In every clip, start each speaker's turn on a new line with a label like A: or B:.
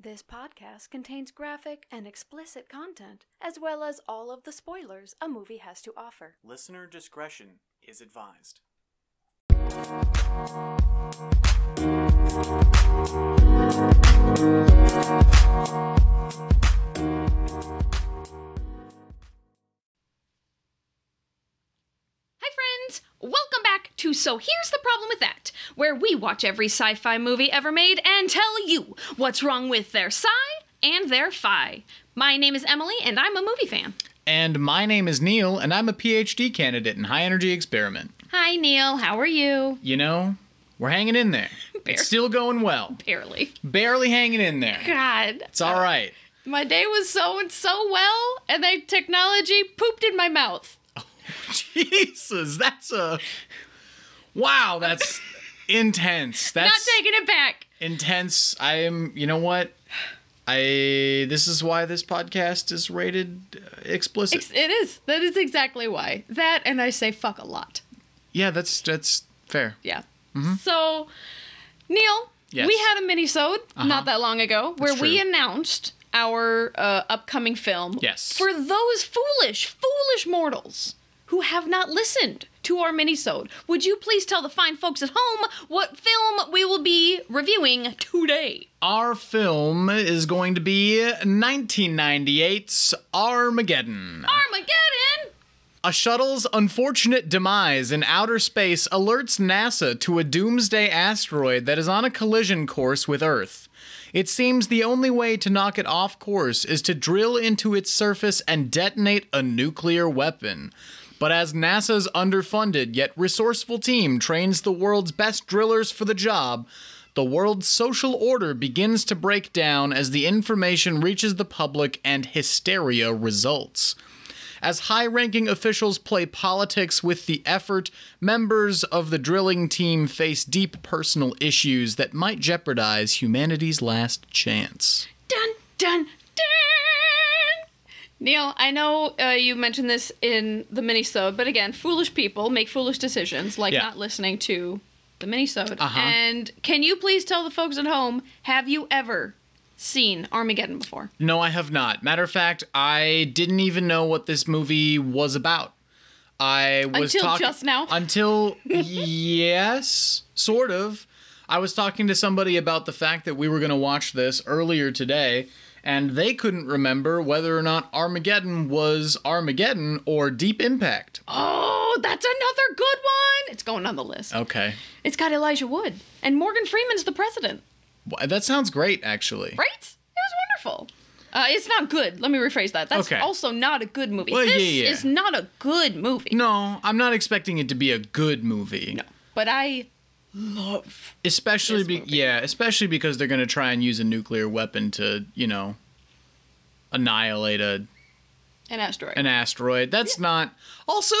A: This podcast contains graphic and explicit content, as well as all of the spoilers a movie has to offer.
B: Listener discretion is advised.
C: Hi, friends! Welcome back to So Here's the Problem with That, where we watch every sci fi movie ever made and tell you what's wrong with their sci and their fi. My name is Emily, and I'm a movie fan.
D: And my name is Neil, and I'm a PhD candidate in high energy experiment.
C: Hi, Neil. How are you?
D: You know, we're hanging in there. It's still going well.
C: Barely.
D: Barely hanging in there.
C: God.
D: It's all right.
C: My day was so and so well, and then technology pooped in my mouth.
D: Jesus, that's a. Wow, that's intense. That's
C: Not taking it back.
D: intense. I am, you know what? I. This is why this podcast is rated uh, explicit.
C: It's- It is. That is exactly why. That, and I say fuck a lot.
D: yeah, that's that's fair.
C: Yeah. So, Neil,
D: Mm-hmm. Yes. Uh-huh.
C: we had a mini-sode not that long ago where
D: That's
C: we
D: true.
C: announced our uh, upcoming film.
D: Yes.
C: For those foolish, foolish mortals who have not listened to our mini-sode, would you please tell the fine folks at home what film we will be reviewing today?
D: Our film is going to be 1998's Armageddon.
C: Armageddon!
D: A shuttle's unfortunate demise in outer space alerts NASA to a doomsday asteroid that is on a collision course with Earth. It seems the only way to knock it off course is to drill into its surface and detonate a nuclear weapon. But as NASA's underfunded yet resourceful team trains the world's best drillers for the job, the world's social order begins to break down as the information reaches the public and hysteria results. As high ranking officials play politics with the effort, members of the drilling team face deep personal issues that might jeopardize humanity's last chance.
C: Dun, dun, dun! Neil, I know uh, you mentioned this in the minisode, but again, foolish people make foolish decisions, like
D: Yeah.
C: not listening to the minisode.
D: Uh-huh.
C: And can you please tell the folks at home, have you ever seen Armageddon before?
D: No, I have not. Matter of fact, I didn't even know what this movie was about. I was
C: Until
D: talk-
C: just now?
D: Until yes, sort of. I was talking to somebody about the fact that we were going to watch this earlier today, and they couldn't remember whether or not Armageddon was Armageddon or Deep Impact.
C: Oh, that's another good one! It's going on the list.
D: Okay,
C: It's got Elijah Wood, and Morgan Freeman's the president,
D: Wh- that sounds great, actually.
C: right? It was wonderful. Uh, it's not good. Let me rephrase that. That's
D: Okay.
C: also not a good movie.
D: Well, yeah,
C: this
D: yeah.
C: is not a good movie.
D: No, I'm not expecting it to be a good movie.
C: No. But I love.
D: especially
C: this
D: be-
C: movie.
D: yeah especially because they're going to try and use a nuclear weapon to you know annihilate a
C: An asteroid.
D: an asteroid that's not also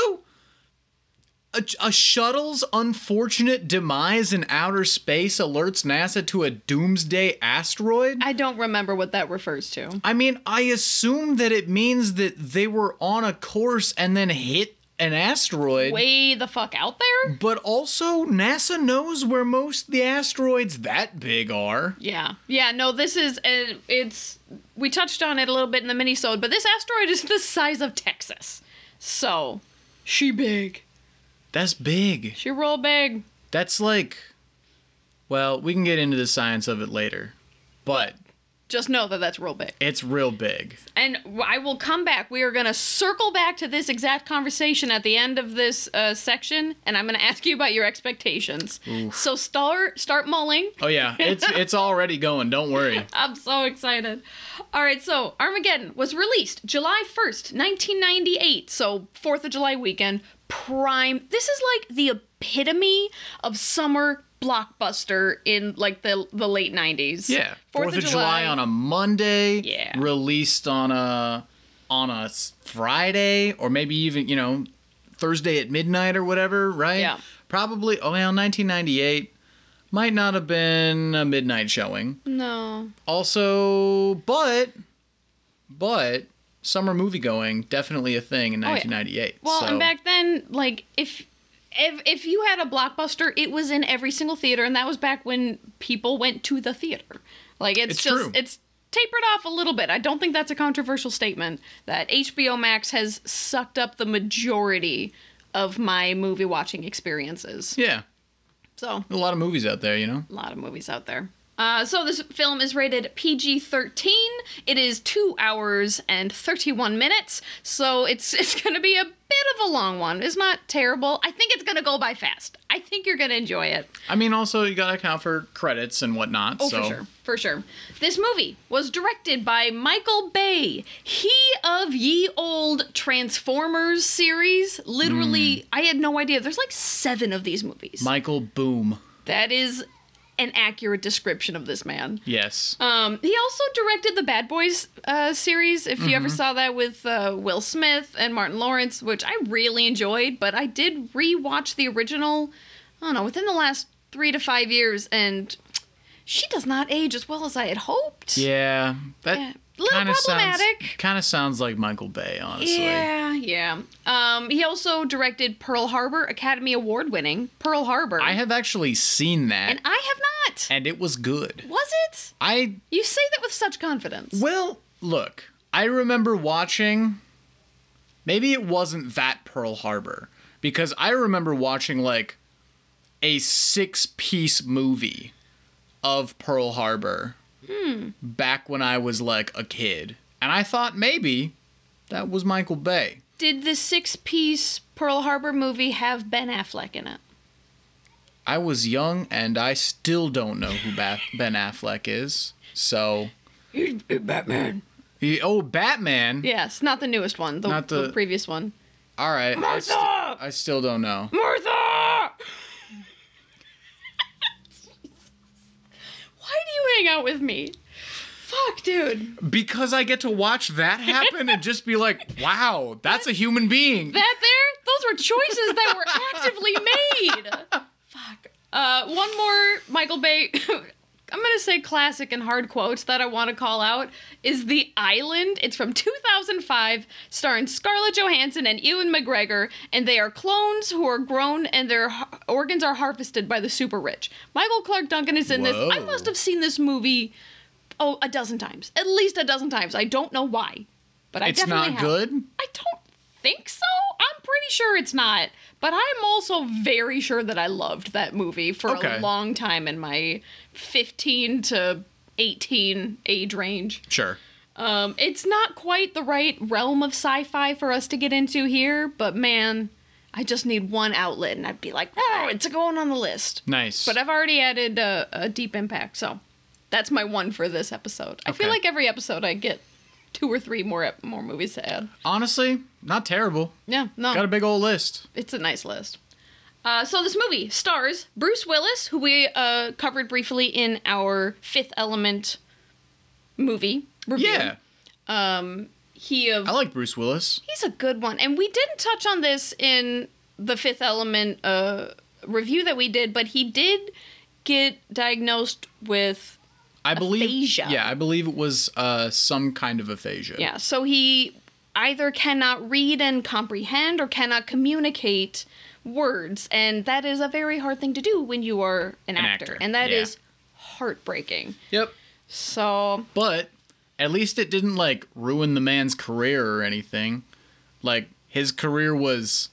D: a, a shuttle's unfortunate demise in outer space alerts nasa to a doomsday asteroid
C: I don't remember what that refers to.
D: I mean, I assume that it means that they were on a course and then hit an asteroid.
C: Way the fuck out there?
D: But also, NASA knows where most the asteroids that big are.
C: Yeah. Yeah, no, this is. uh, It's. We touched on it a little bit in the minisode, but this asteroid is the size of Texas. So. She big.
D: That's big.
C: She real big.
D: That's like, well, we can get into the science of it later, but
C: Just know that that's real big.
D: it's real big.
C: And I will come back. We are going to circle back to this exact conversation at the end of this uh, section, and I'm going to ask you about your expectations. So start start mulling.
D: Oh yeah, it's it's already going. Don't worry.
C: I'm so excited. All right, so Armageddon was released July 1st, 1998. So, 4th of July weekend, prime. This is like the epitome of summer blockbuster in like the the late 90s.
D: Yeah, Fourth of, July. on a Monday.
C: Yeah.
D: released on a on a s- Friday or maybe even you know Thursday at midnight or whatever. Right.
C: Yeah.
D: Probably. Oh well, 1998 might not have been a midnight showing.
C: No.
D: Also, but but summer movie going definitely a thing in
C: Oh, yeah.
D: 1998.
C: Well,
D: so.
C: and back then like if if if you had a blockbuster, it was in every single theater and that was back when people went to the theater. Like it's,
D: It's
C: just
D: true.
C: it's taper it off a little bit. I don't think that's a controversial statement that HBO Max has sucked up the majority of my movie watching experiences.
D: Yeah.
C: So,
D: A lot of movies out there, you know?
C: a lot of movies out there. Uh, so this film is rated PG-13. It is two hours and 31 minutes, so it's it's gonna be a bit of a long one. It's not terrible. I think it's gonna go by fast. I think you're gonna enjoy it.
D: I mean, also, you gotta account for credits and whatnot.
C: Oh,
D: so.
C: for sure, for sure. This movie was directed by Michael Bay, he of ye old Transformers series. Literally, I had no idea. There's like seven of these movies.
D: Michael Boom.
C: that is an accurate description of this man.
D: Yes.
C: Um, he also directed the Bad Boys uh, series. If you
D: Mm-hmm.
C: ever saw that with uh, Will Smith and Martin Lawrence, which I really enjoyed, but I did rewatch the original. I don't know within the last three to five years, and she does not age as well as I had hoped.
D: yeah. That
C: yeah. Little
D: kind of sounds.
C: problematic.
D: Kind of sounds like Michael Bay, honestly.
C: Yeah, yeah. Um, he also directed Pearl Harbor, Academy Award winning Pearl Harbor.
D: I have actually seen that,
C: and
D: and,
C: I have not.
D: it was good.
C: Was it?
D: I
C: You say that with such confidence.
D: Well, look, I remember watching. Maybe it wasn't that Pearl Harbor because I remember watching like a six-piece movie of Pearl Harbor back when I was like a kid, and I thought maybe that was Michael Bay.
C: Did the six piece Pearl Harbor movie have Ben Affleck in it?
D: I was young and I still don't know who ba- Ben Affleck is. So,
C: Batman.
D: he, oh, Batman.
C: Yes, not the newest one, the,
D: Not
C: the...
D: the-
C: previous one.
D: All right. I, st- I still don't know.
C: Martha! Why do you hang out with me? Fuck, dude.
D: Because I get to watch that happen and just be like, wow, that's a human being.
C: That there? Those were choices that were actively made. Fuck. Uh, one more Michael Bay. I'm gonna say classic and hard quotes that I want to call out is The Island. It's from 2005, starring Scarlett Johansson and Ewan McGregor, and they are clones who are grown and their h- organs are harvested by the super rich. Michael Clark Duncan is in this. I
D: Whoa.
C: must have seen this movie oh a dozen times, at least a dozen times. I don't know why, but I
D: it's
C: definitely
D: not
C: have.
D: good.
C: I don't think so. I'm pretty sure it's not, but I'm also very sure that I loved that movie for
D: Okay.
C: a long time in my 15 to 18 age range.
D: Sure.
C: Um, it's not quite the right realm of sci-fi for us to get into here, but man, I just need one outlet, and I'd be like, oh, it's going on the list.
D: Nice.
C: But I've already added uh, a deep impact, so that's my one for this episode. I feel
D: Okay.
C: like every episode I get two or three more ep- more movies to add.
D: Honestly, not terrible.
C: Yeah, no,
D: Got a big old list.
C: it's a nice list. Uh, so this movie stars Bruce Willis, who we uh, covered briefly in our Fifth Element movie review.
D: Yeah.
C: Um, he of
D: I like Bruce Willis.
C: he's a good one, and we didn't touch on this in the Fifth Element uh, review that we did, but he did get diagnosed with
D: I believe.
C: Aphasia.
D: Yeah, I believe it was uh, some kind of aphasia.
C: yeah. So he either cannot read and comprehend or cannot communicate words, and that is a very hard thing to do when you are an, actor.
D: actor,
C: and that is
D: yeah.
C: heartbreaking.
D: Yep.
C: So
D: But at least it didn't like ruin the man's career or anything. Like his career was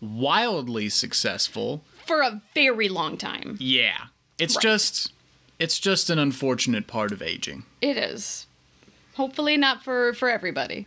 D: wildly successful.
C: for a very long time,
D: Yeah. It's
C: Right.
D: just it's just an unfortunate part of aging.
C: it is. Hopefully not for for everybody.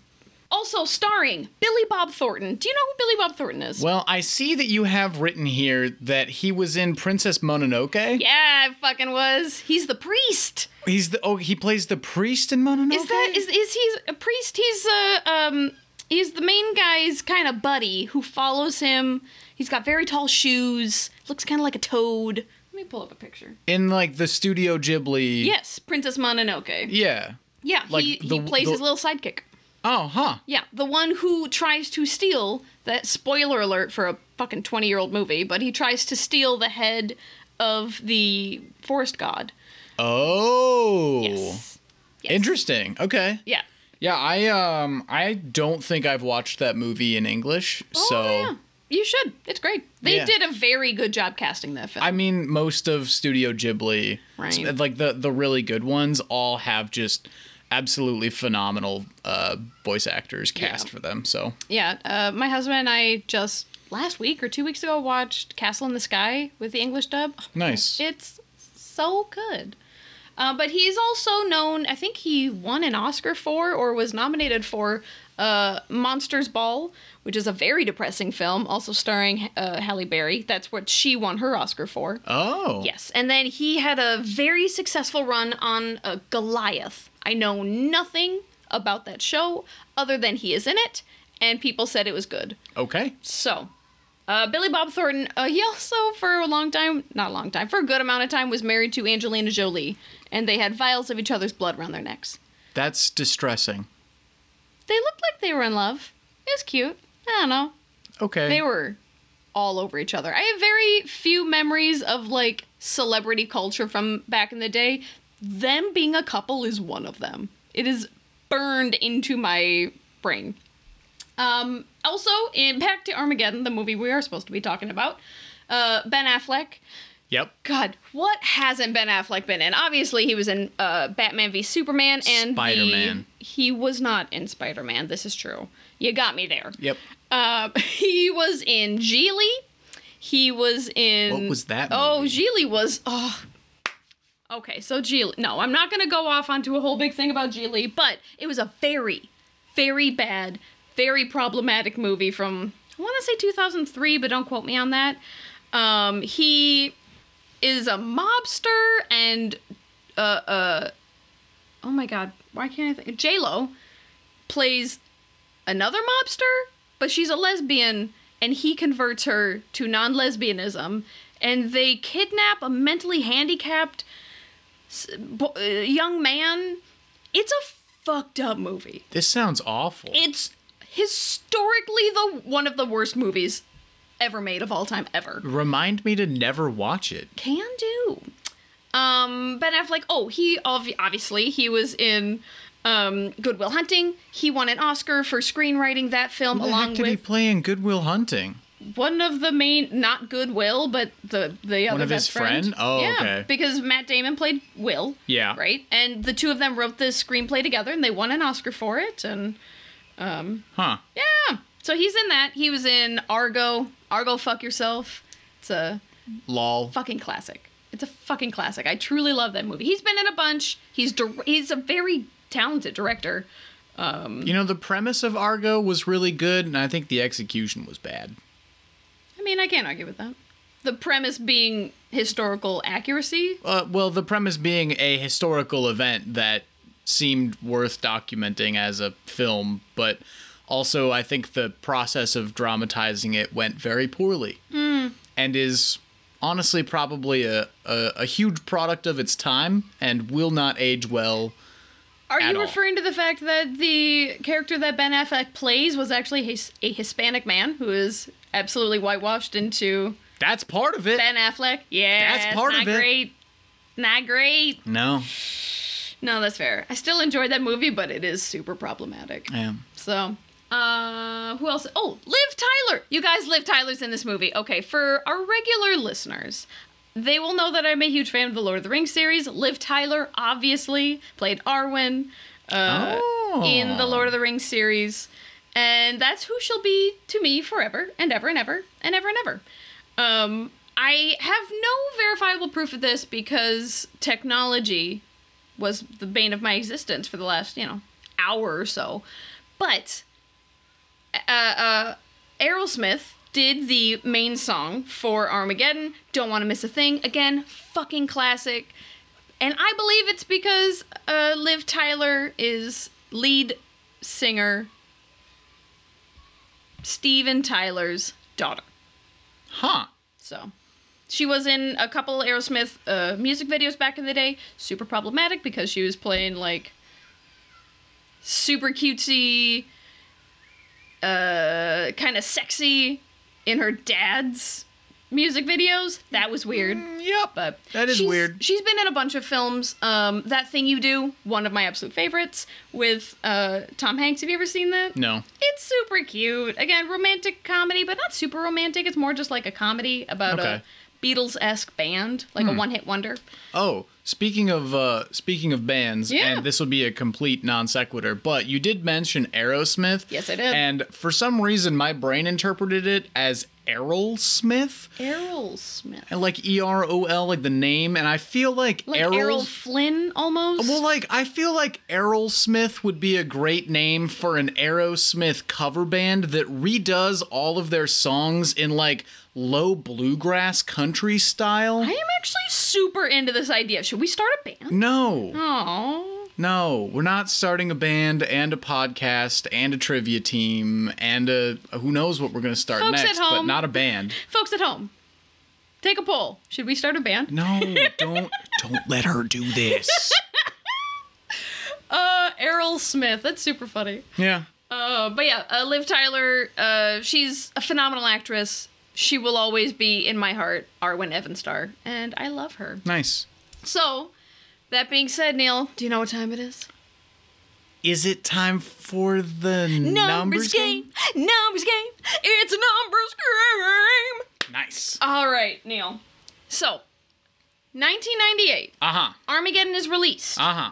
C: Also starring Billy Bob Thornton. Do you know who Billy Bob Thornton is?
D: Well, I see that you have written here that he was in Princess Mononoke.
C: Yeah, I fucking was. He's the priest.
D: He's the oh, he plays the priest in Mononoke.
C: Is that is is he a priest? He's uh um he's the main guy's kind of buddy who follows him. He's got very tall shoes. Looks kind of like a toad. Let me pull up a picture.
D: in like the Studio Ghibli?
C: Yes, Princess Mononoke.
D: Yeah.
C: Yeah,
D: Like
C: he,
D: the-
C: he plays
D: the-
C: his little sidekick.
D: Oh, huh.
C: Yeah, the one who tries to steal that spoiler alert for a fucking 20-year-old movie, but he tries to steal the head of the forest god.
D: Oh.
C: Yes. yes.
D: Interesting. Okay.
C: Yeah.
D: Yeah, I um I don't think I've watched that movie in English. so
C: Oh, yeah. You should. It's great. They
D: Yeah.
C: did a very good job casting that film.
D: I mean, most of Studio Ghibli,
C: Right.
D: like the the really good ones, all have just absolutely phenomenal uh, voice actors cast for them. So
C: Yeah, uh, my husband and I just last week or two weeks ago watched Castle in the Sky with the English dub.
D: nice.
C: It's so good. Uh, but he's also known, I think he won an Oscar for or was nominated for uh, Monsters Ball, which is a very depressing film, also starring uh, Halle Berry. That's what she won her Oscar for.
D: oh,
C: Yes, and then he had a very successful run on uh, Goliath. I know nothing about that show other than he is in it, and people said it was good.
D: Okay.
C: So, uh, Billy Bob Thornton, uh, he also, for a long time, not a long time, for a good amount of time, was married to Angelina Jolie, and they had vials of each other's blood around their necks.
D: That's distressing.
C: They looked like they were in love. It was cute. I don't know.
D: Okay.
C: They were all over each other. I have very few memories of like celebrity culture from back in the day. Them being a couple is one of them. It is burned into my brain. Um, also, in back to Armageddon, the movie we are supposed to be talking about, uh, Ben Affleck.
D: Yep.
C: God, what hasn't Ben Affleck been in? Obviously, he was in uh, Batman v Superman and the-
D: Spider-Man.
C: He was not in Spider Man. This is true. You got me there.
D: Yep.
C: Um, he was in Geely. He was in.
D: What was that
C: Oh,
D: movie?
C: Geely was. Oh. Okay, so Geely. No, I'm not gonna go off onto a whole big thing about Geely, but it was a very, very bad, very problematic movie from I want to say 2003, but don't quote me on that. Um, he is a mobster and uh uh. Oh my God, why can't I think? J Lo plays another mobster, but she's a lesbian, and he converts her to non lesbianism, and they kidnap a mentally handicapped s- bo- uh, young man. It's a fucked up movie.
D: This sounds awful.
C: It's historically the one of the worst movies ever made of all time ever
D: Mm. Remind me to never watch it.
C: can do. Um, Ben Affleck. Oh, he obvi- obviously he was in um, Goodwill Hunting. He won an Oscar for screenwriting that film,
D: What the heck
C: along
D: did he
C: with
D: play in Goodwill Hunting?
C: one of the main not Goodwill, but the the other
D: of his
C: best friend.
D: friend? Oh,
C: yeah,
D: okay.
C: Because Matt Damon played Will.
D: Yeah.
C: Right, and the two of them wrote this screenplay together, and they won an Oscar for it, and.
D: Huh.
C: Yeah. So he's in that. He was in Argo. Argo, fuck yourself. It's a
D: Lol.
C: fucking classic. It's a fucking classic. I truly love that movie. He's been in a bunch. He's dir- he's a very talented director.
D: You know, the premise of Argo was really good, and I think the execution was bad.
C: I mean, I can't argue with that. The premise being historical accuracy.
D: Uh, well, the premise being a historical event that seemed worth documenting as a film, but also I think the process of dramatizing it went very poorly
C: Hmm.
D: and is honestly probably a, a, a huge product of its time and will not age well.
C: Are
D: At
C: you
D: all.
C: referring to the fact that the character that Ben Affleck plays was actually his- a Hispanic man who is absolutely whitewashed into
D: That's part of it.
C: Ben Affleck? Yeah,
D: That's
C: it's
D: part
C: not
D: of it.
C: Great. Not great.
D: No.
C: No, that's fair. I still enjoyed that movie, but it is super problematic.
D: Yeah.
C: So, uh, who else? Oh, Liv Tyler. You guys, Liv Tyler's in this movie. Okay, for our regular listeners, they will know that I'm a huge fan of the Lord of the Rings series. Liv Tyler, obviously, played Arwen uh,
D: Oh.
C: in the Lord of the Rings series. And that's who she'll be to me forever and ever and ever and ever and ever. Um, I have no verifiable proof of this because technology was the bane of my existence for the last, you know, hour or so. But uh, uh, Aerosmith did the main song for Armageddon. Don't want to miss a thing. Again, fucking classic. And I believe it's because uh, Liv Tyler is lead singer Steven Tyler's daughter.
D: Huh.
C: So she was in a couple Aerosmith uh, music videos back in the day. Super problematic because she was playing like super cutesy, uh, kind of sexy in her dad's music videos. That was weird.
D: Yep.
C: But
D: That is
C: she's-
D: weird.
C: She's been in a bunch of films. Um, that thing you do, one of my absolute favorites, with uh, Tom Hanks. Have you ever seen that?
D: No.
C: It's super cute. Again, romantic comedy, but not super romantic. It's more just like a comedy about
D: Okay. Hmm.
C: a Beatles esque band, like a one hit wonder.
D: Oh, Speaking of uh, speaking of bands,
C: Yeah.
D: and this would be a complete non sequitur, but you did mention Aerosmith.
C: Yes, I did.
D: And for some reason, my brain interpreted it as Errol Smith,
C: Errol Smith.
D: and like E R O L, like the name. And I feel like,
C: Like
D: Errol.
C: Errol Flynn almost.
D: well, like I feel like Errol Smith would be a great name for an Aerosmith cover band that redoes all of their songs in like low bluegrass country style.
C: I am actually super into this idea. Should we start a band?
D: no.
C: Oh.
D: No, we're not starting a band and a podcast and a trivia team and a who knows what we're going to start
C: Folks at
D: next, but
C: home.
D: not a band.
C: Folks at home, take a poll. Should we start a band?
D: No, don't don't let her do this.
C: Uh, Errol Smith. That's super funny.
D: Yeah.
C: Uh, but yeah, uh, Liv Tyler, uh, she's a phenomenal actress. She will always be in my heart, Arwen Evanstar, and I love her.
D: Nice.
C: So, that being said, Neil, do you know what time it is?
D: Is it time for the numbers game?
C: Numbers game. It's a numbers game.
D: Nice.
C: All right, Neil. So, 1998,
D: Uh-huh.
C: Armageddon is released.
D: Uh-huh.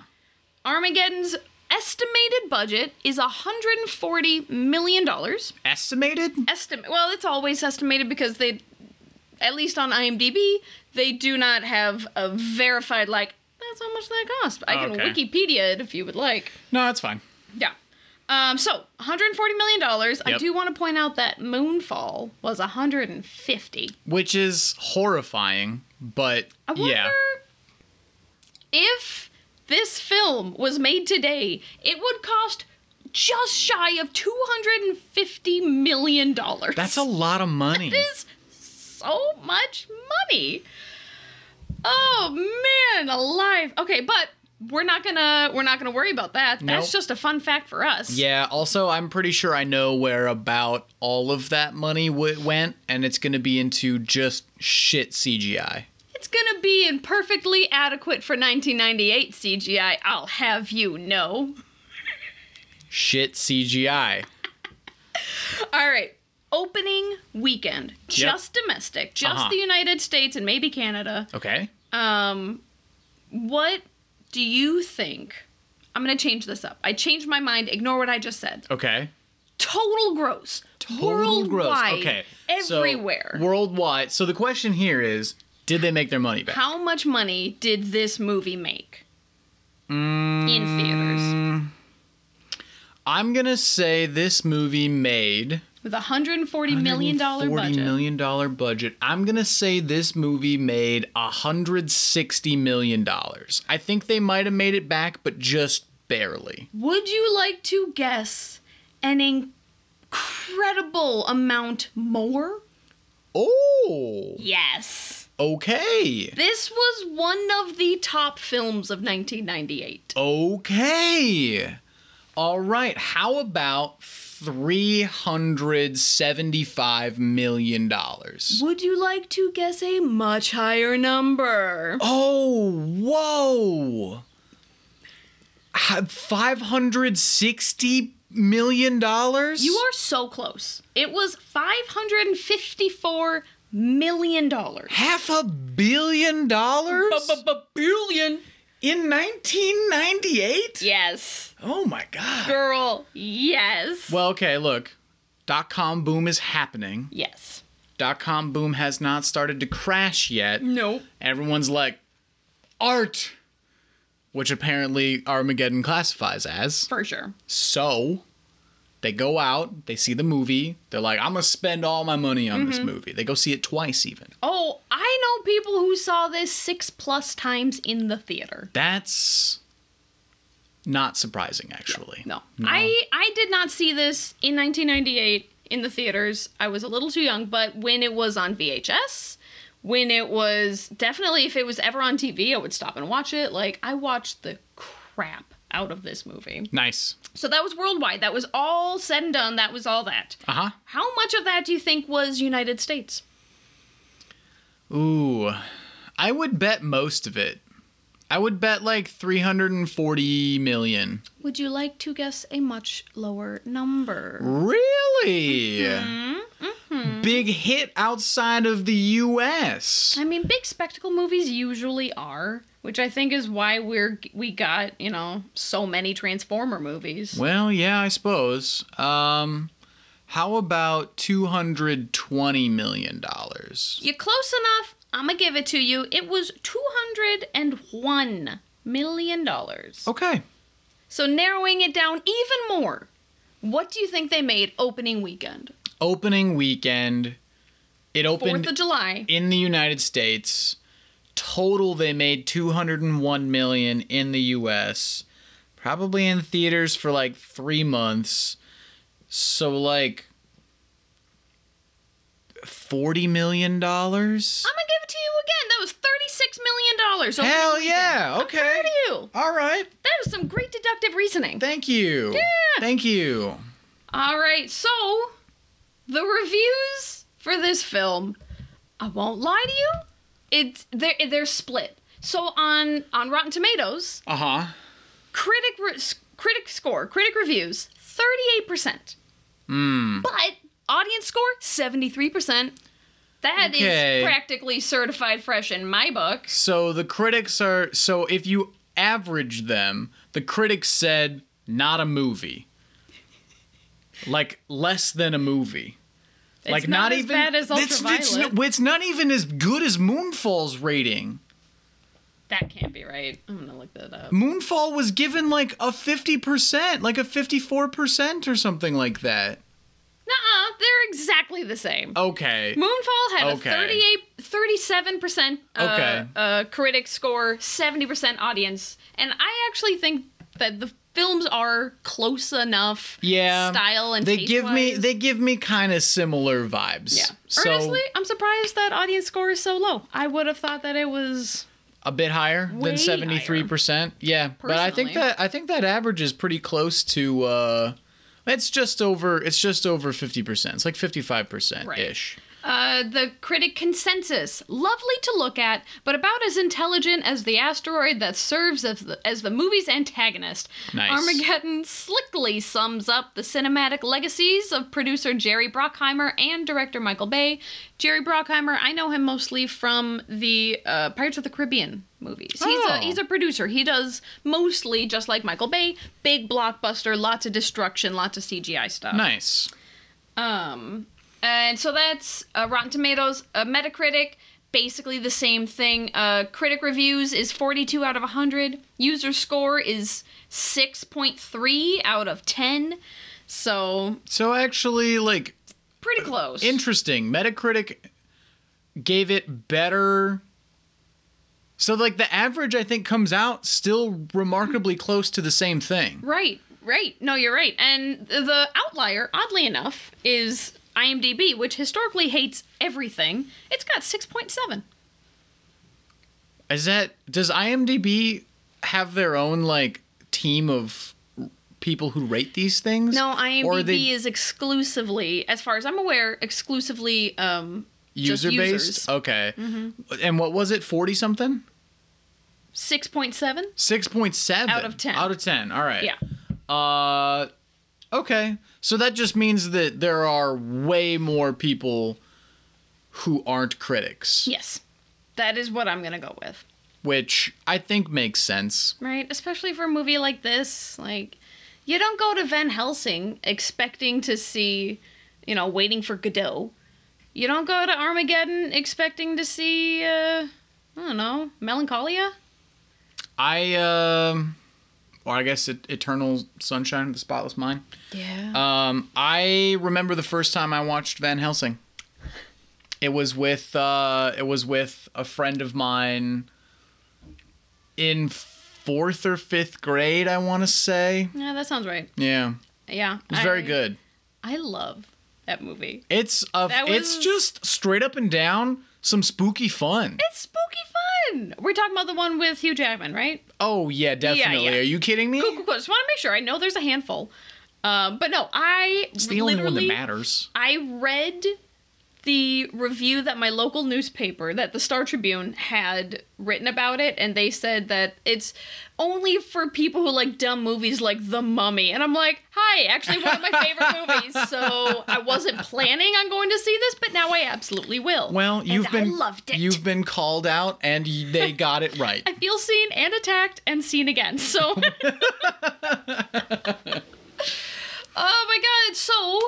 C: Armageddon's estimated budget is 140 million dollars.
D: Estimated?
C: Estimate. Well, it's always estimated because they, at least on IMDb, they do not have a verified like. That's how much that cost. I can
D: Oh, Okay.
C: Wikipedia it if you would like.
D: No, that's fine.
C: Yeah. Um, so 140 million dollars. I
D: Yep.
C: do want to point out that Moonfall was 150.
D: Which is horrifying, but
C: I wonder
D: yeah.
C: if this film was made today, it would cost just shy of 250 million dollars.
D: That's a lot of money.
C: That is so much money. Oh man, alive. Okay, but we're not gonna we're not gonna worry about that. That's
D: Nope.
C: just a fun fact for us.
D: Yeah, also, I'm pretty sure I know where about all of that money w- went, and it's going to be into just shit CGI.
C: It's gonna be in perfectly adequate for 1998 CGI. I'll have you know.
D: Shit CGI.
C: All right. Opening weekend, just domestic, just
D: Uh-huh.
C: the United States and maybe Canada.
D: Okay.
C: Um, what do you think? I'm gonna change this up. I changed my mind. Ignore what I just said.
D: Okay.
C: Total gross.
D: Total gross.
C: Worldwide,
D: Okay. So,
C: Everywhere.
D: worldwide. So the question here is did they make their money back?
C: How much money did this movie make
D: Mm,
C: in theaters?
D: I'm going to say this movie made
C: With a $140 million dollar budget.
D: $40 million dollar budget. I'm going to say this movie made $160 million. I think they might have made it back, but just barely.
C: Would you like to guess an incredible amount more?
D: Oh,
C: Yes.
D: okay.
C: This was one of the top films of
D: Oh.
C: 1998.
D: Okay. All right. How about $375 million?
C: Would you like to guess a much higher number?
D: Oh, whoa. Ha- $560 million?
C: You are so close. It was 554 million dollars.
D: Half a billion dollars?
C: Billion.
D: In 1998?
C: Yes.
D: Oh, my God.
C: Girl, yes.
D: Well, okay, look. Dot com boom is happening.
C: yes.
D: dot com boom has not started to crash yet.
C: No.
D: Everyone's like, art, which apparently Armageddon classifies as.
C: For sure.
D: So they go out, they see the movie, they're like, I'm gonna spend all my money on this movie. They go see it twice, even.
C: Oh, I know people who saw this six plus times in the theater.
D: That's not surprising, actually.
C: No. I I did not see this in 1998 in the theaters. I was a little too young, but when it was on VHS, when it was definitely if it was ever on TV, I would stop and watch it. Like I watched the crap out of this movie.
D: Nice.
C: So that was worldwide. That was all said and done. That was all that.
D: Uh huh.
C: How much of that do you think was United States?
D: Ooh, I would bet most of it. I would bet like 340 million.
C: Would you like to guess a much lower number?
D: Really? Big hit outside of the US.
C: I mean, big spectacle movies usually are, which I think is why we're we got you know so many Transformer movies.
D: Well, yeah, I suppose. Um, how about two hundred twenty million dollars?
C: You're close enough. I'm gonna give it to you. It was two hundred and one million dollars.
D: Okay.
C: So narrowing it down even more. What do you think they made opening weekend?
D: Opening weekend. It opened
C: Fourth of July.
D: in the United States. Total, they made 201 million in the U.S. Probably in theaters for like three months. So like. Forty million dollars.
C: I'm gonna give it to you again. That was thirty-six million dollars.
D: Hell yeah! Okay.
C: Proud of you.
D: All right.
C: That was some great deductive reasoning.
D: Thank you. Thank you.
C: All right, so the reviews for this film, I won't lie to you, it's they're they're split. So on on Rotten Tomatoes,
D: Uh huh.
C: critic re- s- critic score, critic reviews, thirty eight percent.
D: Hmm.
C: But audience score, seventy three percent. That is
D: Okay.
C: practically certified fresh in my book.
D: So the critics are. So if you average them, the critics said not a movie. Like less than a movie.
C: It's
D: like
C: not, as bad as
D: it's,
C: Ultraviolet.
D: it's, no- it's not even as good as Moonfall's rating.
C: that can't be right. I'm gonna look that up.
D: Moonfall was given like a fifty percent, like a fifty-four percent or something like that.
C: Nuh-uh, they're exactly the same.
D: Okay.
C: Moonfall had
D: Okay.
C: a 38, 37% uh,
D: Okay.
C: uh, critic score, 70% audience. And I actually think that the films are close enough
D: Yeah.
C: style and
D: they
C: taste
D: give me
C: wise.
D: they give me kind of similar vibes.
C: yeah.
D: So
C: Honestly, I'm surprised that audience score is so low. I would have thought that it was
D: a bit higher
C: Way
D: than 73%. Yeah. But I think
C: Personally.
D: that I think that average is pretty close to uh it's just over it's just over 50%. It's like 55% ish.
C: Uh, the critic consensus lovely to look at, but about as intelligent as the asteroid that serves as the, as the movie's antagonist.
D: Nice.
C: Armageddon slickly sums up the cinematic legacies of producer Jerry Brockheimer and director Michael Bay. Jerry Brockheimer, I know him mostly from the uh, Pirates of the Caribbean movies. He's
D: Oh.
C: a he's a producer. He does mostly just like Michael Bay, big blockbuster, lots of destruction, lots of CGI stuff.
D: Nice.
C: Um, and so that's uh, Rotten Tomatoes, uh, Metacritic, basically the same thing. Uh, critic reviews is 42 out of 100. User score is 6.3 out of 10. So
D: So actually like
C: pretty close.
D: interesting. Metacritic gave it better so like the average I think comes out still remarkably close to the same thing.
C: right, right. No, you're right. And the outlier, oddly enough, is IMDb, which historically hates everything. It's got 6.7.
D: Is that does IMDb have their own like team of people who rate these things?
C: No,
D: Or are
C: IMDb
D: they
C: is exclusively, as far as I'm aware, exclusively um, just
D: user based.
C: users. Mm-hmm.
D: Okay. And what was it? Forty something?
C: Six point seven.
D: Six point seven
C: Out of 10.
D: Out of ten. All right.
C: Yeah.
D: Uh, okay. So that just means that there are way more people who aren't critics,
C: Yes. That is what I'm gonna go with.
D: which I think makes sense.
C: Right? Especially for a movie like this. Like you don't go to Van Helsing expecting to see, you know, waiting for Godot. You don't go to Armageddon expecting to see uh I don't know, Melancholia?
D: I um, or I guess it, Eternal Sunshine of the Spotless Mind.
C: Yeah.
D: Um, I remember the first time I watched Van Helsing. It was with uh, it was with a friend of mine in fourth or fifth grade. I want to say,
C: yeah, that sounds right.
D: yeah,
C: Yeah.
D: it was very good.
C: I love that movie.
D: It's a,
C: That
D: it's
C: was-
D: just straight up and down some spooky fun.
C: It's spooky fun. We're talking about the one with Hugh Jackman, right?
D: Oh yeah, definitely.
C: yeah.
D: Are you kidding me?
C: Cool, cool, cool. Just want to make sure. I know there's a handful. Um, but no, I
D: It's the only one that
C: literally-
D: matters.
C: I read the review that my local newspaper, that the Star Tribune, had written about it, and they said that it's only for people who like dumb movies like The Mummy. And I'm like, hi, Right. Actually, one of my favorite movies. So I wasn't planning on going to see this, but now I absolutely will.
D: Well, you've
C: and
D: been
C: I loved it.
D: you've been called out, and y- they got it right.
C: I feel seen and attacked and seen again. So. oh my Oh god. So,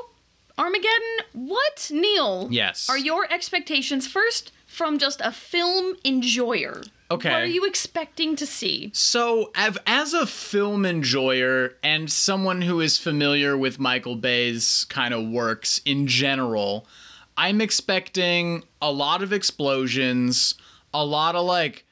C: Armageddon, what, Neil?
D: Yes.
C: Are your expectations first from just a film enjoyer?
D: Okay.
C: What are you expecting to see?
D: So, av- as a film enjoyer and someone who is familiar with Michael Bay's kind of works in general, I'm expecting a lot of explosions, a lot of like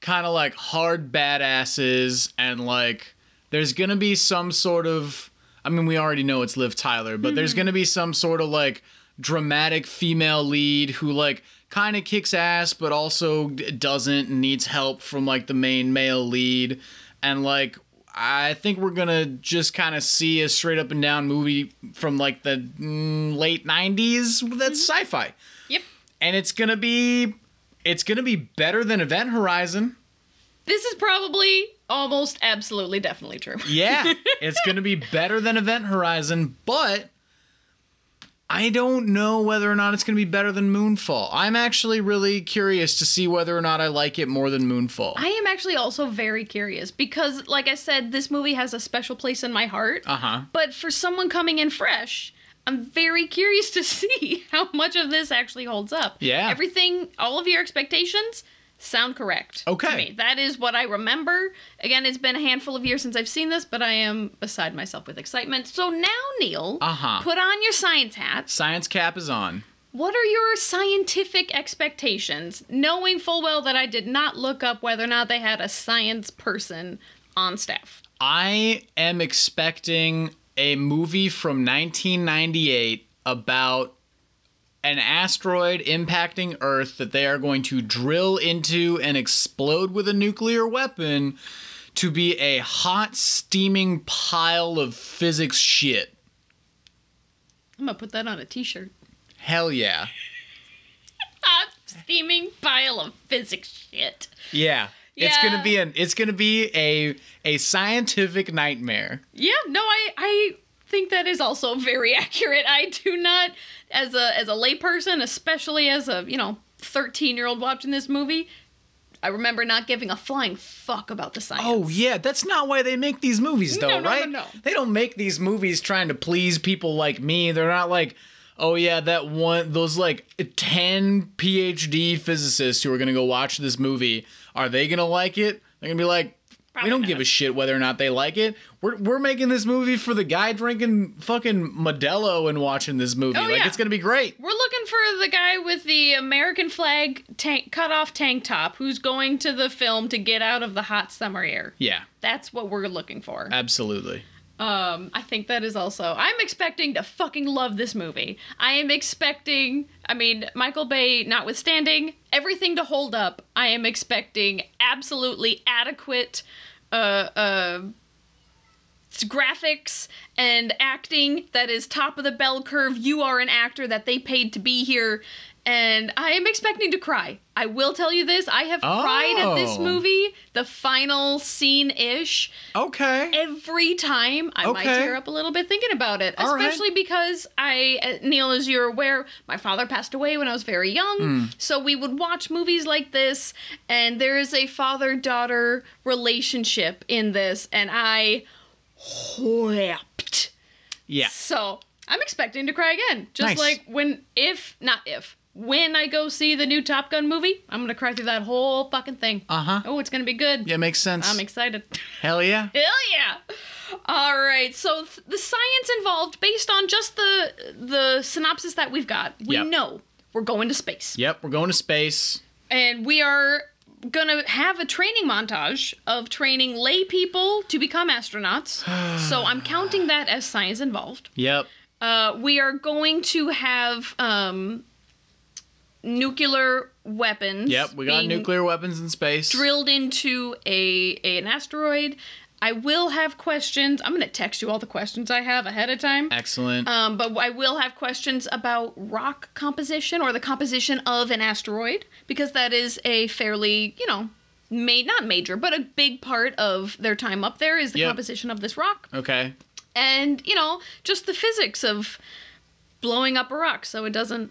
D: kind of like hard badasses and like there's going to be some sort of I mean we already know it's Liv Tyler, but there's going to be some sort of like dramatic female lead who like kind of kicks ass but also d- doesn't and needs help from like the main male lead and like I think we're going to just kind of see a straight up and down movie from like the mm, late 90s that's sci-fi
C: Yep.
D: and it's going to be it's going to be better than Event Horizon.
C: This is probably almost absolutely definitely true.
D: Yeah, it's going to be better than Event Horizon, but I don't know whether or not it's going to be better than Moonfall. I'm actually really curious to see whether or not I like it more than Moonfall.
C: I am actually also very curious because, like I said, this movie has a special place in my heart.
D: Uh huh.
C: But for someone coming in fresh, I'm very curious to see how much of this actually holds up.
D: Yeah.
C: Everything, all of your expectations sound correct. to
D: Okay.
C: me. That is what I remember. Again, it's been a handful of years since I've seen this, but I am beside myself with excitement. So now, Neil,
D: Uh-huh.
C: put on your science hat.
D: Science cap is on.
C: What are your scientific expectations, knowing full well that I did not look up whether or not they had a science person on staff?
D: I am expecting a movie from 1998 about an asteroid impacting Earth that they are going to drill into and explode with a nuclear weapon to be a hot, steaming pile of physics shit.
C: I'm gonna put that on a t shirt.
D: Hell yeah.
C: hot steaming pile of physics shit.
D: Yeah. It's
C: Yeah.
D: gonna be an it's gonna be a a scientific nightmare.
C: Yeah, no, I I think that is also very accurate. I do not as a as a layperson, especially as a, you know, 13-year-old watching this movie, I remember not giving a flying fuck about the science.
D: Oh yeah, that's not why they make these movies though,
C: No, no, no,
D: right?
C: no.
D: They don't make these movies trying to please people like me. They're not like, oh yeah, that one those like 10 PhD physicists who are going to go watch this movie, are they going to like it? They're going to be like we don't give a shit whether or not they like it. We're, we're making this movie for the guy drinking fucking Modelo and watching this movie.
C: Oh,
D: like
C: yeah.
D: it's going to be great.
C: We're looking for the guy with the American flag tank cut off tank top who's going to the film to get out of the hot summer air.
D: Yeah,
C: That's what we're looking for.
D: absolutely.
C: Um, I think that is also. I'm expecting to fucking love this movie. I am expecting. I mean, Michael Bay notwithstanding, everything to hold up. I am expecting absolutely adequate, uh, uh, s- graphics and acting that is top of the bell curve. You are an actor that they paid to be here, and I am expecting to cry. I will tell you this. I have cried at this
D: Oh.
C: movie. The final scene ish
D: Okay.
C: every time I might
D: Okay.
C: tear up a little bit thinking about it,
D: All right.
C: especially because I, uh, Neil, as you're aware, my father passed away when I was very young.
D: Hmm.
C: So we would watch movies like this, and there is a father daughter relationship in this, and I wept.
D: yeah.
C: So I'm expecting to cry again. Just
D: Nice.
C: like when, if, not if, when I go see the new Top Gun movie, I'm going to cry through that whole fucking thing.
D: Uh-huh.
C: Oh, it's going to be good.
D: Yeah, makes sense.
C: I'm excited.
D: Hell yeah.
C: Hell yeah! All right, so th- the science involved, based on just the the synopsis that we've got, we
D: Yep.
C: know we're going to space,
D: Yep, we're going to space.
C: and we are gonna have a training montage of training lay people to become astronauts. so I'm counting that as science involved.
D: Yep.
C: Uh, we are going to have um, nuclear weapons.
D: Yep, we got
C: being
D: nuclear weapons in space.
C: drilled into a, a an asteroid. I will have questions. I'm gonna text you all the questions I have ahead of time.
D: Excellent.
C: Um, but I will have questions about rock composition or the composition of an asteroid because that is a fairly you know, ma- not major, but a big part of their time up there is the
D: Yep.
C: composition of this rock.
D: okay.
C: and you know just the physics of blowing up a rock so it doesn't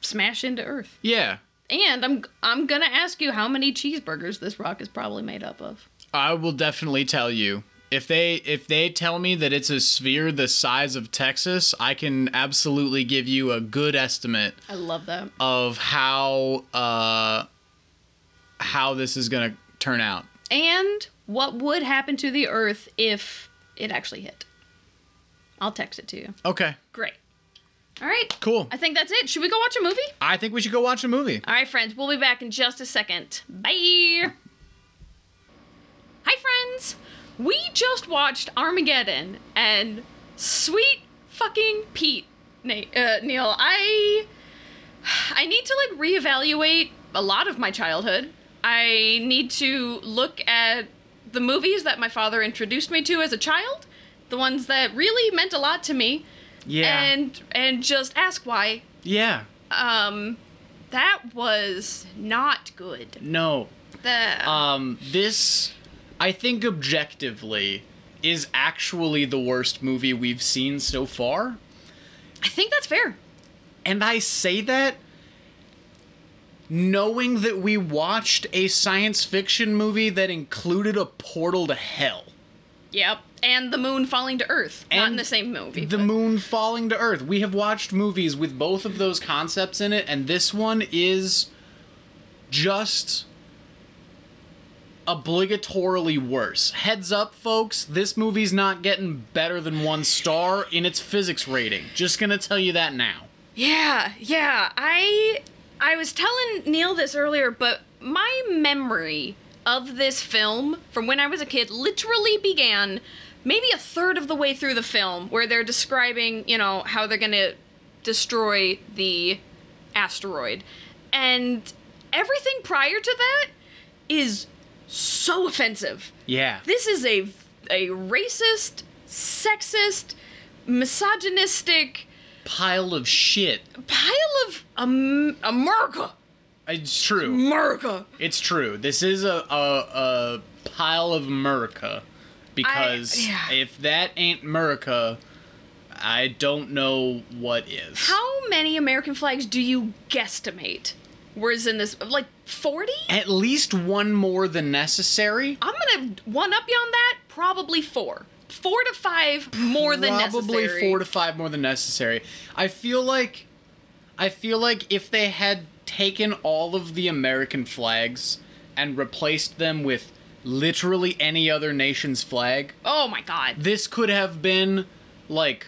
C: smash into Earth.
D: Yeah.
C: And I'm I'm gonna ask you how many cheeseburgers this rock is probably made up of.
D: I will definitely tell you. If they if they tell me that it's a sphere the size of Texas, I can absolutely give you a good estimate
C: I love that.
D: of how uh how this is going to turn out.
C: And what would happen to the Earth if it actually hit? I'll text it to you.
D: Okay.
C: Great. All right.
D: Cool.
C: I think that's it. Should we go watch a movie?
D: I think we should go watch a movie.
C: All right, friends, we'll be back in just a second. Bye. Hi, friends. We just watched Armageddon and sweet fucking Pete, Na- uh, Neil. I I need to like reevaluate a lot of my childhood. I need to look at the movies that my father introduced me to as a child, the ones that really meant a lot to me,
D: Yeah.
C: and and just ask why
D: yeah.
C: um that was not good
D: No.
C: the
D: Um this I think objectively is actually the worst movie we've seen so far.
C: i think that's fair
D: And I say that knowing that we watched a science fiction movie that included a portal to hell.
C: yep and the moon falling to earth not in
D: And
C: the same movie
D: The
C: but-
D: moon falling to earth. We have watched movies with both of those concepts in it, and this one is just obligatorily worse. Heads up, folks, this movie's not getting better than one star in its physics rating. Just gonna tell you that now.
C: yeah yeah i i was telling neil this earlier but my memory of this film from when i was a kid literally began maybe a third of the way through the film where they're describing you know how they're gonna destroy the asteroid and everything prior to that is so offensive
D: Yeah.
C: this is a a racist, sexist, misogynistic
D: Pile of shit.
C: pile of um, America,
D: It's true.
C: America.
D: It's true. This is a a, a pile of America because
C: yeah.
D: if that ain't America, I don't know what is.
C: How many American flags do you guesstimate? Whereas in this, like forty?
D: At least one more than necessary.
C: I'm gonna one up you on that. Probably four, four to five more than
D: Probably
C: necessary.
D: four to five more than necessary. I feel like, I feel like if they had taken all of the American flags and replaced them with literally any other nation's flag,
C: Oh my god.
D: this could have been like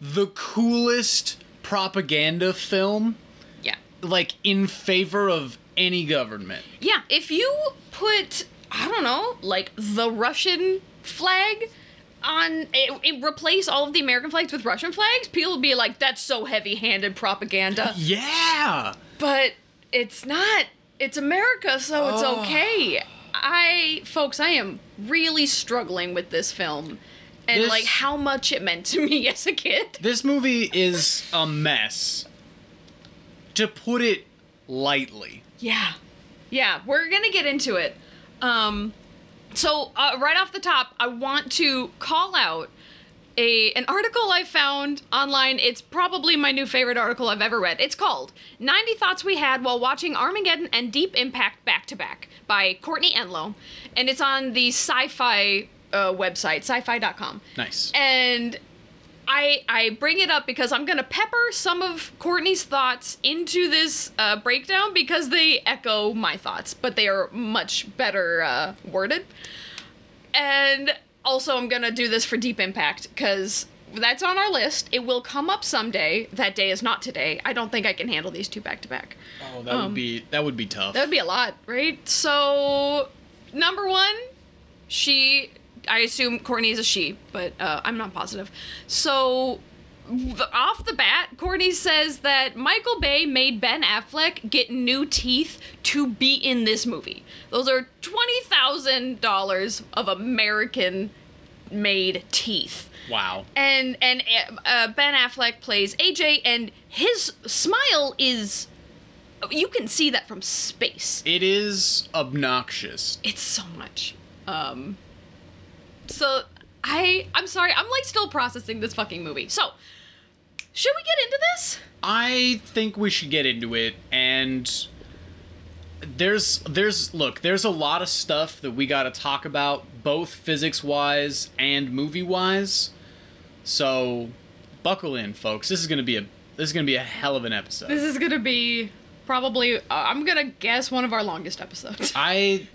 D: the coolest propaganda film
C: Yeah.
D: like in favor of any government
C: Yeah, if you put I don't know, like the Russian flag on it, it replace all of the American flags with Russian flags, people would be like, "That's so heavy-handed propaganda."
D: yeah
C: but it's not. It's America, so it's
D: Oh.
C: okay. I, folks, I am really struggling with this film, and
D: This-
C: like how much it meant to me as a kid.
D: this movie is a mess to put it lightly
C: Yeah. Yeah, we're going to get into it. Um so uh, right off the top, I want to call out a an article I found online. It's probably my new favorite article I've ever read. It's called 90 Thoughts We Had While Watching Armageddon and Deep Impact Back to Back by Courtney Enlow, and it's on the Sci-Fi uh, website, sci-fi.com.
D: nice
C: And I I bring it up because I'm gonna pepper some of Courtney's thoughts into this uh, breakdown because they echo my thoughts, but they are much better uh, worded. And also, I'm gonna do this for Deep Impact because that's on our list. It will come up someday. That day is not today. I don't think I can handle these two back to back.
D: oh that would be that would be tough
C: um, That would be a lot, right? So, number one, she. I assume Courtney is a she, but uh, I'm not positive. So, v- off the bat, Courtney says that Michael Bay made Ben Affleck get new teeth to be in this movie. Those are $20,000 of American made teeth
D: wow
C: and and uh, Ben Affleck plays AJ, and his smile is you can see that from space.
D: it is obnoxious
C: It's so much. Um, so I I'm sorry, I'm like still processing this fucking movie. So, should we get into this?
D: I think we should get into it and there's there's look, there's a lot of stuff that we got to talk about both physics-wise and movie-wise. So, buckle in, folks. This is going to be a this is going to be a hell of an episode.
C: This is going to be probably uh, I'm going to guess one of our longest episodes.
D: I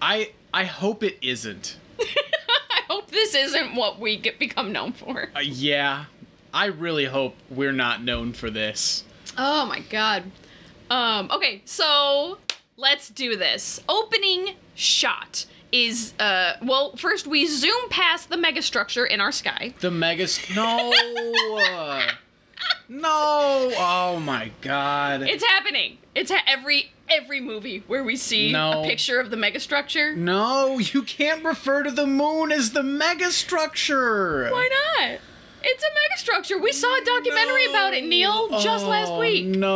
D: I I hope it isn't.
C: I hope this isn't what we get become known for.
D: Uh, yeah. I really hope we're not known for this.
C: Oh my god. Um, okay, so let's do this. Opening shot is uh well first we zoom past the megastructure in our sky.
D: The megas no. uh, no. Oh my god.
C: It's happening. It's ha- every every movie where we see
D: No.
C: a picture of the megastructure.
D: no, you can't refer to the moon as the megastructure.
C: Why not? It's a megastructure. We saw a documentary about it, Neil, just last
D: Oh,
C: week.
D: No.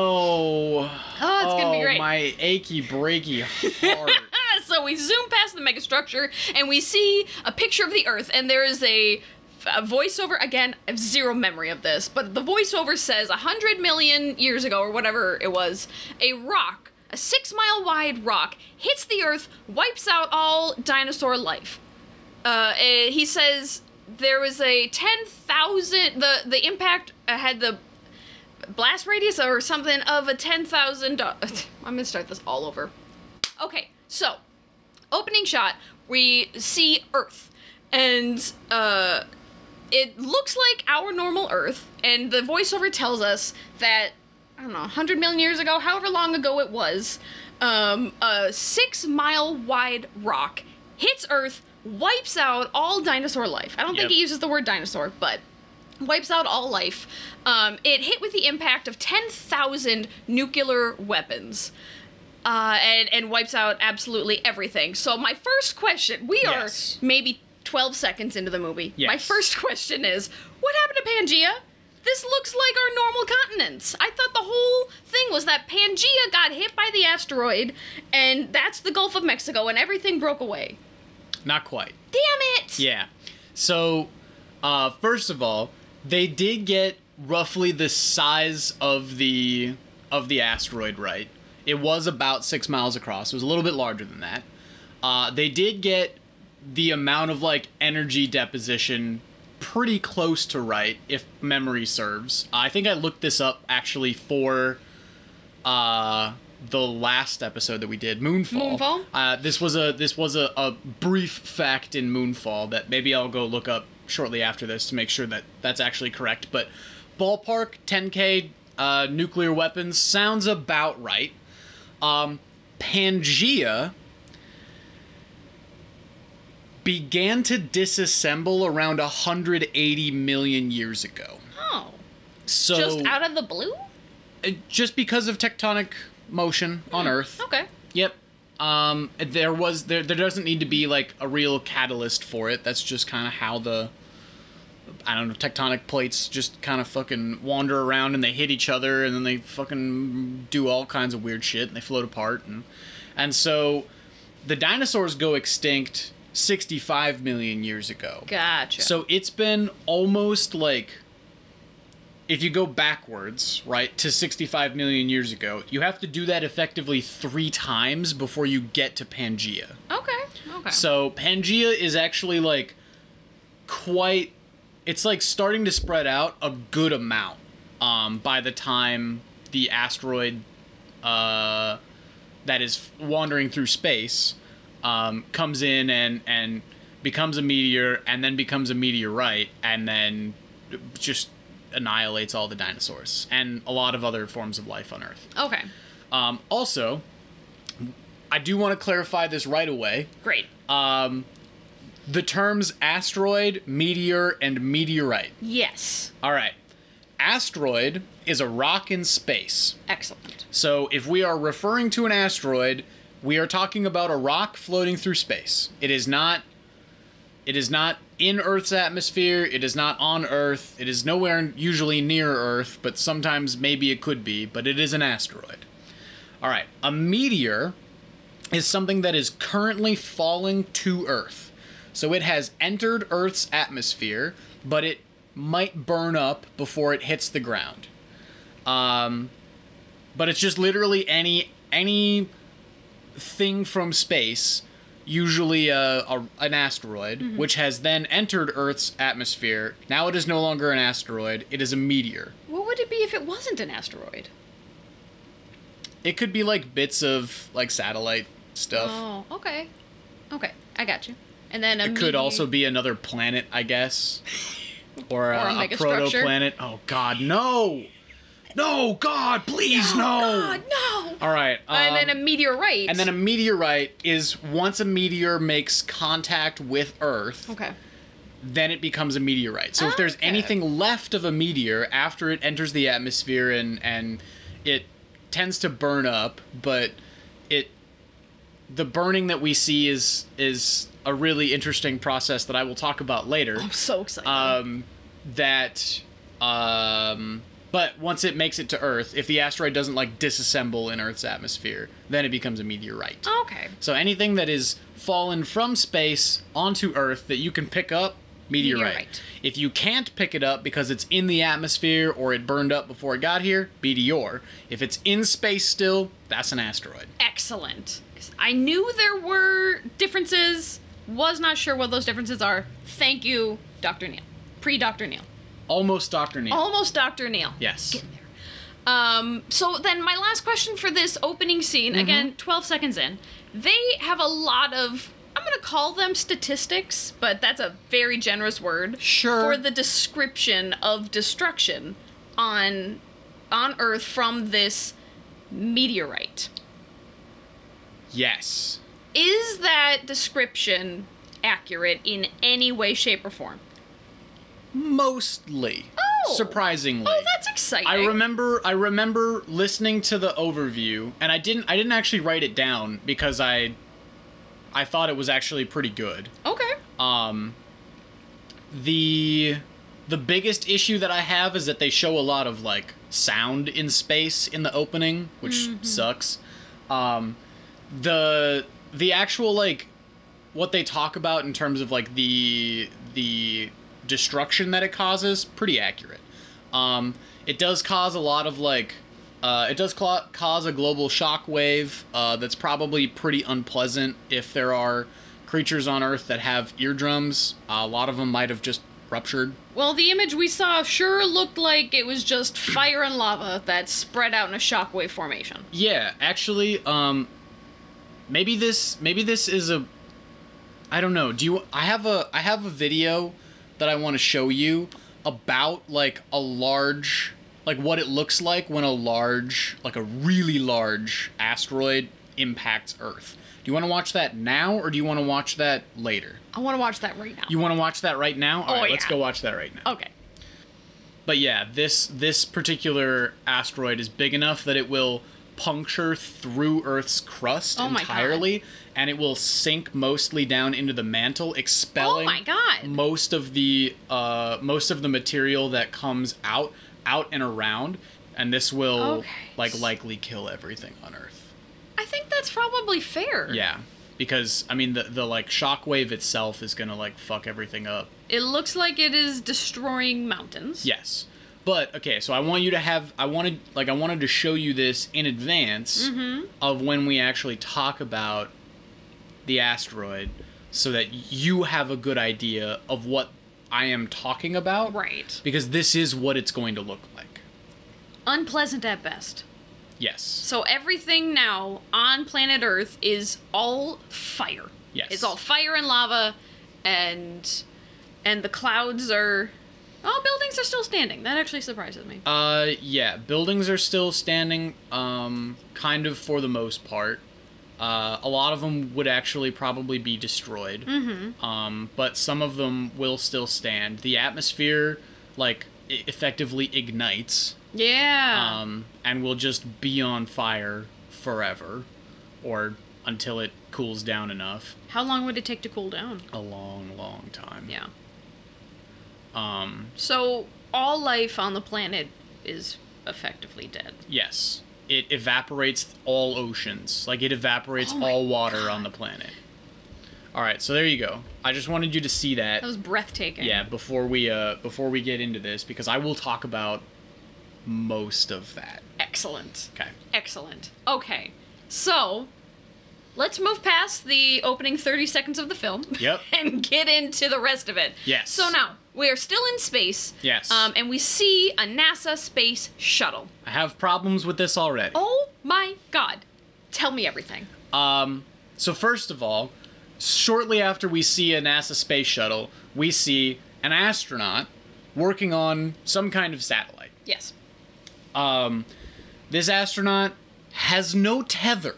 C: Oh, it's gonna be great.
D: My achy breaky heart.
C: Ah, so we zoom past the megastructure and we see a picture of the Earth, and there is a, a voiceover. Again, I have zero memory of this, but the voiceover says 100 million years ago, or whatever it was, a rock, a six mile wide rock, hits the Earth, wipes out all dinosaur life. Uh, eh, he says there was a 10,000, the, the impact uh, had the blast radius or something of a 10,000. do- I'm gonna start this all over. Okay, so opening shot, we see Earth, and uh, it looks like our normal Earth, and the voiceover tells us that I don't know, 100 million years ago, however long ago it was, um, a six mile wide rock hits Earth, wipes out all dinosaur life. I don't think
D: Yep.
C: it uses the word dinosaur, but wipes out all life. Um, it hit with the impact of 10,000 nuclear weapons uh, and, and wipes out absolutely everything. So, my first question we are
D: Yes.
C: maybe 12 seconds into the movie. My
D: Yes.
C: first question is what happened to Pangea? This looks like our normal continents. I thought the whole thing was that Pangea got hit by the asteroid, and that's the Gulf of Mexico, and everything broke away.
D: Not quite.
C: Damn it!
D: Yeah. So, uh, first of all, they did get roughly the size of the of the asteroid right. It was about six miles across. It was a little bit larger than that. Uh, they did get the amount of like energy deposition pretty close to right, if memory serves. I think I looked this up actually for uh, the last episode that we did, Moonfall.
C: Moonfall?
D: Uh, this was a this was a, a brief fact in Moonfall that maybe I'll go look up shortly after this to make sure that that's actually correct. But ballpark 10k uh, nuclear weapons sounds about right. Um, Pangea began to disassemble around 180 million years ago.
C: Oh.
D: So
C: Just out of the blue?
D: uh, just because of tectonic motion on Earth.
C: Hmm, Okay.
D: Yep. Um, there was there there doesn't need to be like a real catalyst for it. That's just kind of how the I don't know tectonic plates just kind of fucking wander around and they hit each other and then they fucking do all kinds of weird shit and they float apart and and so the dinosaurs go extinct 65 million years ago.
C: Gotcha.
D: So it's been almost like if you go backwards, right, to 65 million years ago, you have to do that effectively 3 times before you get to Pangea.
C: okay. Okay.
D: So Pangea is actually like quite it's like starting to spread out a good amount um by the time the asteroid uh that is wandering through space um comes in and and becomes a meteor and then becomes a meteorite and then just annihilates all the dinosaurs and a lot of other forms of life on earth.
C: okay.
D: Um also I do want to clarify this right away
C: Great.
D: um, the terms asteroid, meteor, and meteorite.
C: yes.
D: All right. Asteroid is a rock in space.
C: Excellent.
D: So if we are referring to an asteroid, we are talking about a rock floating through space. It is not it is not in Earth's atmosphere, it is not on Earth, it is nowhere usually near Earth, but sometimes maybe it could be, but it is an asteroid. All right, a meteor is something that is currently falling to Earth. So it has entered Earth's atmosphere, but it might burn up before it hits the ground. Um, but it's just literally any any thing from space, usually a, a an asteroid,
C: Mm-hmm.
D: which has then entered Earth's atmosphere. Now it is no longer an asteroid; it is a meteor.
C: What would it be if it wasn't an asteroid?
D: It could be like bits of like satellite stuff.
C: Oh, okay. Okay, I got you. And then a
D: It could also be another planet, I guess, or
C: Or a
D: a, a,
C: megastructure.
D: protoplanet. Oh God, no, no, God, please, no.
C: God, no!
D: All right,
C: and then
D: um,
C: a meteorite.
D: and then a meteorite is once a meteor makes contact with Earth,
C: Okay. Ah,
D: then it becomes a meteorite. So if there's
C: Okay.
D: anything left of a meteor after it enters the atmosphere and and it tends to burn up, but it the burning that we see is is a really interesting process that I will talk about later.
C: I'm Oh, so excited.
D: Um, that um, but once it makes it to Earth, if the asteroid doesn't like disassemble in Earth's atmosphere, then it becomes a meteorite.
C: okay.
D: So anything that is fallen from space onto Earth that you can pick up, meteorite.
C: Meteorite.
D: If you can't pick it up because it's in the atmosphere or it burned up before it got here, meteor. If it's in space still, that's an asteroid.
C: Excellent. 'Cause I knew there were differences. Was not sure what those differences are. Thank you, Dr. Neil. Pre Dr. Neil.
D: Almost Dr. Neil.
C: Almost Dr. Neil.
D: yes.
C: Getting there. Um, so then my last question for this opening scene,
D: Mm-hmm.
C: again, 12 seconds in, they have a lot of, I'm going to call them statistics, but that's a very generous word.
D: Sure.
C: For the description of destruction on, on Earth from this meteorite.
D: Yes.
C: Is that description accurate in any way, shape, or form?
D: Mostly.
C: Oh.
D: Surprisingly.
C: Oh, that's exciting.
D: I remember I remember listening to the overview and I didn't I didn't actually write it down because I I thought it was actually pretty good.
C: Okay.
D: Um, the the biggest issue that I have is that they show a lot of like sound in space in the opening, which sucks. Um, the the actual like what they talk about in terms of like the the destruction that it causes pretty accurate. Um, it does cause a lot of like uh, it does cla cause a global shock wave uh, that's probably pretty unpleasant if there are creatures on Earth that have eardrums. Uh, a lot of them might have just ruptured.
C: Well, the image we saw sure looked like it was just fire and lava that spread out in a shockwave formation.
D: Yeah, actually, um, maybe this maybe this is a I don't know. Do you? I have a I have a video that I want to show you about like a large like what it looks like when a large like a really large asteroid impacts Earth. Do you want to watch that now or do you want to watch that later?
C: I want to watch that right now.
D: You want to watch that right now? All
C: Oh,
D: right, let's
C: yeah.
D: go watch that right now.
C: okay.
D: But yeah, this this particular asteroid is big enough that it will puncture through Earth's crust
C: Oh my God.
D: entirely, and it will sink mostly down into the mantle, expelling
C: my God.
D: most of the uh, most of the material that comes out out and around, and this will
C: Okay.
D: like likely kill everything on Earth.
C: I think that's probably fair.
D: Yeah, because I mean the the like shockwave itself is gonna like fuck everything up.
C: It looks like it is destroying mountains.
D: Yes. But okay, so I want you to have I wanted like I wanted to show you this in advance of when we actually talk about the asteroid so that you have a good idea of what I am talking about.
C: Right.
D: Because this is what it's going to look like.
C: Unpleasant at best.
D: Yes.
C: So everything now on planet Earth is all fire.
D: Yes.
C: It's all fire and lava and and the clouds are Oh, buildings are still standing. That actually surprises me.
D: Uh yeah, buildings are still standing um kind of for the most part. Uh, a lot of them would actually probably be destroyed. um, but some of them will still stand. The atmosphere, like, i- effectively ignites
C: yeah.
D: um, and will just be on fire forever or until it cools down enough.
C: How long would it take to cool down?
D: A long, long time.
C: Yeah.
D: Um,
C: So all life on the planet is effectively dead.
D: yes. It evaporates all oceans. Like, it evaporates
C: Oh my
D: all water on the planet. All right, so there you go. I just wanted you to see that.
C: That was breathtaking.
D: yeah, before we uh before we get into this because I will talk about most of that.
C: Excellent.
D: Okay.
C: Excellent. Okay. So, let's move past the opening 30 seconds of the film.
D: Yep.
C: And get into the rest of it.
D: Yes.
C: So now, we are still in space.
D: Yes.
C: Um, and we see a NASA space shuttle.
D: I have problems with this already.
C: Oh my god. Tell me everything.
D: Um, so first of all, shortly after we see a NASA space shuttle, we see an astronaut working on some kind of satellite.
C: Yes.
D: Um, this astronaut has no tether.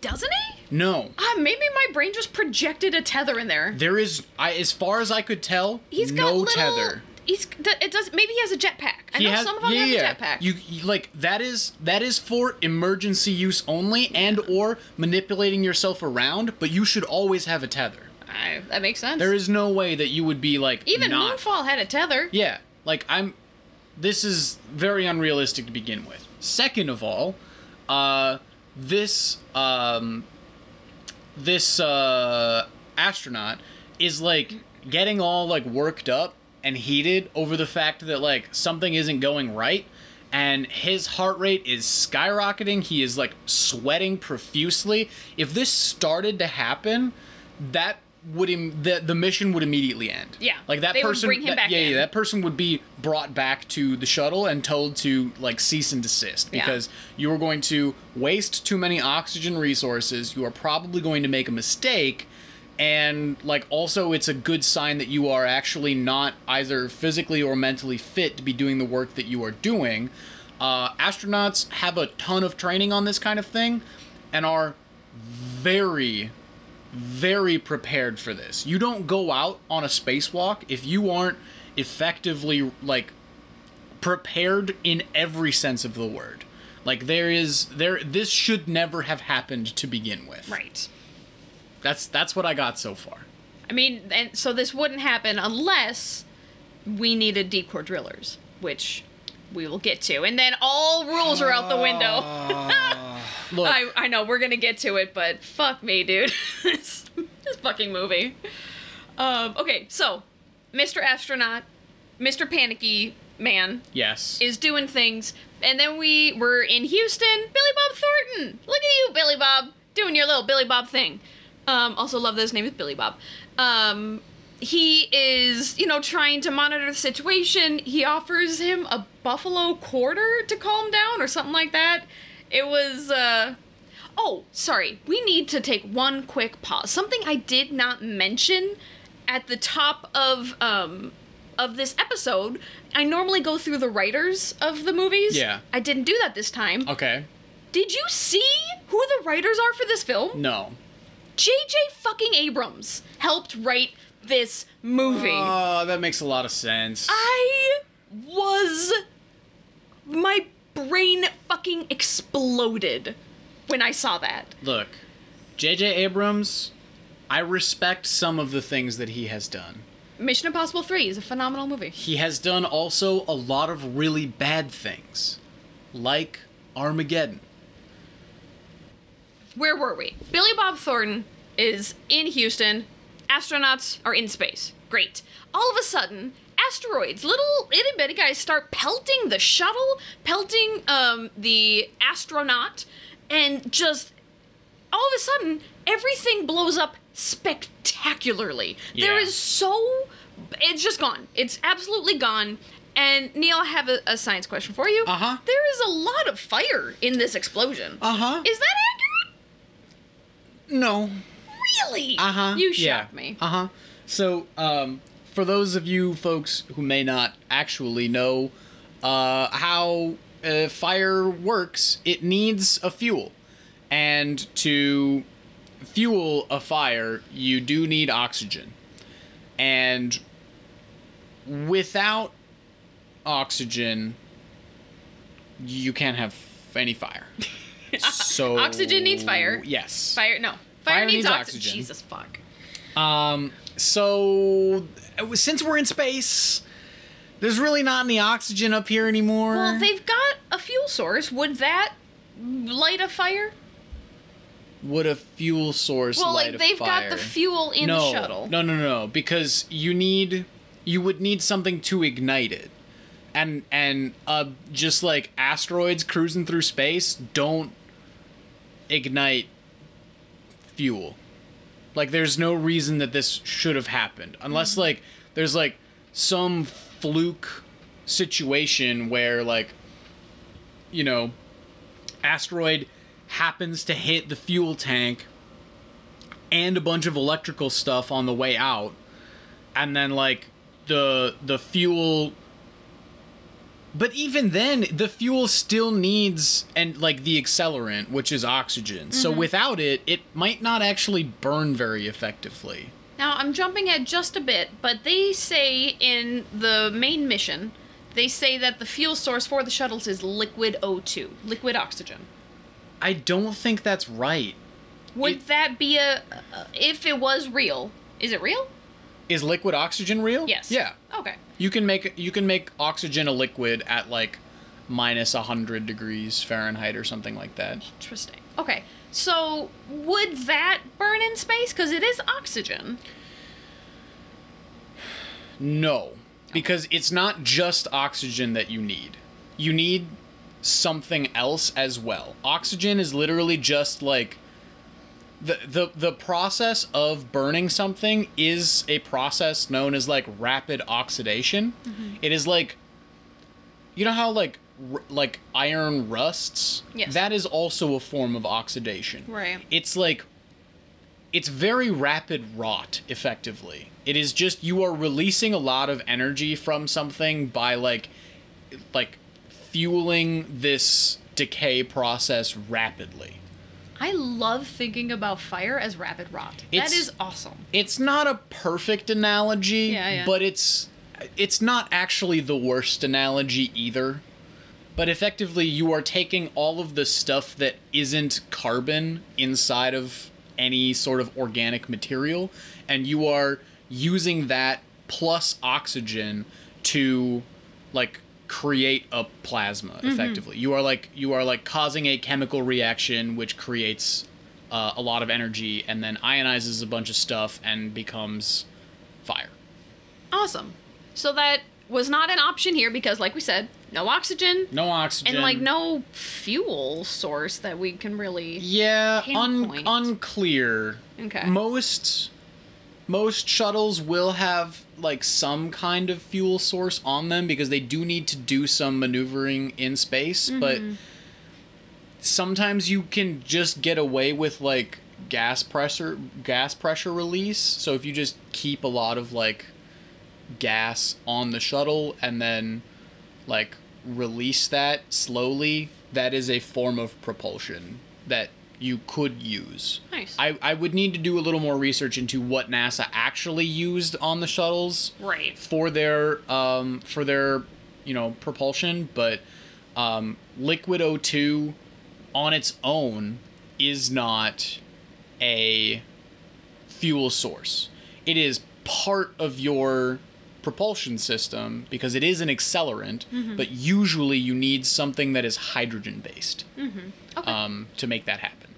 C: Doesn't he?
D: No,
C: Ah, maybe my brain just projected a tether in there.
D: there is, I, as far as I could tell,
C: He's got
D: no
C: little.
D: tether.
C: He's. th- It does. Maybe he has a jetpack. I
D: He
C: know
D: has-
C: some of them
D: yeah,
C: have
D: yeah.
C: a jetpack.
D: You, you- like that is that is for emergency use only and or manipulating yourself around, but you should always have a tether.
C: I, that makes sense.
D: There is no way that you would be like
C: Even
D: not,
C: Moonfall had a tether.
D: Yeah, like I'm. This is very unrealistic to begin with. Second of all, uh, this um, this uh, astronaut is like getting all like worked up and heated over the fact that like something isn't going right. And his heart rate is skyrocketing. He is like sweating profusely. If this started to happen, that would Im- the the mission would immediately end.
C: Yeah,
D: like that
C: they would
D: person.
C: bring him
D: that-
C: back
D: yeah, yeah,
C: in.
D: that person would be brought back to the shuttle and told to like cease and desist
C: Yeah.
D: because you are going to waste too many oxygen resources. You are probably going to make a mistake. And like, also, it's a good sign that you are actually not either physically or mentally fit to be doing the work that you are doing. Uh, astronauts have a ton of training on this kind of thing, and are very very prepared for this. You don't go out on a spacewalk if you aren't effectively like prepared in every sense of the word. Like there is there this should never have happened to begin with.
C: Right.
D: That's that's what I got so far.
C: I mean, and so this wouldn't happen unless we needed decor drillers, which we will get to. And then all rules are out the
D: Ah.
C: window.
D: Look,
C: I, I know we're gonna get to it, but fuck me, dude. this, this fucking movie. Um, okay, so Mr. Astronaut, Mr. Panicky Man
D: yes.
C: is doing things, and then we were in Houston. Billy Bob Thornton, look at you, Billy Bob, doing your little Billy Bob thing. Um, also love that his name is Billy Bob. Um, he is, you know, trying to monitor the situation. He offers him a buffalo quarter to calm down or something like that. It was. Uh, Oh, sorry. We need to take one quick pause. Something I did not mention at the top of um of this episode. I normally go through the writers of the movies.
D: Yeah.
C: I didn't do that this time.
D: okay.
C: Did you see who the writers are for this film?
D: No.
C: JJ fucking Abrams helped write this movie.
D: Oh, that makes a lot of sense.
C: I was. My brain fucking exploded when I saw that.
D: Look, JJ Abrams, I respect some of the things that he has done.
C: Mission Impossible 3 is a phenomenal movie.
D: he has done also a lot of really bad things, like Armageddon.
C: Where were we? Billy Bob Thornton is in Houston. Astronauts are in space. Great. All of a sudden, asteroids, little itty bitty guys, start pelting the shuttle, pelting um, the astronaut, and just all of a sudden, everything blows up spectacularly. There
D: Yeah.
C: is so. It's just gone. It's absolutely gone. And Neil, I have a, a science question for you.
D: Uh-huh.
C: There is a lot of fire in this explosion.
D: Uh-huh.
C: Is that accurate?
D: No.
C: Really?
D: Uh huh.
C: You shocked me.
D: Uh huh. So, um, for those of you folks who may not actually know uh, how uh, fire works, it needs a fuel. And to fuel a fire, you do need oxygen. And without oxygen, you can't have any fire. so
C: Oxygen needs fire.
D: Yes.
C: Fire? No. Fire,
D: Fire
C: needs,
D: needs
C: oxy-
D: oxygen.
C: Jesus fuck.
D: Um, so uh, since we're in space, there's really not any oxygen up here anymore.
C: Well, they've got a fuel source. Would that light a fire?
D: would a fuel source
C: Well,
D: light
C: like
D: a
C: they've got the
D: fire?
C: fuel in
D: no,
C: the shuttle.
D: No, no, no, because you need you would need something to ignite it. And and uh just like asteroids cruising through space don't ignite fuel. Like there's no reason that this should have happened unless
C: Mm-hmm.
D: like there's like some fluke situation where like you know asteroid happens to hit the fuel tank and a bunch of electrical stuff on the way out and then like the the fuel but even then the fuel still needs and like the accelerant which is oxygen so without it it might not actually burn very effectively
C: Now I'm jumping ahead just a bit, but they say in the main mission, they say that the fuel source for the shuttles is liquid O2, liquid oxygen.
D: i don't think that's right
C: Would
D: It-
C: that be a if it was real? Is it real?
D: is liquid oxygen real
C: Yes.
D: yeah
C: Okay.
D: you can make you can make oxygen a liquid at like minus 100 degrees fahrenheit or something like that
C: Interesting. Okay. So would that burn in space? Because it is oxygen.
D: No, because it's not just oxygen that you need. You need something else as well. Oxygen is literally just like the the the process of burning something is a process known as like rapid oxidation.
C: Mm-hmm.
D: It is like you know how like r- like iron rusts?
C: Yes.
D: That is also a form of oxidation.
C: Right.
D: It's like it's very rapid rot effectively it is just you are releasing a lot of energy from something by like like fueling this decay process rapidly
C: I love thinking about fire as rapid rot.
D: It's-
C: that is awesome.
D: it's not a perfect analogy
C: Yeah, yeah.
D: but it's it's not actually the worst analogy either but effectively you are taking all of the stuff that isn't carbon inside of any sort of organic material and you are using that plus oxygen to like create a plasma
C: Mm-hmm.
D: effectively you are like you are like causing a chemical reaction which creates uh, a lot of energy and then ionizes a bunch of stuff and becomes fire
C: Awesome. So that was not an option here because, like we said, no oxygen
D: no oxygen
C: and like no fuel source that we can really.
D: Yeah, un-
C: pinpoint.
D: unclear.
C: Okay.
D: Most most shuttles will have like some kind of fuel source on them because they do need to do some maneuvering in space, but
C: Mm-hmm.
D: sometimes you can just get away with like gas pressure gas pressure release. So if you just keep a lot of like gas on the shuttle and then like release that slowly, that is a form of propulsion that you could use.
C: Nice.
D: I, I would need to do a little more research into what NASA actually used on the shuttles
C: Right.
D: for their um for their you know propulsion, but um, liquid O2 on its own is not a fuel source. It is part of your propulsion system because it is an accelerant, but usually you need something that is hydrogen based
C: Okay.
D: um, to make that happen.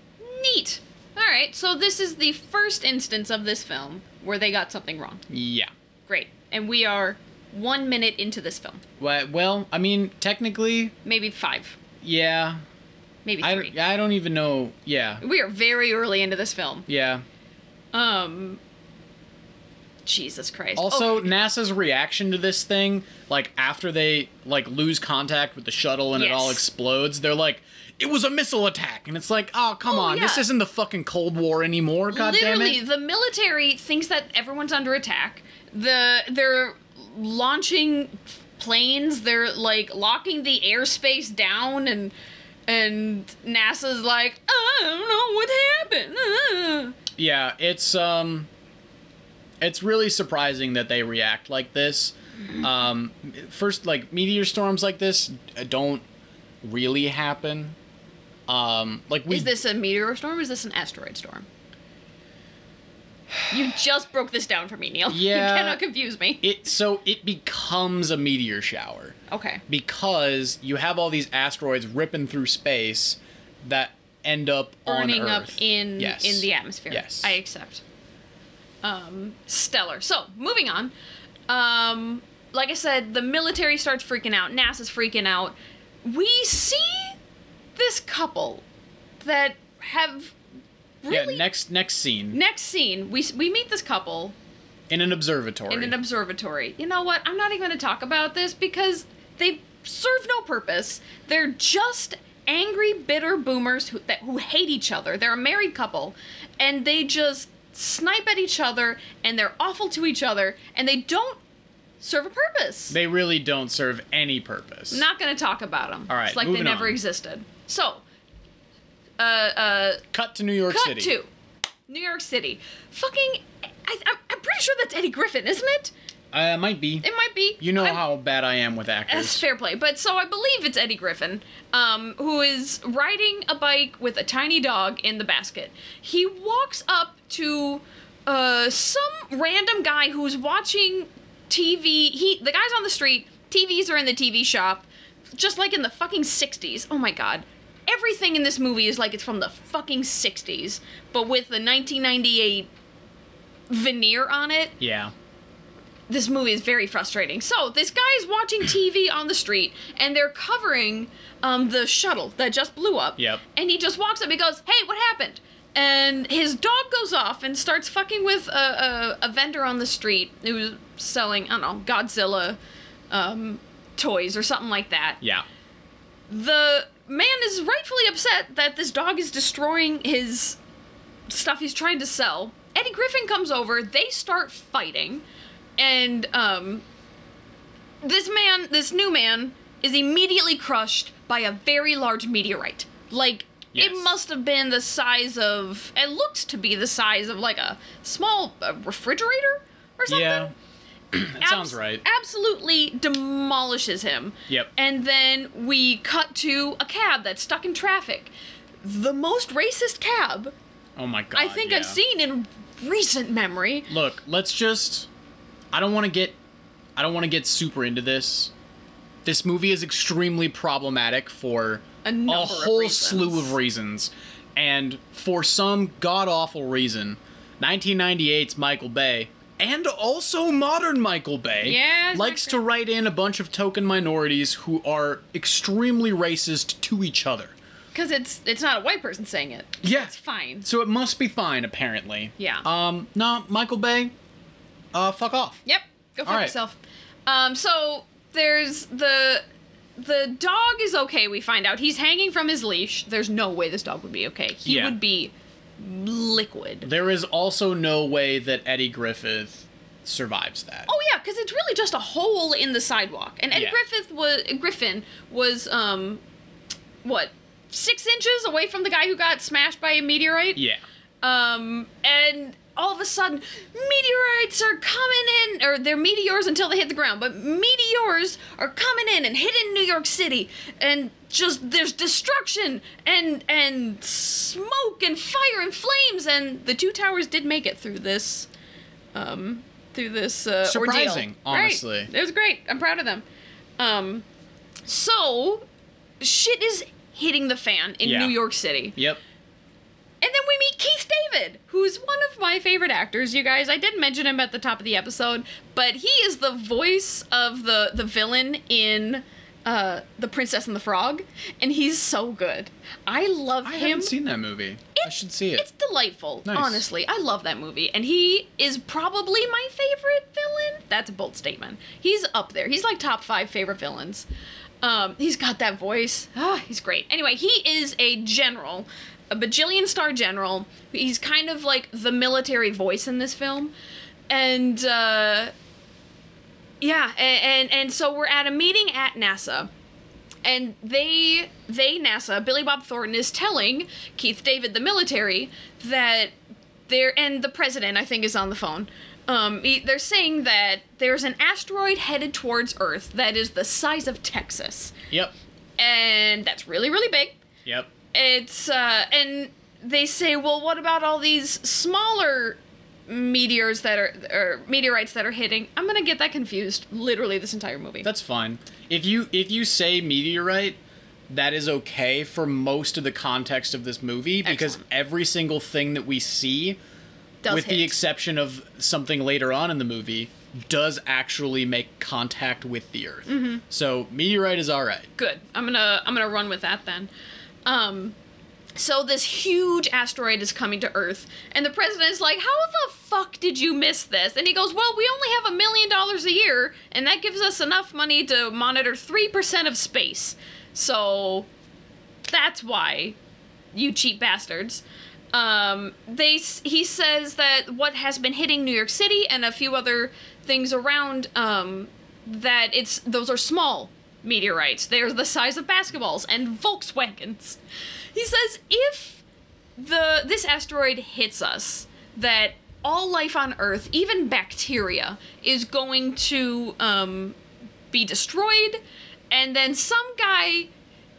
C: Neat. All right. So this is the first instance of this film where they got something wrong.
D: Yeah.
C: Great. And we are one minute into this film.
D: Well, well, I mean, technically,
C: Maybe five.
D: yeah.
C: Maybe
D: I,
C: three.
D: don't- I don't even know. Yeah.
C: We are very early into this film.
D: Yeah.
C: Um. Jesus Christ.
D: Also,
C: Oh,
D: NASA's reaction to this thing, like after they like lose contact with the shuttle and it all
C: Yes.
D: explodes, they're like, "It was a missile attack," and it's like, "Oh, come
C: Oh,
D: on, this
C: yeah.
D: isn't the fucking Cold War anymore." God damn
C: literally,
D: it!
C: the military thinks that everyone's under attack. The they're launching planes. They're like locking the airspace down, and and NASA's like, "Uh, I don't know what happened. Uh."
D: Yeah, it's um, it's really surprising that they react like this.
C: Mm-hmm.
D: Um, first, like meteor storms like this uh, don't really happen. Um, like we
C: Is this a meteor storm? Or is this an asteroid storm? You just broke this down for me, Neil.
D: Yeah.
C: you cannot confuse me.
D: it so it becomes a meteor shower.
C: okay.
D: because you have all these asteroids ripping through space that end up
C: burning
D: on
C: up
D: Earth.
C: in
D: Yes.
C: in the atmosphere.
D: Yes.
C: I accept. Um, stellar. So moving on. Um, like I said, the military starts freaking out. NASA's freaking out. We see this couple that have really
D: Yeah, next next scene
C: next scene. We s- we meet this couple
D: in an observatory.
C: in an observatory. You know what? I'm not even going to talk about this because they serve no purpose. They're just angry, bitter boomers who, that, who hate each other. They're a married couple, and they just snipe at each other, and they're awful to each other, and they don't serve a purpose.
D: they really don't serve any purpose.
C: not going to talk about them.
D: All right,
C: it's like they
D: moving
C: never
D: on.
C: existed. So, uh, uh,
D: Cut to New York
C: cut
D: City.
C: to New York City. Fucking, I, I'm, I'm pretty sure that's Eddie Griffin, isn't it?
D: Uh, it might be.
C: It might be.
D: you know
C: I'm-
D: how bad I am with
C: That's
D: actors.
C: fair play. But so I believe it's Eddie Griffin, um, who is riding a bike with a tiny dog in the basket. He walks up to uh, some random guy who's watching TV. He the guy's on the street. TVs are in the TV shop, just like in the fucking '60s. Oh my god. Everything in this movie is like it's from the fucking 60s, but with the 1998 veneer on it
D: Yeah.
C: this movie is very frustrating. So this guy is watching TV on the street, and they're covering um, the shuttle that just blew up.
D: Yep.
C: And he just walks up. He goes, "Hey, what happened?" And his dog goes off and starts fucking with a, a, a vendor on the street who's selling, I don't know, Godzilla um, toys or something like that
D: Yeah.
C: the man is rightfully upset that this dog is destroying his stuff he's trying to sell. Eddie Griffin comes over, they start fighting, and um this man, this new man is immediately crushed by a very large meteorite. Like
D: Yes.
C: it must have been the size of it looks to be the size of like a small uh, refrigerator or something
D: Yeah. that sounds
C: abs-
D: right.
C: Absolutely demolishes him.
D: Yep.
C: And then we cut to a cab that's stuck in traffic. The most racist cab
D: Oh my god.
C: I think
D: yeah.
C: I've seen in recent memory.
D: Look, let's just I don't want to get I don't want to get super into this. This movie is extremely problematic for
C: A number of
D: whole
C: reasons.
D: slew of reasons. And for some god awful reason, 1998's Michael Bay and also modern Michael Bay
C: Yeah, it's
D: likes
C: not
D: to write in a bunch of token minorities who are extremely racist to each other.
C: Because it's it's not a white person saying it.
D: Yeah.
C: It's fine.
D: So it must be fine, apparently.
C: Yeah.
D: Um, no, Michael Bay, uh, fuck off.
C: Yep. Go fuck
D: All right.
C: yourself. Um, so there's the the dog is okay. We find out he's hanging from his leash. There's no way this dog would be okay. He
D: Yeah.
C: would be liquid.
D: There is also no way that Eddie Griffith survives that.
C: Oh yeah, because it's really just a hole in the sidewalk. And Eddie
D: Yeah.
C: Griffith was Griffin was um, what six inches away from the guy who got smashed by a meteorite.
D: Yeah.
C: Um, and all of a sudden, meteorites are coming in, or they're meteors until they hit the ground. But meteors are coming in and hitting New York City, and just there's destruction and and smoke and fire and flames. And the two towers did make it through this. Um, through this uh, ordeal.
D: Surprising,
C: Right.
D: honestly.
C: It was great. I'm proud of them. Um, so shit is hitting the fan in
D: Yeah.
C: New York City.
D: Yep.
C: And then we meet Keith David, who's one of my favorite actors, you guys. I did mention him at the top of the episode, but he is the voice of the the villain in uh, The Princess and the Frog, and he's so good. I love
D: I
C: him.
D: haven't seen that movie. I should see
C: It's
D: it.
C: delightful,
D: Nice.
C: honestly. I love that movie, and he is probably my favorite villain. That's a bold statement. He's up there. He's like top five favorite villains. Um, he's got that voice. Ah, he's great. Anyway, he is a general, a bajillion star general. He's kind of like the military voice in this film, and uh, yeah, a- and and so we're at a meeting at NASA and they they NASA Billy Bob Thornton is telling Keith David the military that there and the president I think is on the phone. Um, he- they're saying that there's an asteroid headed towards Earth that is the size of Texas,
D: Yep.
C: and that's really really big.
D: Yep.
C: It's uh, and they say, well, what about all these smaller meteors that are or meteorites that are hitting? I'm gonna get that confused. Literally, this entire movie.
D: That's fine. If you if you say meteorite, that is okay for most of the context of this movie because
C: Excellent.
D: every single thing that we see
C: Does
D: with the
C: hit.
D: exception of something later on in the movie, does actually make contact with the Earth. So meteorite is all right.
C: good. I'm gonna I'm gonna run with that then. Um, so this huge asteroid is coming to Earth, and the president is like, "How the fuck did you miss this?" And he goes, "Well, we only have a million dollars a year, and that gives us enough money to monitor three percent of space. So that's why, you cheap bastards." Um, they s- he says that what has been hitting New York City and a few other things around um, that it's those are small meteorites. They're the size of basketballs and Volkswagens. He says if the this asteroid hits us, that all life on Earth, even bacteria, is going to um, be destroyed, and then some guy.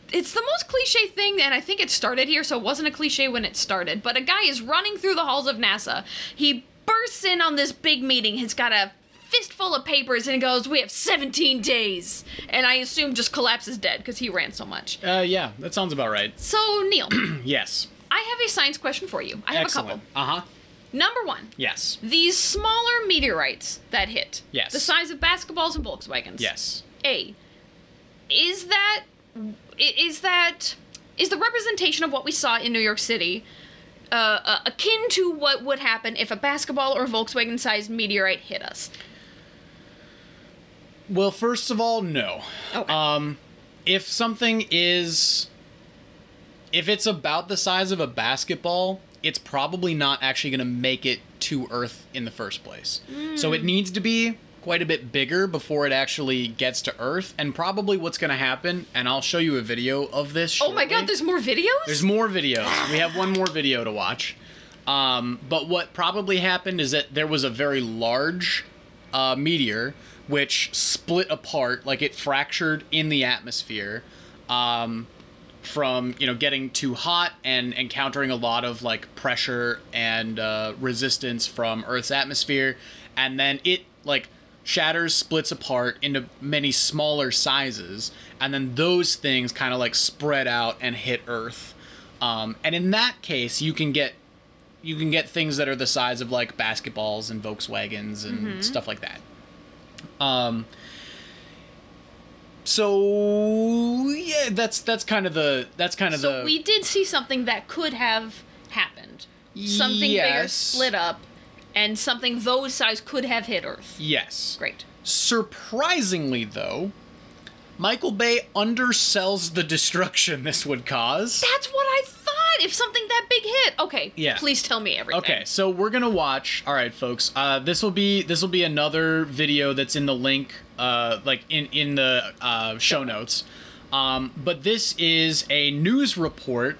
C: It's the most cliche thing, and I think it started here, so it wasn't a cliche when it started. But a guy is running through the halls of NASA. He bursts in on this big meeting. He's got a fistful of papers and he goes, "We have 17 days," and I assume just collapses dead because he ran so much.
D: Uh, yeah, that sounds about right.
C: So Neil,
D: Yes.
C: I have a science question for you. I have a
D: Excellent.
C: couple.
D: Uh huh.
C: Number one,
D: Yes.
C: these smaller meteorites that hit.
D: Yes.
C: The size of basketballs and Volkswagens.
D: Yes.
C: A. Is that i- is that is the representation of what we saw in New York City uh, uh, akin to what would happen if a basketball or Volkswagen-sized meteorite hit us?
D: Well, first of all, no.
C: Okay.
D: Um, if something is, if it's about the size of a basketball, it's probably not actually going to make it to Earth in the first place.
C: Hmm.
D: So it needs to be quite a bit bigger before it actually gets to Earth. And probably what's going to happen, and I'll show you a video of this.
C: oh my
D: shortly.
C: God! There's more videos.
D: There's more videos. We have one more video to watch. Um, but what probably happened is that there was a very large uh, meteor which split apart, like it fractured in the atmosphere um, from you know getting too hot and encountering a lot of like pressure and uh, resistance from Earth's atmosphere, and then it like shatters, splits apart into many smaller sizes, and then those things kind of like spread out and hit Earth. Um, and in that case, you can get you can get things that are the size of like basketballs and Volkswagens and
C: Mm-hmm.
D: stuff like that. Um, so yeah, that's that's kind of the that's kind of
C: so
D: the
C: we did see something that could have happened. Something bigger
D: Yes.
C: split up, and something those size could have hit Earth.
D: yes.
C: Great.
D: Surprisingly, though, Michael Bay undersells the destruction this would cause.
C: That's what I thought. If something that big hit, okay.
D: Yeah.
C: Please tell me everything.
D: Okay, so we're gonna watch. All right, folks. Uh, this will be this will be another video that's in the link, uh, like in in the uh, show notes. Um, but this is a news report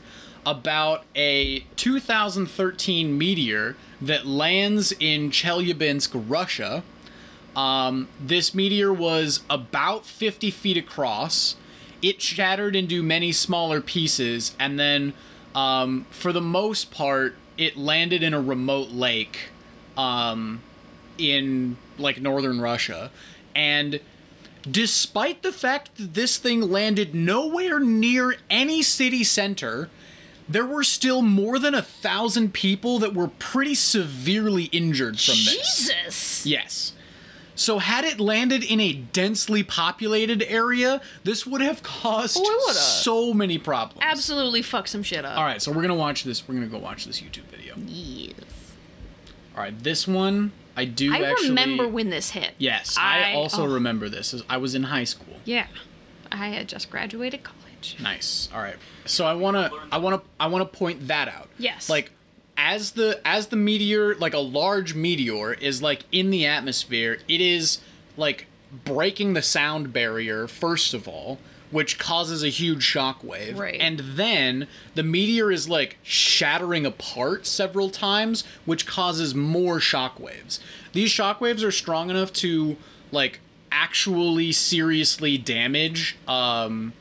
D: about a 2013 meteor that lands in Chelyabinsk, Russia. Um, this meteor was about 50 feet across. It shattered into many smaller pieces, and then, um, for the most part, it landed in a remote lake um, in like northern Russia. And despite the fact that this thing landed nowhere near any city center, there were still more than a thousand people that were pretty severely injured from this.
C: Jesus.
D: Yes. So had it landed in a densely populated area, this would have caused
C: Oh, it would've.
D: so many problems.
C: Absolutely fuck some shit up.
D: All right, so we're going to watch this. We're going to go watch this YouTube video.
C: Yes.
D: All right, this one I do
C: I
D: actually
C: remember when this hit.
D: Yes, I,
C: I-
D: also
C: oh.
D: remember this. I was in high school.
C: Yeah. I had just graduated college.
D: Nice. All right. So I want to I want to I want to point that out.
C: Yes.
D: Like as the as the meteor like a large meteor is like in the atmosphere, it is like breaking the sound barrier first of all, which causes a huge shockwave.
C: Right.
D: And then the meteor is like shattering apart several times, which causes more shockwaves. These shockwaves are strong enough to like actually seriously damage um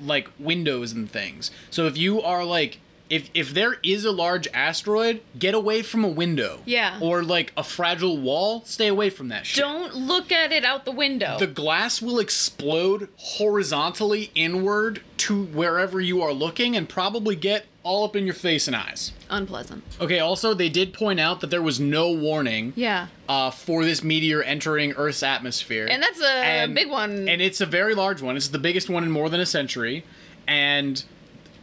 D: like windows and things. So if you are like if if there is a large asteroid, get away from a window.
C: Yeah.
D: Or like a fragile wall, stay away from that shit.
C: Don't look at it out the window.
D: The glass will explode horizontally inward to wherever you are looking and probably get all up in your face and eyes.
C: Unpleasant.
D: Okay, also, they did point out that there was no warning
C: Yeah.
D: uh, for this meteor entering Earth's atmosphere.
C: And that's a
D: And-
C: big one.
D: And it's a very large one. It's the biggest one in more than a century. And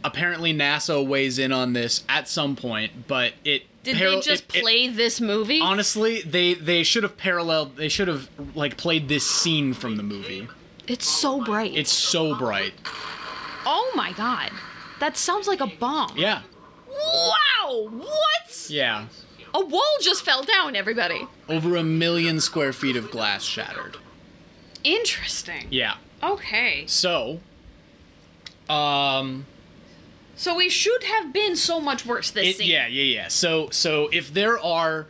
D: apparently, NASA weighs in on this at some point, but it.
C: Did
D: paral-
C: they just
D: it- it-
C: play this movie?
D: honestly, they, they should have paralleled. They should have, like, played this scene from the movie.
C: it's so bright.
D: It's so bright.
C: oh my god. That sounds like a bomb.
D: Yeah.
C: Wow! What?
D: Yeah.
C: A wall just fell down, everybody.
D: Over a million square feet of glass shattered.
C: Interesting.
D: Yeah.
C: Okay.
D: So, um,
C: So we should have been so much worse this
D: it,
C: scene.
D: yeah, yeah, yeah. So, so if there are,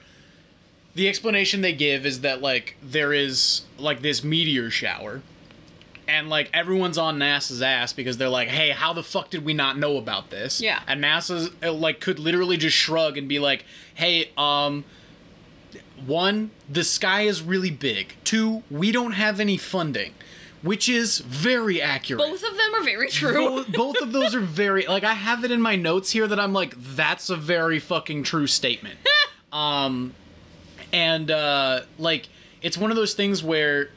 D: the explanation they give is that like there is like this meteor shower, and like everyone's on NASA's ass because they're like, hey, how the fuck did we not know about this?
C: Yeah.
D: And NASA's uh, like could literally just shrug and be like, hey, um. One, the sky is really big. Two, we don't have any funding, which is very accurate.
C: Both of them are very true.
D: both, both of those are very like I have it in my notes here that I'm like that's a very fucking true statement. um and uh like it's one of those things where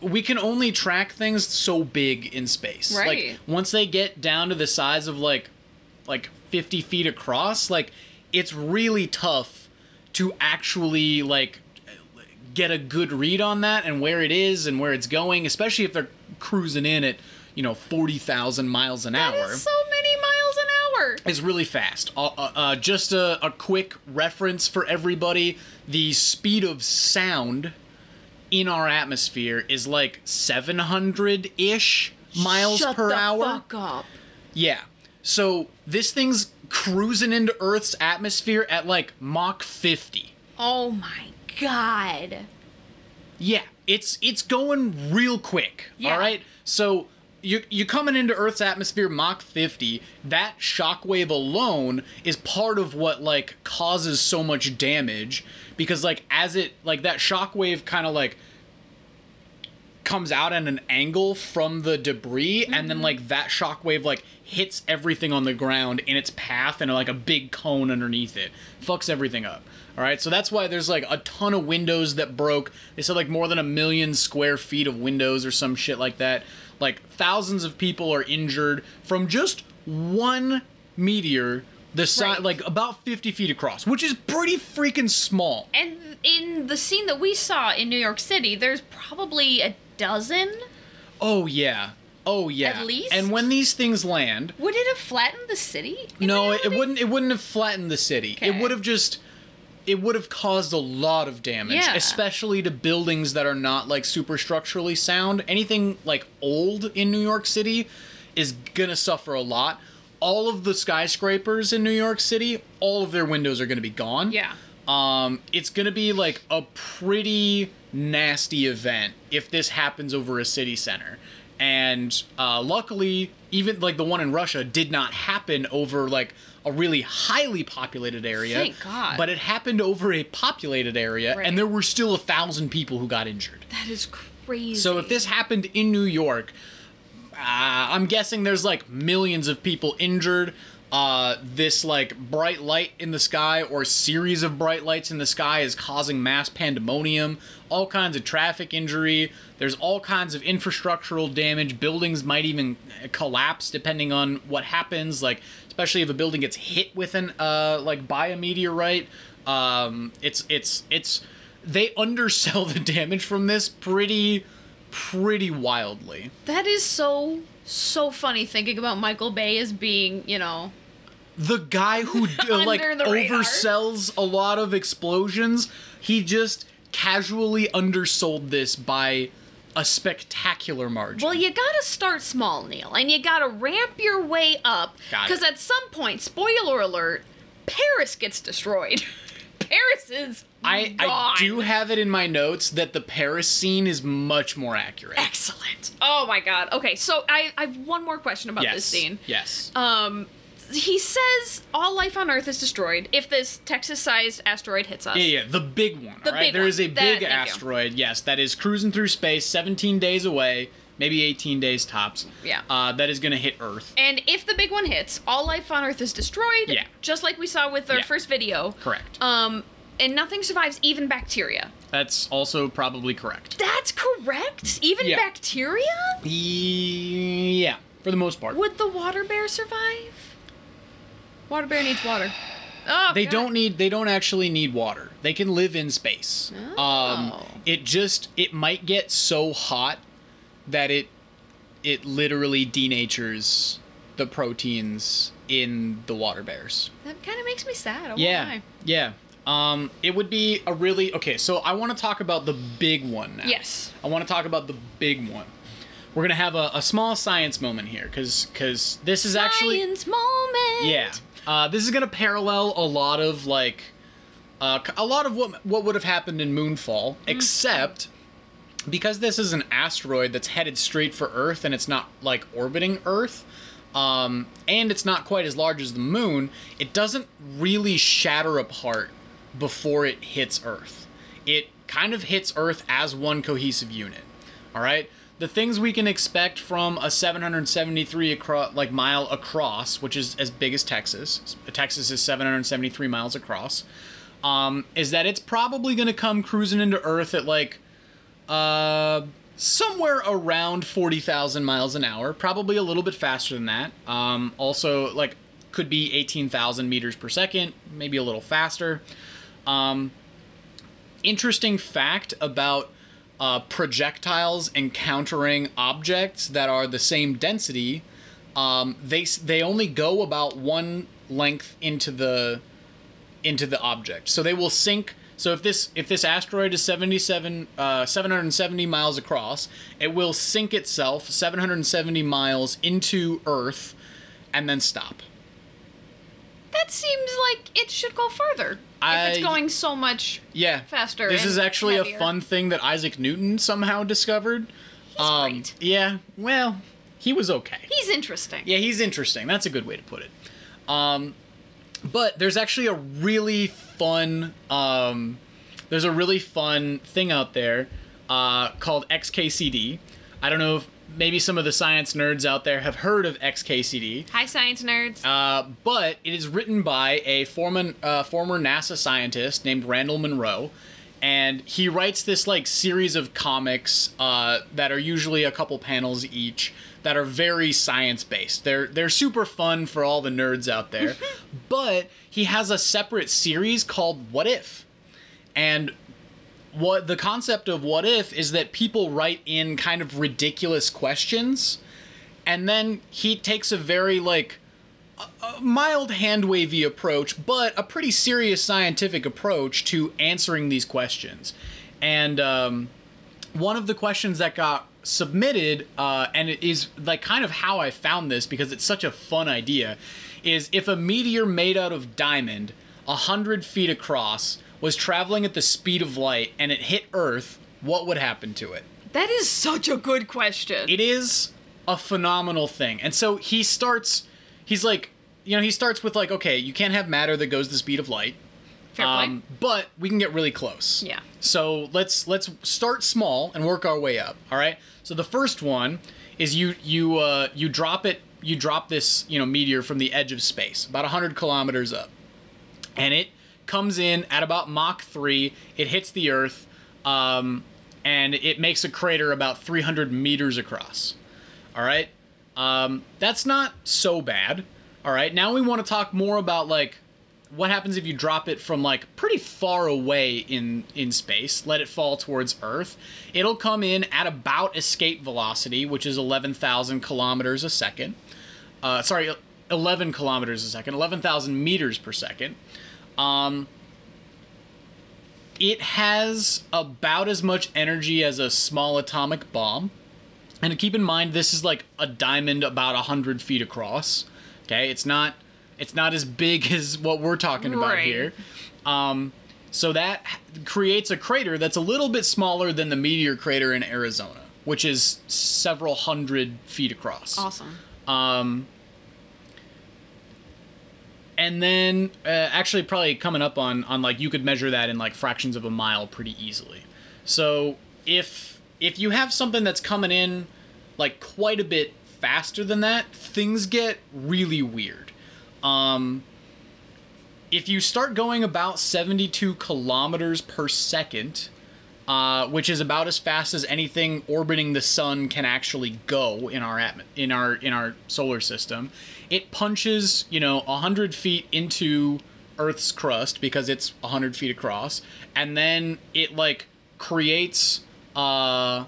D: we can only track things so big in space.
C: Right.
D: Like once they get down to the size of like like 50 feet across, like it's really tough to actually like get a good read on that and where it is and where it's going, especially if they're cruising in at, you know, 40,000 miles an
C: That
D: hour.
C: is so many miles an hour.
D: It's really fast. Uh, uh, uh, just a, a quick reference for everybody the speed of sound in our atmosphere is like 700 ish miles
C: Shut
D: per
C: the
D: hour.
C: Fuck up.
D: Yeah. So this thing's cruising into Earth's atmosphere at like Mach 50.
C: Oh my god.
D: Yeah, it's it's going real quick.
C: Yeah.
D: All right. So you you coming into Earth's atmosphere Mach 50. That shockwave alone is part of what like causes so much damage because like as it like that shockwave kind of like comes out at an angle from the debris and
C: Mm-hmm.
D: then like that shockwave like hits everything on the ground in its path and like a big cone underneath it fucks everything up all right so that's why there's like a ton of windows that broke they said like more than a million square feet of windows or some shit like that like thousands of people are injured from just one meteor the size
C: Right.
D: like about 50 feet across which is pretty freaking small
C: And in the scene that we saw in New York City, there's probably a dozen.
D: oh yeah oh yeah
C: At least?
D: and when these things land
C: Would it have flattened the city? in
D: no, it, it
C: reality?
D: wouldn't. It wouldn't have flattened the city.
C: Okay.
D: It would have just. It would have caused a lot of damage,
C: Yeah.
D: especially to buildings that are not like super structurally sound. Anything like old in New York City is gonna suffer a lot. All of the skyscrapers in New York City, all of their windows are gonna be gone.
C: Yeah.
D: Um, it's gonna be like a pretty nasty event if this happens over a city center. And uh, luckily, even like the one in Russia did not happen over like a really highly populated area.
C: Thank God.
D: But it happened over a populated area,
C: Right.
D: and there were still a thousand people who got injured.
C: That is crazy.
D: So if this happened in New York, uh, I'm guessing there's like millions of people injured. Uh, this like bright light in the sky or series of bright lights in the sky is causing mass pandemonium, all kinds of traffic injury. There's all kinds of infrastructural damage. Buildings might even collapse depending on what happens. Like especially if a building gets hit with an uh like by a meteorite. Um, it's it's it's they undersell the damage from this pretty pretty wildly.
C: that is so so funny thinking about Michael Bay as being, you know,
D: the guy who uh, like
C: Under the radar.
D: oversells a lot of explosions he just casually undersold this by a spectacular margin
C: Well, you gotta start small, Neil, and you gotta ramp your way up.
D: Got
C: Because
D: it.
C: at some point, spoiler alert, Paris gets destroyed. Paris is
D: I, I
C: gone.
D: do have it in my notes that the paris scene is much more accurate
C: excellent. Oh my god. Okay, so I I have one more question about this scene.
D: yes
C: Um, he says all life on Earth is destroyed if this Texas-sized asteroid hits us.
D: Yeah, yeah, the big one.
C: The
D: all right,
C: big
D: there
C: one.
D: is a
C: That-
D: big
C: thank you.
D: asteroid. Yes, that is cruising through space, 17 days away, maybe 18 days tops.
C: Yeah.
D: uh, that is going to hit Earth.
C: And if the big one hits, all life on Earth is destroyed.
D: Yeah.
C: Just like we saw with our
D: Yeah.
C: first video.
D: Correct.
C: Um, and nothing survives, even bacteria.
D: That's also probably correct.
C: That's correct. Even
D: Yeah.
C: bacteria?
D: Yeah, for the most part.
C: Would the water bear survive? Water bear needs water. Oh,
D: they
C: God.
D: don't need they don't actually need water they can live in space um
C: Oh.
D: it just it might get so hot that it it literally denatures the proteins in the water bears
C: That kind of makes me sad. Oh,
D: yeah
C: why?
D: yeah um it would be a really okay so i want to talk about the big one now
C: Yes.
D: i want to talk about the big one we're gonna have a, a small science moment here because because this is actually
C: Science moment.
D: yeah. Uh, this is going to parallel a lot of like uh, c- a lot of what what would have happened in Moonfall, except because this is an asteroid that's headed straight for Earth and it's not like orbiting Earth. Um, and it's not quite as large as the moon. It doesn't really shatter apart before it hits Earth. It kind of hits Earth as one cohesive unit. All right. The things we can expect from a 773 across, like mile across, which is as big as Texas. Texas is 773 miles across. Um, is that it's probably going to come cruising into Earth at like uh, somewhere around 40,000 miles an hour, probably a little bit faster than that. Um, also, like, could be 18,000 meters per second, maybe a little faster. Um, interesting fact about uh, projectiles encountering objects that are the same density. Um, they s- they only go about one length into the into the object. So they will sink. So if this if this asteroid is 77 uh, 770 miles across, it will sink itself 770 miles into Earth and then stop.
C: That seems like it should go further. if
D: I-
C: it's going so much
D: Yeah.
C: Faster
D: This
C: and
D: is actually
C: heavier.
D: a fun thing that Isaac Newton somehow discovered. um
C: great.
D: yeah. Well, he was okay.
C: He's interesting.
D: Yeah, he's interesting. That's a good way to put it. Um, but there's actually a really fun um, there's a really fun thing out there uh, called XKCD. I don't know if maybe some of the science nerds out there have heard of XKCD.
C: Hi, science nerds.
D: Uh, but it is written by a former uh, former NASA scientist named Randall Monroe, and he writes this like series of comics uh, that are usually a couple panels each that are very science based. They're they're super fun for all the nerds out there. but he has a separate series called What If, and what the concept of what if is that people write in kind of ridiculous questions and then he takes a very like mild hand wavy approach, but a pretty serious scientific approach to answering these questions. And um, one of the questions that got submitted, uh, and it is like kind of how I found this because it's such a fun idea, is if a meteor made out of diamond, a hundred feet across, was traveling at the speed of light and it hit Earth, what would happen to it?
C: that is such a good question.
D: it is a phenomenal thing. And so he starts he's like you know, he starts with like, okay, you can't have matter that goes the speed of light.
C: Fair
D: Um, but we can get really close.
C: Yeah.
D: So let's let's start small and work our way up. All right. So the first one is you you uh, you drop it you drop this you know meteor from the edge of space about hundred kilometers up, and it comes in at about Mach three. It hits the Earth, um, and it makes a crater about three hundred meters across. All right. Um, that's not so bad. All right. Now we want to talk more about like what happens if you drop it from like pretty far away in in space let it fall towards earth it'll come in at about escape velocity which is 11000 kilometers a second uh, sorry 11 kilometers a second 11000 meters per second um, it has about as much energy as a small atomic bomb and keep in mind, this is like a diamond about hundred feet across. Okay, it's not it's not as big as what we're talking about
C: Right.
D: here. Um, so that h- creates a crater that's a little bit smaller than the meteor crater in Arizona, which is several hundred feet across.
C: awesome.
D: Um, and then uh, actually probably coming up on on like you could measure that in like fractions of a mile pretty easily. So if if you have something that's coming in like quite a bit faster than that, things get really weird. Um, if you start going about 72 kilometers per second, uh, which is about as fast as anything orbiting the sun can actually go in our atm- in our in our solar system. It punches, you know, 100 feet into Earth's crust because it's 100 feet across, and then it like creates uh,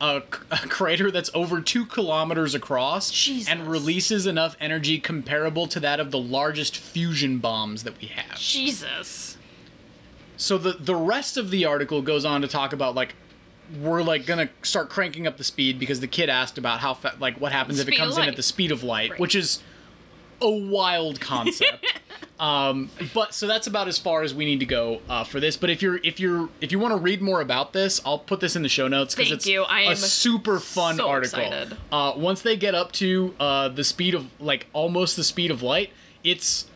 D: a, c- a crater that's over two kilometers across
C: Jesus.
D: and releases enough energy comparable to that of the largest fusion bombs that we have.
C: Jesus.
D: So the the rest of the article goes on to talk about like we're like gonna start cranking up the speed because the kid asked about how fa- like what happens if
C: Speed
D: it
C: of
D: comes in
C: light.
D: at the speed of light, which is a wild concept. um, but so that's about as far as we need to go uh, for this. But if you're if you're if you want to read more about this, I'll put this in the show notes because
C: Thank
D: it's
C: you. I
D: a
C: am
D: super fun
C: so
D: article.
C: excited.
D: Uh, once they get up to uh, the speed of like almost the speed of light, it's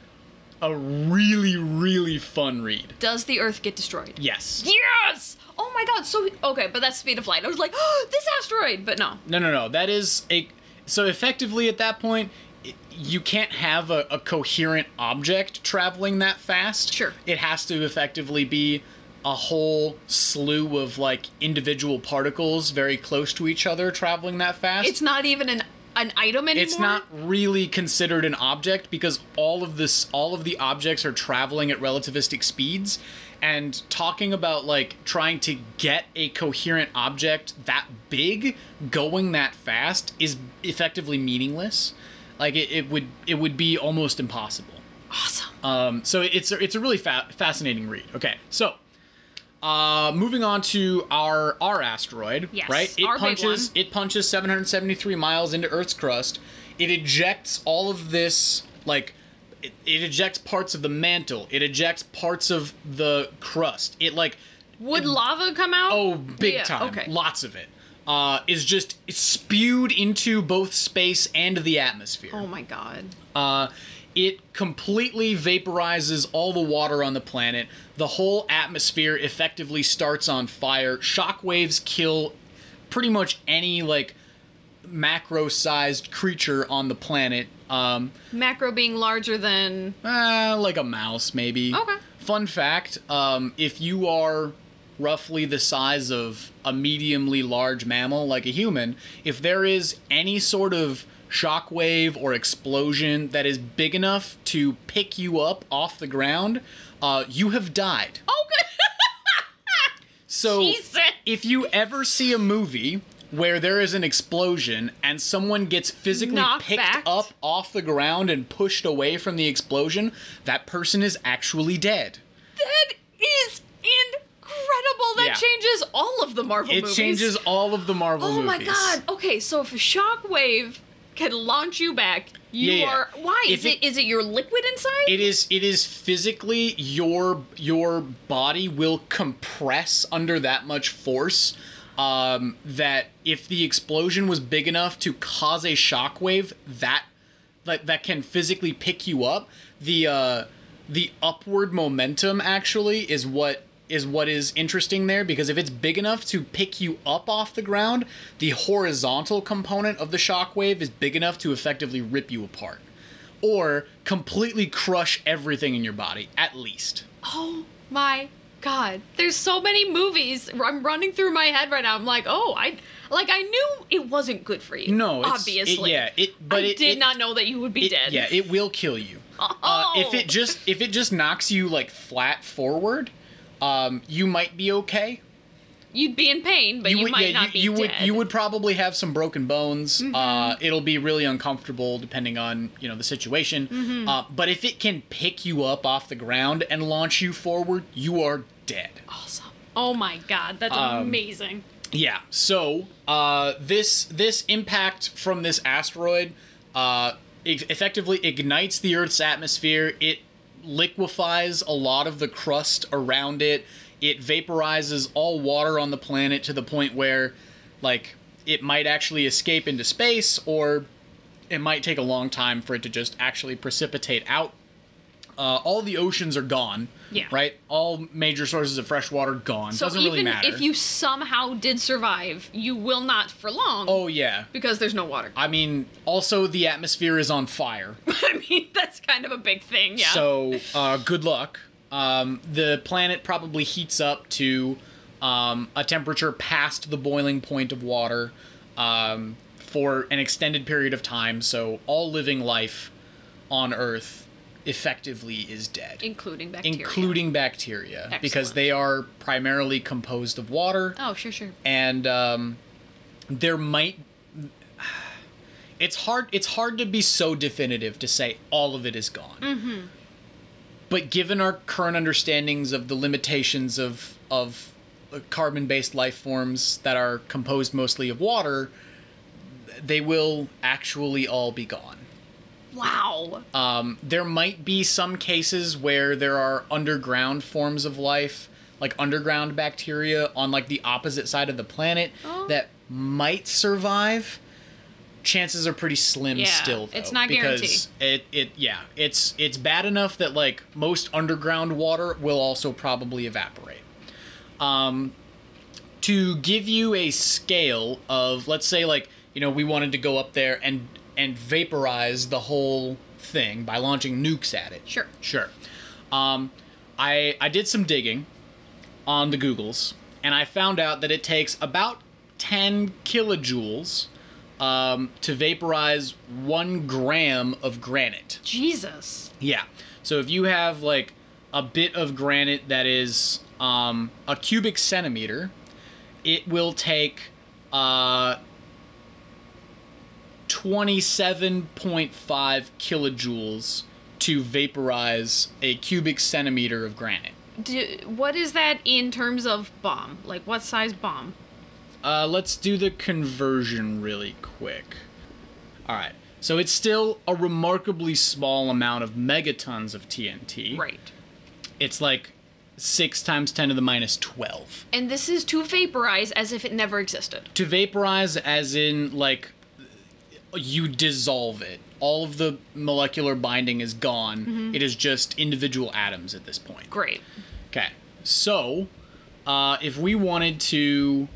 D: a really really fun read.
C: Does the Earth get destroyed?
D: Yes.
C: Yes! Oh my god, so okay, but that's speed of light. I was like, oh, this asteroid, but no.
D: No, no, no. That is a so effectively at that point, i- you can't have a, a coherent object traveling that fast.
C: Sure.
D: It has to effectively be a whole slew of like individual particles very close to each other traveling that fast.
C: It's not even an an item anymore.
D: It's not really considered an object because all of this all of the objects are traveling at relativistic speeds and talking about like trying to get a coherent object that big going that fast is effectively meaningless. Like it, it would it would be almost impossible.
C: awesome.
D: Um, so it's a, it's a really fa- fascinating read. Okay, so uh, moving on to our our asteroid,
C: Yes,
D: right? It
C: our big
D: punches
C: one.
D: it punches 773 miles into Earth's crust. It ejects all of this like it, it ejects parts of the mantle. It ejects parts of the crust. It like
C: Would lava come out?
D: Oh, big
C: Yeah,
D: time.
C: Okay.
D: Lots of it. Uh, is just spewed into both space and the atmosphere.
C: oh my god.
D: Uh, it completely vaporizes all the water on the planet. The whole atmosphere effectively starts on fire. Shockwaves kill pretty much any like macro-sized creature on the planet. Um,
C: Macro being larger than
D: uh, like a mouse, maybe.
C: Okay.
D: Fun fact: um, if you are roughly the size of a mediumly large mammal, like a human, if there is any sort of shockwave or explosion that is big enough to pick you up off the ground, uh, you have died.
C: Oh good.
D: So
C: Jesus.
D: if you ever see a movie where there is an explosion and someone gets physically
C: Knocked
D: picked
C: back.
D: up off the ground and pushed away from the explosion, that person is actually dead.
C: that is incredible. That
D: Yeah.
C: changes all of the Marvel
D: It
C: movies.
D: changes all of the Marvel
C: Oh
D: movies.
C: my god. Okay, so if a shockwave can launch you back, you
D: Yeah, yeah.
C: are why?
D: If
C: is it
D: it-
C: is it your liquid inside?
D: It is it is physically your your body will compress under that much force um, that if the explosion was big enough to cause a shockwave that that that can physically pick you up the uh, the upward momentum actually is what is what is interesting there because if it's big enough to pick you up off the ground the horizontal component of the shockwave is big enough to effectively rip you apart or completely crush everything in your body at least
C: Oh my god. There's so many movies I'm running through my head right now. I'm like, oh, I like I knew it wasn't good for you.
D: no it's, it-
C: obviously.
D: yeah it but
C: I
D: it
C: did
D: it-
C: not know that you would be
D: it-
C: dead. Oh,
D: yeah it will kill you uh, if it just if it just knocks you like flat forward um you might be okay
C: you'd be in pain, but you,
D: would-
C: might
D: yeah,
C: not be
D: you, you
C: dead. Mm-hmm.
D: would you would probably have some broken bones uh it'll be really uncomfortable depending on you know the situation
C: Mm-hmm.
D: uh, but if it can pick you up off the ground and launch you forward you are dead
C: awesome. Oh my god, that's
D: Um,
C: amazing.
D: Yeah. So uh, this this impact from this asteroid uh, e- effectively ignites the Earth's atmosphere. It liquefies a lot of the crust around it. It vaporizes all water on the planet to the point where, like, it might actually escape into space, or it might take a long time for it to just actually precipitate out uh, all the oceans are gone.
C: Yeah.
D: Right. All major sources of fresh water gone.
C: So
D: Doesn't
C: even
D: really matter.
C: if you somehow did survive, you will not for long
D: Oh yeah.
C: because there's no water. I,
D: I mean, also the atmosphere is on fire.
C: mean, that's kind of a big thing, yeah.
D: So uh, good luck. Um, the planet probably heats up to um, a temperature past the boiling point of water um, for an extended period of time. So all living life on Earth effectively is dead,
C: including bacteria.
D: including bacteria, because
C: Excellent.
D: they are primarily composed of water
C: Oh, sure, sure.
D: and um, there might it's hard it's hard to be so definitive to say all of it is gone but given our current understandings of the limitations of of carbon based life forms that are composed mostly of water they will actually all be gone
C: Wow.
D: um, there might be some cases where there are underground forms of life, like underground bacteria on like the opposite side of the planet
C: Oh.
D: that might survive. Chances are pretty slim
C: Yeah,
D: still. Though,
C: it's not
D: because It it yeah it's it's bad enough that like most underground water will also probably evaporate. Um, to give you a scale of let's say like you know we wanted to go up there and and vaporize the whole thing by launching nukes at it
C: Sure.
D: sure um, i i did some digging on the googles and i found out that it takes about 10 kilojoules um, to vaporize one gram of granite
C: Jesus.
D: yeah. So if you have like a bit of granite that is um, a cubic centimeter, it will take uh, 27.5 kilojoules to vaporize a cubic centimeter of granite.
C: Do, what is that in terms of bomb? Like, what size bomb?
D: Uh, let's do the conversion really quick. All right. So it's still a remarkably small amount of megatons of TNT.
C: Right.
D: it's like six times 10 to the minus 12
C: And this is to vaporize as if it never existed.
D: to vaporize as in like you dissolve it all of the molecular binding is gone It is just individual atoms at this point
C: Great.
D: okay so uh, if we wanted to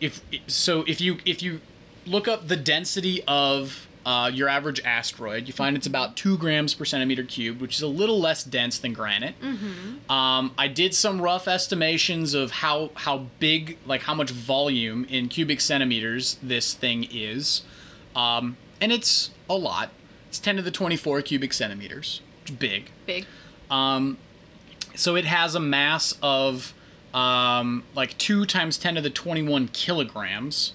D: if so if you if you look up the density of uh, your average asteroid you find it's about two grams per centimeter cubed which is a little less dense than granite Um, I did some rough estimations of how how big, like how much volume in cubic centimeters this thing is, um, and it's a lot. It's ten to the twenty four cubic centimeters, which is big.
C: Big.
D: So it has a mass of um, like two times ten to the twenty one kilograms,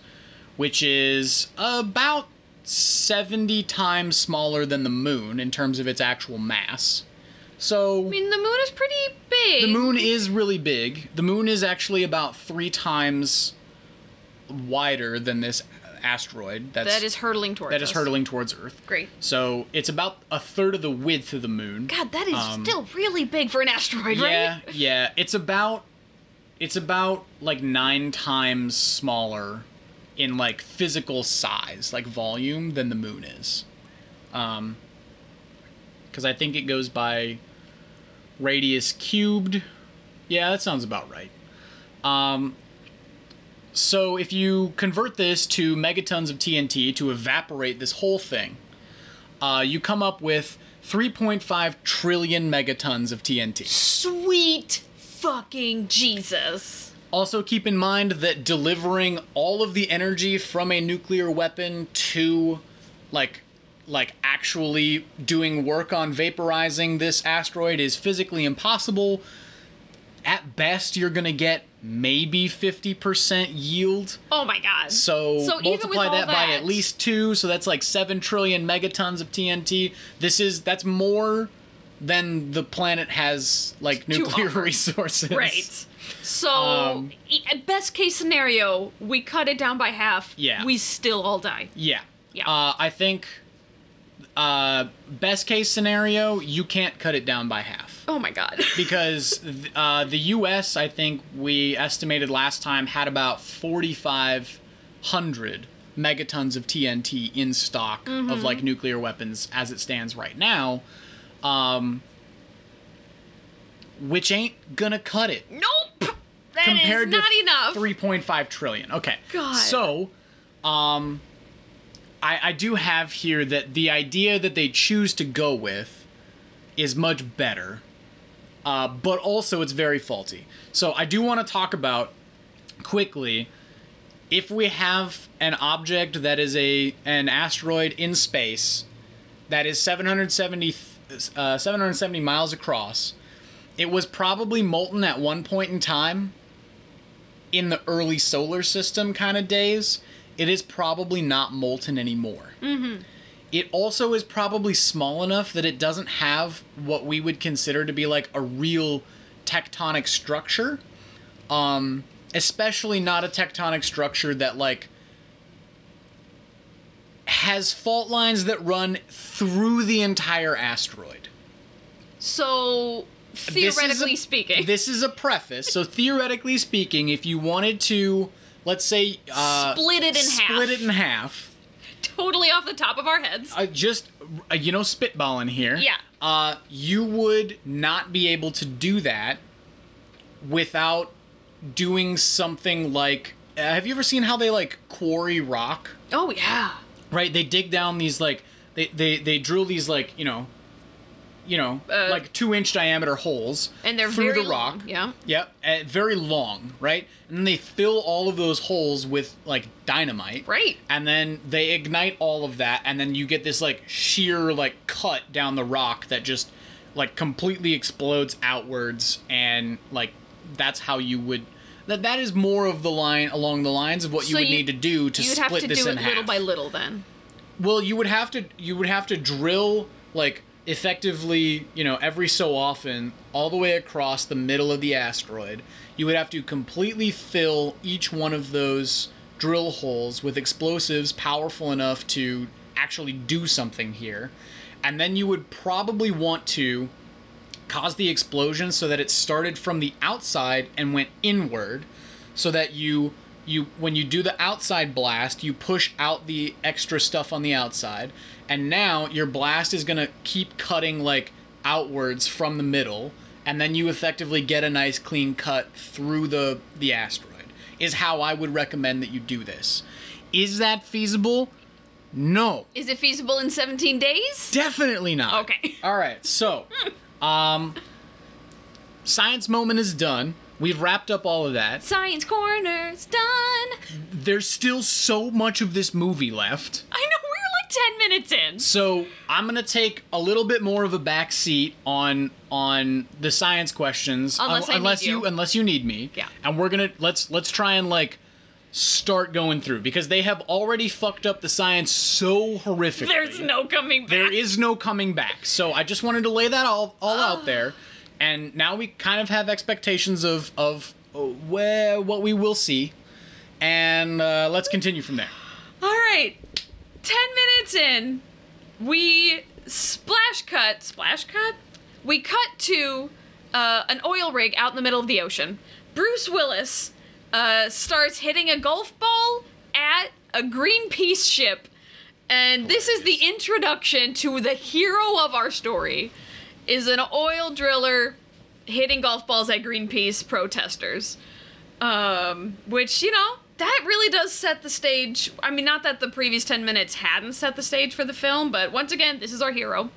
D: which is about seventy times smaller than the moon in terms of its actual mass. So
C: I mean, the moon is pretty big.
D: the moon is really big. The moon is actually about three times wider than this asteroid. That's,
C: that is hurtling towards
D: that is
C: us.
D: hurtling towards Earth.
C: Great.
D: So it's about a third of the width of the moon.
C: God, that is
D: Um,
C: still really big for an asteroid,
D: yeah,
C: right?
D: yeah. It's about it's about like nine times smaller in like physical size, like volume, than the moon is. Um, because I think it goes by radius cubed. Yeah, that sounds about right. Um, so if you convert this to megatons of TNT to evaporate this whole thing, uh, you come up with 3.5 trillion megatons of TNT.
C: Sweet fucking Jesus.
D: Also, keep in mind that delivering all of the energy from a nuclear weapon to, like, like actually doing work on vaporizing this asteroid is physically impossible. At best, you're gonna get maybe 50% yield.
C: Oh my God.
D: So,
C: So even with
D: multiply
C: all
D: that, by
C: that-
D: at least two. So that's like seven trillion megatons of TNT. This is that's more than the planet has like
C: To
D: nuclear
C: offer.
D: resources.
C: Right. So,
D: Um,
C: e- at best case scenario, we cut it down by half.
D: Yeah.
C: We still all die.
D: Yeah.
C: Yeah.
D: Uh, I think uh, best case scenario, you can't cut it down by half
C: Oh my God.
D: because th- uh, the U.S. I think we estimated last time had about 4,500 megatons of TNT in stock of like nuclear weapons as it stands right now. Um, which ain't gonna cut it.
C: Nope. That is not enough.
D: 3.5 trillion. Okay.
C: God.
D: So, um, I, I do have here that the idea that they choose to go with is much better, uh, but also it's very faulty. So I do want to talk about quickly if we have an object that is a an asteroid in space that is 770 uh, 770 miles across. It was probably molten at one point in time in the early solar system kind of days, it is probably not molten anymore. It also is probably small enough that it doesn't have what we would consider to be like a real tectonic structure. Um, especially not a tectonic structure that like has fault lines that run through the entire asteroid.
C: So
D: This is a-
C: theoretically speaking,
D: this is a preface. So theoretically speaking, if you wanted to, let's say, uh,
C: Split it in half.
D: split it in half.
C: totally off the top of our heads.
D: Uh, just uh, you know, spitballing here.
C: Yeah.
D: Uh, you would not be able to do that without doing something like. Uh, have you ever seen how they like quarry rock?
C: oh yeah.
D: Right. They dig down these like they they they drill these like you know. You know,
C: Uh,
D: like two inch diameter holes,
C: And they're
D: through
C: very
D: the rock.
C: long, yeah.
D: Yep, uh, very long, right? And then they fill all of those holes with like dynamite.
C: Right.
D: And then they ignite all of that, and then you get this like sheer like cut down the rock that just like completely explodes outwards, and like that's how you would. That that is more of the line along the lines of what you
C: So
D: would
C: you-
D: need to do to
C: You'd
D: split
C: have to
D: this
C: do
D: in
C: it little
D: half.
C: by little then.
D: Well, you would have to you would have to drill like effectively, you know, every so often all the way across the middle of the asteroid. You would have to completely fill each one of those drill holes with explosives powerful enough to actually do something here. And then you would probably want to cause the explosion so that it started from the outside and went inward so that you you when you do the outside blast you push out the extra stuff on the outside and now your blast is going to keep cutting like outwards from the middle and then you effectively get a nice clean cut through the the asteroid is how I would recommend that you do this is that feasible no
C: Is it feasible in 17 days?
D: Definitely not.
C: Okay.
D: All right. So, um, science moment is done. We've wrapped up all of that.
C: Science corner's done. I
D: There's still so much of this movie left.
C: know we're like 10 minutes in.
D: So I'm gonna take a little bit more of a back seat on on the science questions,
C: Unless I need
D: unless
C: you.
D: unless you need me.
C: Yeah.
D: And we're gonna let's let's try and like start going through because they have already fucked up the science so horrifically.
C: There's no coming back.
D: there is no coming back. So I just wanted to lay that all all
C: Ah.
D: out there, and now we kind of have expectations of of uh, where what we will see, and uh, let's continue from there.
C: All right. 10 minutes in, we splash cut. Splash cut? We cut to uh, an oil rig out in the middle of the ocean. Bruce Willis uh, starts hitting a golf ball at a Greenpeace ship. And this is the introduction to the hero of our story is an oil driller hitting golf balls at Greenpeace protesters. Um, which, you know, that really does set the stage. I mean, not that the previous 10 minutes hadn't set the stage for the film, but once again, this is our hero.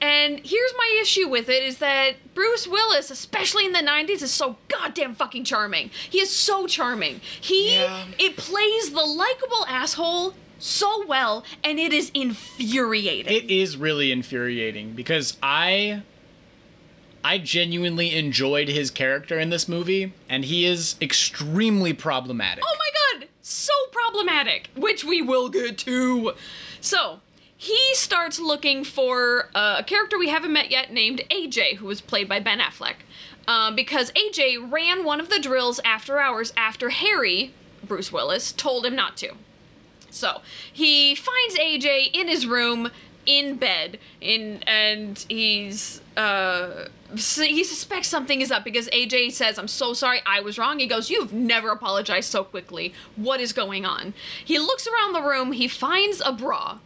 C: And here's my issue with it is that Bruce Willis, especially in the 90s, is so goddamn fucking charming. He is so charming. He
D: Yeah.
C: it plays the likable asshole so well and it is infuriating.
D: It is really infuriating because I I genuinely enjoyed his character in this movie, and he is extremely problematic.
C: Oh my god, so problematic, which we will get to. So, he starts looking for uh, a character we haven't met yet named AJ, who was played by Ben Affleck. Um, because AJ ran one of the drills after hours after Harry, Bruce Willis, told him not to. So he finds AJ in his room, in bed, in and he's uh s- he suspects something is up because AJ says, "I'm so sorry, I was wrong." He goes, "You've never apologized so quickly. What is going on?" He looks around the room. He finds a bra,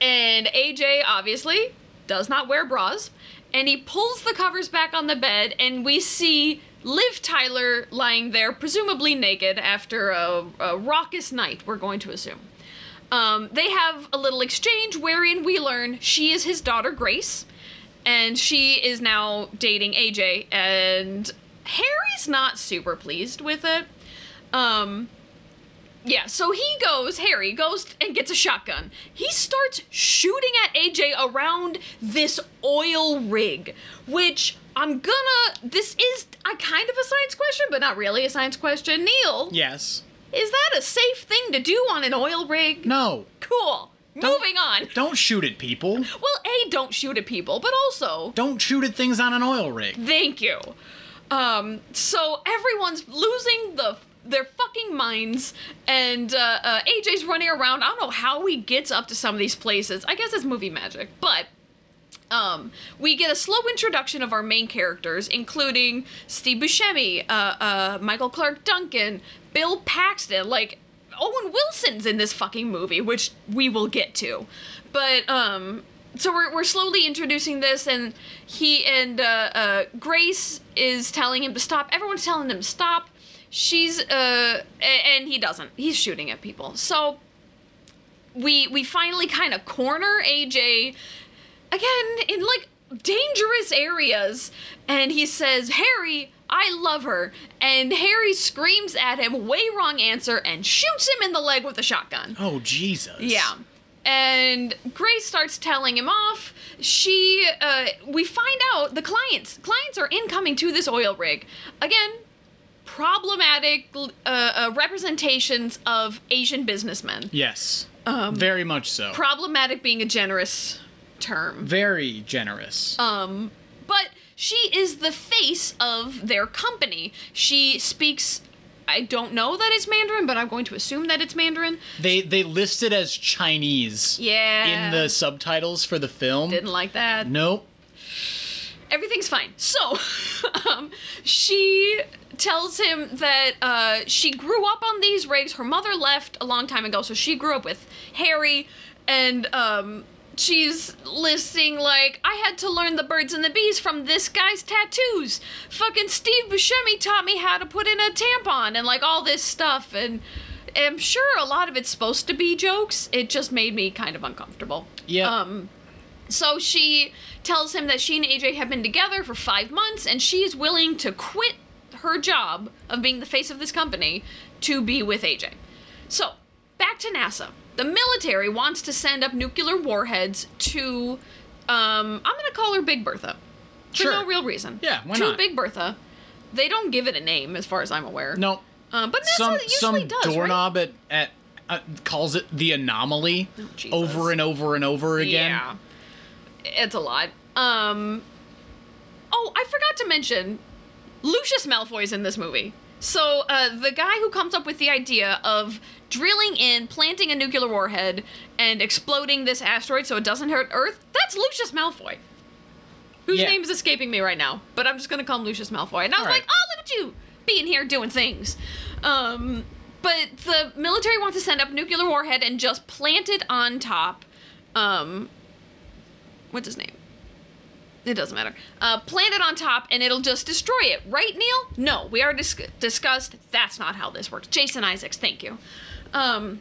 C: and AJ obviously does not wear bras. and he pulls the covers back on the bed, and we see Liv Tyler lying there, presumably naked, after a, a raucous night, we're going to assume. Um, they have a little exchange wherein we learn she is his daughter, Grace, and she is now dating AJ, and Harry's not super pleased with it. Um, yeah, so he goes, Harry goes and gets a shotgun. He starts shooting at AJ around this oil rig, which I'm gonna. This is a kind of a science question, but not really a science question. Neil,
D: Yes.
C: is that a safe thing to do on an oil rig?
D: No.
C: Cool.
D: Don't-
C: Moving on.
D: Don't shoot at people.
C: Well, A, don't shoot at people, but also,
D: Don't shoot at things on an oil rig.
C: Thank you. Um, so everyone's losing the their fucking minds, and uh, uh, AJ's running around. I don't know how he gets up to some of these places. I guess it's movie magic, but. Um, we get a slow introduction of our main characters, including Steve Buscemi, uh, uh, Michael Clark Duncan, Bill Paxton. Like Owen Wilson's in this fucking movie, which we will get to. But um, so we're we're slowly introducing this, and he and uh, uh, Grace is telling him to stop. Everyone's telling him to stop. She's uh, a- and he doesn't. He's shooting at people. So we we finally kind of corner AJ again in like dangerous areas and he says harry i love her and harry screams at him way wrong answer and shoots him in the leg with a shotgun
D: Oh, Jesus.
C: yeah and grace starts telling him off she uh, we find out the clients clients are incoming to this oil rig again problematic uh, uh, representations of asian businessmen
D: Yes.
C: Um,
D: Very much so.
C: problematic being a generous term
D: Very generous.
C: Um, but she is the face of their company. She speaks. I don't know that it's Mandarin, but I'm going to assume that it's Mandarin.
D: they they list it as Chinese.
C: Yeah.
D: In the subtitles for the film.
C: Didn't like that.
D: Nope.
C: Everything's fine. So, um, she tells him that uh, she grew up on these rigs. Her mother left a long time ago, so she grew up with Harry, and um, she's listing like, I had to learn the birds and the bees from this guy's tattoos. Fucking Steve Buscemi taught me how to put in a tampon and like all this stuff, and I'm sure a lot of it's supposed to be jokes. It just made me kind of uncomfortable.
D: Yeah.
C: Um, so she tells him that she and AJ have been together for five months and she is willing to quit her job of being the face of this company to be with AJ. So, back to NASA. The military wants to send up nuclear warheads to, um, I'm going to call her Big Bertha. For
D: Sure.
C: no real reason.
D: Yeah, why
C: to
D: not?
C: Big Bertha. They don't give it a name, as far as I'm aware.
D: Nope.
C: Um, but NASA
D: some
C: usually
D: some
C: does, right?
D: doorknob at, at uh, calls it the anomaly
C: Oh, Jesus.
D: over and over and over again.
C: Yeah. It's a lot. Um Oh, I forgot to mention Lucius Malfoy's in this movie. So, uh, the guy who comes up with the idea of drilling in, planting a nuclear warhead, and exploding this asteroid so it doesn't hurt Earth, that's Lucius Malfoy. Whose
D: Yeah.
C: name is escaping me right now, but I'm just gonna call him Lucius Malfoy. And I was
D: All right.
C: like, oh, look at you being here doing things. Um, but the military wants to send up nuclear warhead and just plant it on top. Um, what's his name? It doesn't matter. Uh, plant it on top and it'll just destroy it, right, Neil? No, we already dis- discussed that's not how this works. Jason Isaacs, thank you. Um,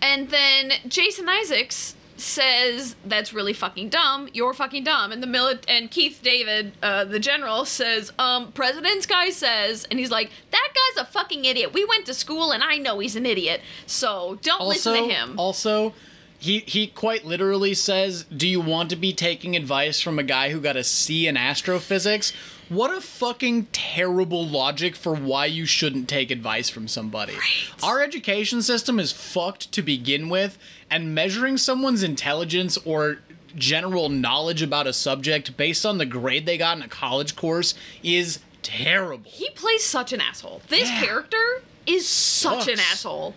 C: and then Jason Isaacs says, "That's really fucking dumb. You're fucking dumb." And the milit- and Keith David, uh, the general, says, "Um, President's guy says," and he's like, "That guy's a fucking idiot. We went to school, and I know he's an idiot. So don't
E: Also,
C: listen to him."
E: also, he he quite literally says, "Do you want to be taking advice from a guy who got a C in astrophysics?" What a fucking terrible logic for why you shouldn't take advice from somebody. Our education system is fucked to begin with, and measuring someone's intelligence or general knowledge about a subject based on the grade they got in a college course is terrible.
C: he plays such an asshole. This character is such an
E: Sucks.
C: asshole.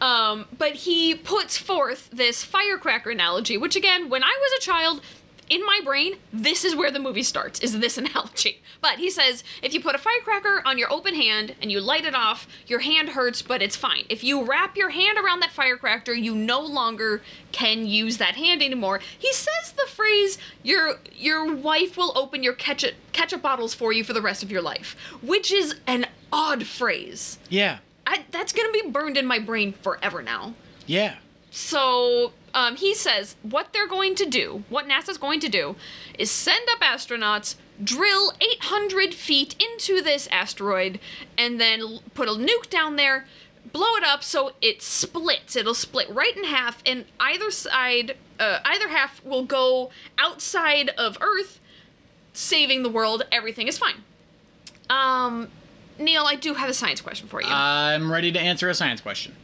C: Um, but he puts forth this firecracker analogy, which again, when I was a child, in my brain, this is where the movie starts, is this analogy. But he says if you put a firecracker on your open hand and you light it off, your hand hurts, but it's fine. If you wrap your hand around that firecracker, you no longer can use that hand anymore. He says the phrase your your wife will open your ketchup ketchup bottles for you for the rest of your life, which is an odd phrase.
D: Yeah.
C: I, that's gonna be burned in my brain forever now.
D: Yeah.
C: So um, he says what they're going to do, what NASA's going to do, is send up astronauts, drill 800 feet into this asteroid, and then l- put a nuke down there, blow it up so it splits. It'll split right in half, and either side, uh, either half will go outside of Earth, saving the world. Everything is fine. Um, Neil, I do have a science question for you.
D: I'm ready to answer a science question.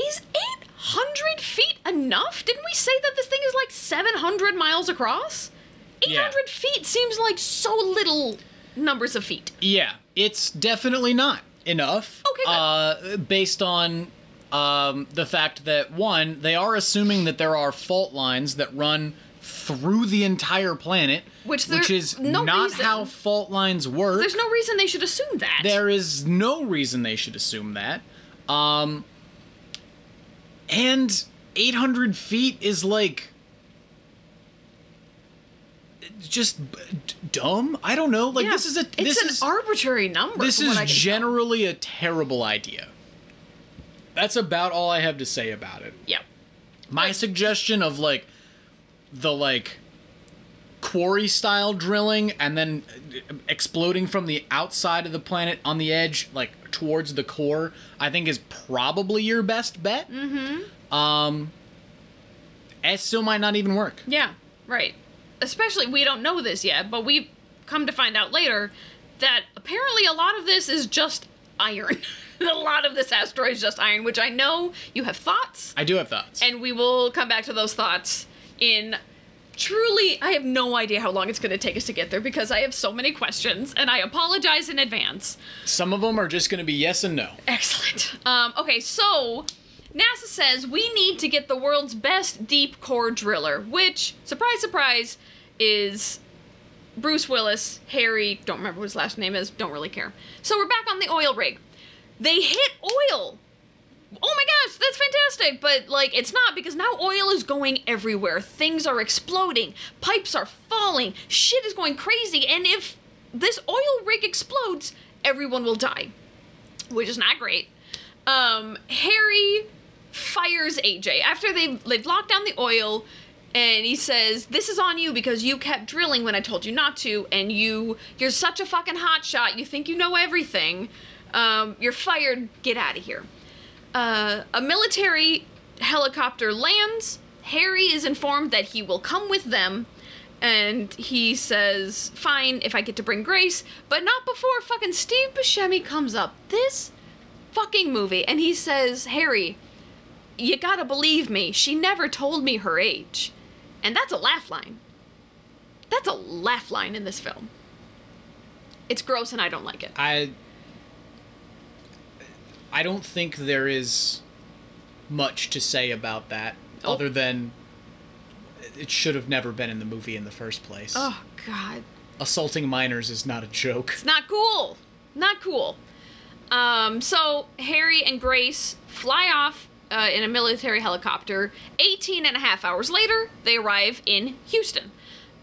C: Is 800 feet enough? Didn't we say that this thing is like 700 miles across? 800
D: Yeah.
C: feet seems like so little numbers of feet.
D: Yeah, it's definitely not enough.
C: Okay, good.
D: Uh, based on um, the fact that one, they are assuming that there are fault lines that run through the entire planet,
C: Which there-
D: is
C: no
D: not
C: reason.
D: how fault lines work.
C: There's no reason they should assume that.
D: There is no reason they should assume that. Um, and 800 feet is like just b- d- dumb. I don't know. Like
C: Yeah.
D: this is a
C: It's
D: this
C: an
D: is
C: arbitrary number.
D: this
C: from what
D: is
C: I can tell.
D: generally a terrible idea. That's about all I have to say about it.
C: Yeah.
D: My suggestion of like the like quarry style drilling and then uh, exploding from the outside of the planet on the edge like towards the core, I think is probably your best bet. Mm-hmm. Um, it still might not even work.
C: Yeah, right. Especially, we don't know this yet, but we come to find out later that apparently a lot of this is just iron. a lot of this asteroid is just iron, which I know you have thoughts.
D: I do have thoughts.
C: and we will come back to those thoughts in truly i have no idea how long it's going to take us to get there because i have so many questions and i apologize in advance
D: Some of them are just going to be yes and no.
C: excellent um, okay so nasa says we need to get the world's best deep core driller which surprise surprise is bruce willis harry don't remember what his last name is don't really care so we're back on the oil rig they hit oil oh my gosh, that's fantastic. But like, it's not because now oil is going everywhere. Things are exploding, pipes are falling, shit is going crazy. And if this oil rig explodes, everyone will die, which is not great. Um, Harry fires AJ after they've, they've locked down the oil. And he says, "This is on you because you kept drilling when I told you not to, and you you're such a fucking hotshot. You think you know everything. Um, you're fired. Get out of here." uh, a military helicopter lands. Harry is informed that he will come with them, and he says, "Fine, if I get to bring Grace, but not before fucking Steve Buscemi comes up." This fucking movie, and he says, "Harry, you gotta believe me. She never told me her age," and that's a laugh line. That's a laugh line in this film. It's gross, and I don't like it.
D: I I don't think there is much to say about that
C: Oh.
D: other than it should have never been in the movie in the first place.
C: Oh God.
D: Assaulting minors is not a joke.
C: It's not cool. Not cool. Um, so Harry and Grace fly off uh, in a military helicopter. 18 and a half hours later, they arrive in Houston.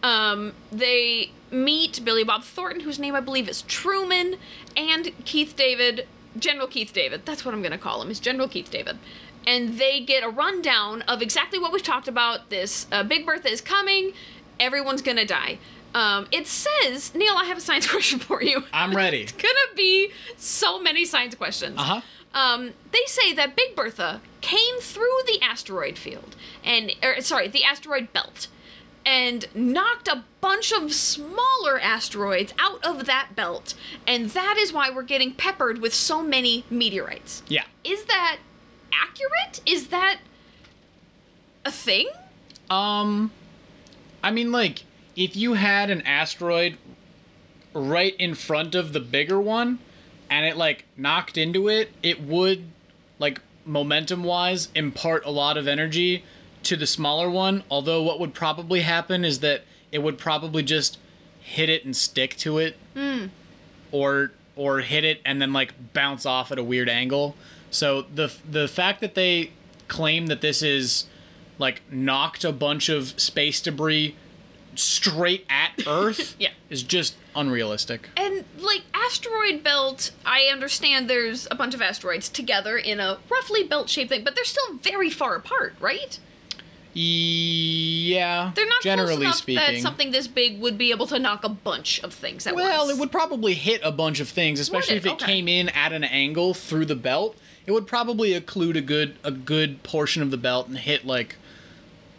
C: Um, they meet Billy Bob Thornton, whose name I believe is Truman, and Keith David, General Keith David. That's what I'm going to call him, is General Keith David. And they get a rundown of exactly what we've talked about. This uh, Big Bertha is coming. Everyone's going to die. Um, it says, Neil, I have a science question for you
D: I'm ready.
C: gonna be so many science questions.
D: Uh-huh.
C: Um, they say that Big Bertha came through the asteroid field and, or, sorry, the asteroid belt, and knocked a bunch of smaller asteroids out of that belt, and that is why we're getting peppered with so many meteorites.
D: Yeah.
C: Is that accurate? Is that a thing?
D: Um I mean like if you had an asteroid right in front of the bigger one and it like knocked into it, it would like momentum wise impart a lot of energy to the smaller one, although what would probably happen is that it would probably just hit it and stick to it,
C: Hmm.
D: or or hit it and then like bounce off at a weird angle. So the the fact that they claim that this is like knocked a bunch of space debris straight at Earth
C: Yeah.
D: is just unrealistic.
C: And like asteroid belt, I understand there's a bunch of asteroids together in a roughly belt-shaped thing, but they're still very far apart, right?
D: Yeah,
C: They're not
D: generally
C: close enough
D: speaking.
C: that something this big would be able to knock a bunch of things at once.
D: Well, it would probably hit a bunch of things, especially
C: it?
D: if it
C: Okay.
D: came in at an angle through the belt. It would probably occlude a good a good portion of the belt and hit like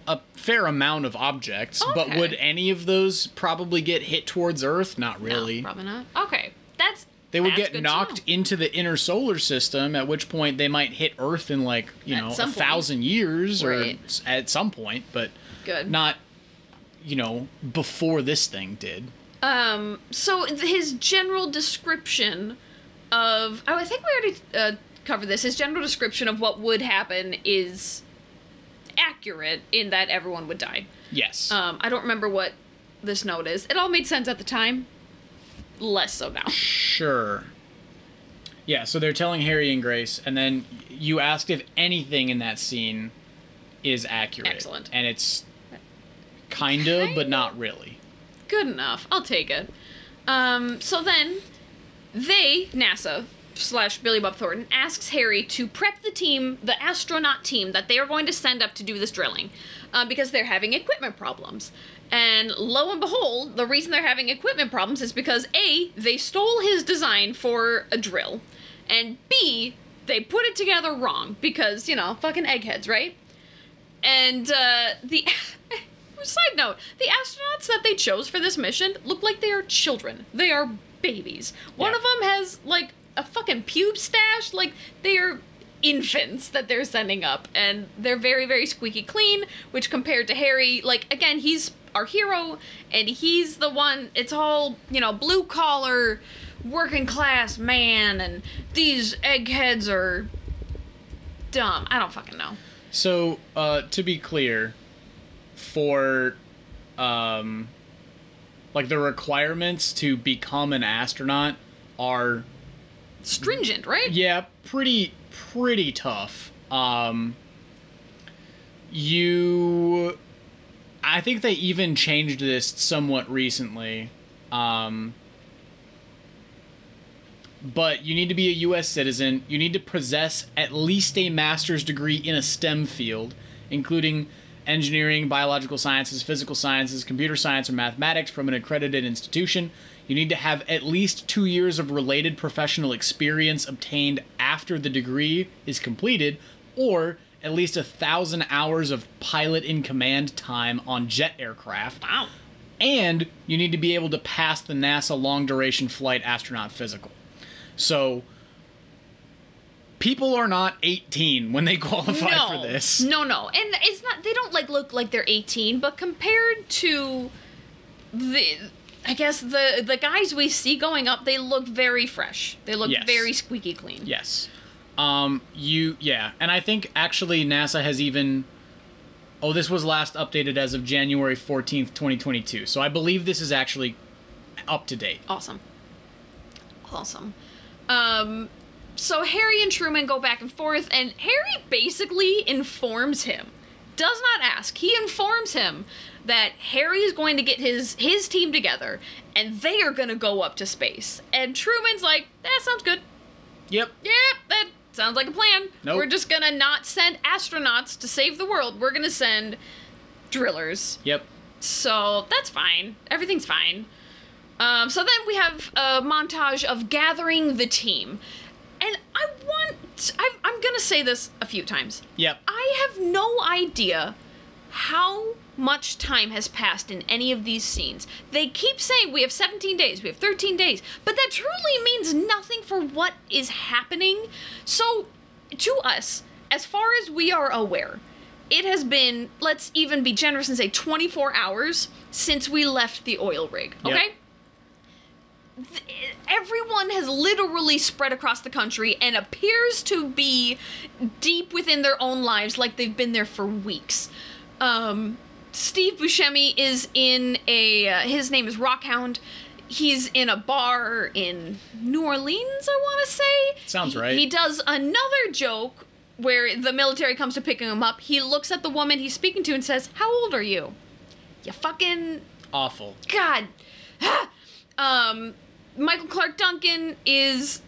D: a fair amount of objects. But
C: Okay.
D: would any of those probably get hit towards Earth? Not
C: No,
D: really.
C: probably not. Okay, that's
D: they would
C: that's
D: get
C: good to
D: knocked
C: know.
D: into the inner solar system, at which point they might hit Earth in like you
C: At
D: know
C: some
D: a
C: point.
D: thousand years or
C: Right.
D: s- at some point, but
C: Good.
D: e- not you know before this thing did.
C: Um, so th- his general description of oh, I think we already uh, covered this. His general description of what would happen is accurate in that everyone would die.
D: Yes.
C: Um, I don't remember what this note is. It all made sense at the time. Less so now.
D: Sure. Yeah, so they're telling Harry and Grace, and then you asked if anything in that scene is accurate.
C: Excellent.
D: And it's kind of, but not really.
C: Good enough. I'll take it. Um, so then, they, NASA slash Billy Bob Thornton, asks Harry to prep the team, the astronaut team that they are going to send up to do this drilling, uh, because they're having equipment problems. And lo and behold, the reason they're having equipment problems is because A, they stole his design for a drill, and B, they put it together wrong because, you know, fucking eggheads, right? And uh, the side note: the astronauts that they chose for this mission look like they are children. They are babies. One
D: Yeah.
C: of them has like a fucking pube stash. Like they are infants that they're sending up, and they're very very squeaky clean. Which compared to Harry, like again, he's our hero, and he's the one. It's all you know, blue collar, working class man, and these eggheads are dumb. I don't fucking know.
D: So, uh, to be clear, for um, like the requirements to become an astronaut are
C: stringent, right?
D: yeah pretty pretty tough um you i think they even changed this somewhat recently um but you need to be a US citizen. You need to possess at least a master's degree in a STEM field, including engineering, biological sciences, physical sciences, computer science, or mathematics from an accredited institution. You need to have at least two years of related professional experience obtained after the degree is completed, or at least a thousand hours of pilot in command time on jet aircraft
C: Wow.
D: and you need to be able to pass the NASA long duration flight astronaut physical. So people are not 18 when they qualify
C: No.
D: for this.
C: No, no. And it's not they don't like look like they're 18, but compared to the I guess the the guys we see going up, they look very fresh. They look
D: Yes.
C: very squeaky clean.
D: Yes. Um you yeah, and I think actually NASA has even Oh, this was last updated as of January 14th, 2022. So I believe this is actually up to date.
C: Awesome. Awesome. Um so Harry and Truman go back and forth and Harry basically informs him. Does not ask. He informs him that Harry is going to get his his team together and they are going to go up to space. And Truman's like, "That sounds good.
D: Yep.
C: Yep, that sounds like a plan.
D: Nope.
C: We're just going to not send astronauts to save the world. We're going to send drillers."
D: Yep.
C: So that's fine. Everything's fine. Um, so then we have a montage of gathering the team. And I want. I, I'm going to say this a few times.
D: Yep.
C: I have no idea how much time has passed in any of these scenes. They keep saying we have 17 days, we have 13 days, but that truly means nothing for what is happening. So, to us, as far as we are aware, it has been, let's even be generous and say 24 hours since we left the oil rig,
D: Yep.
C: okay? everyone has literally spread across the country and appears to be deep within their own lives like they've been there for weeks. Um, Steve Buscemi is in a. Uh, his name is Rockhound. He's in a bar in New Orleans, I want to say.
D: Sounds
C: He-
D: right.
C: He does another joke where the military comes to picking him up. He looks at the woman he's speaking to and says, How old are you? You fucking
D: Awful.
C: God. um, Michael Clark Duncan is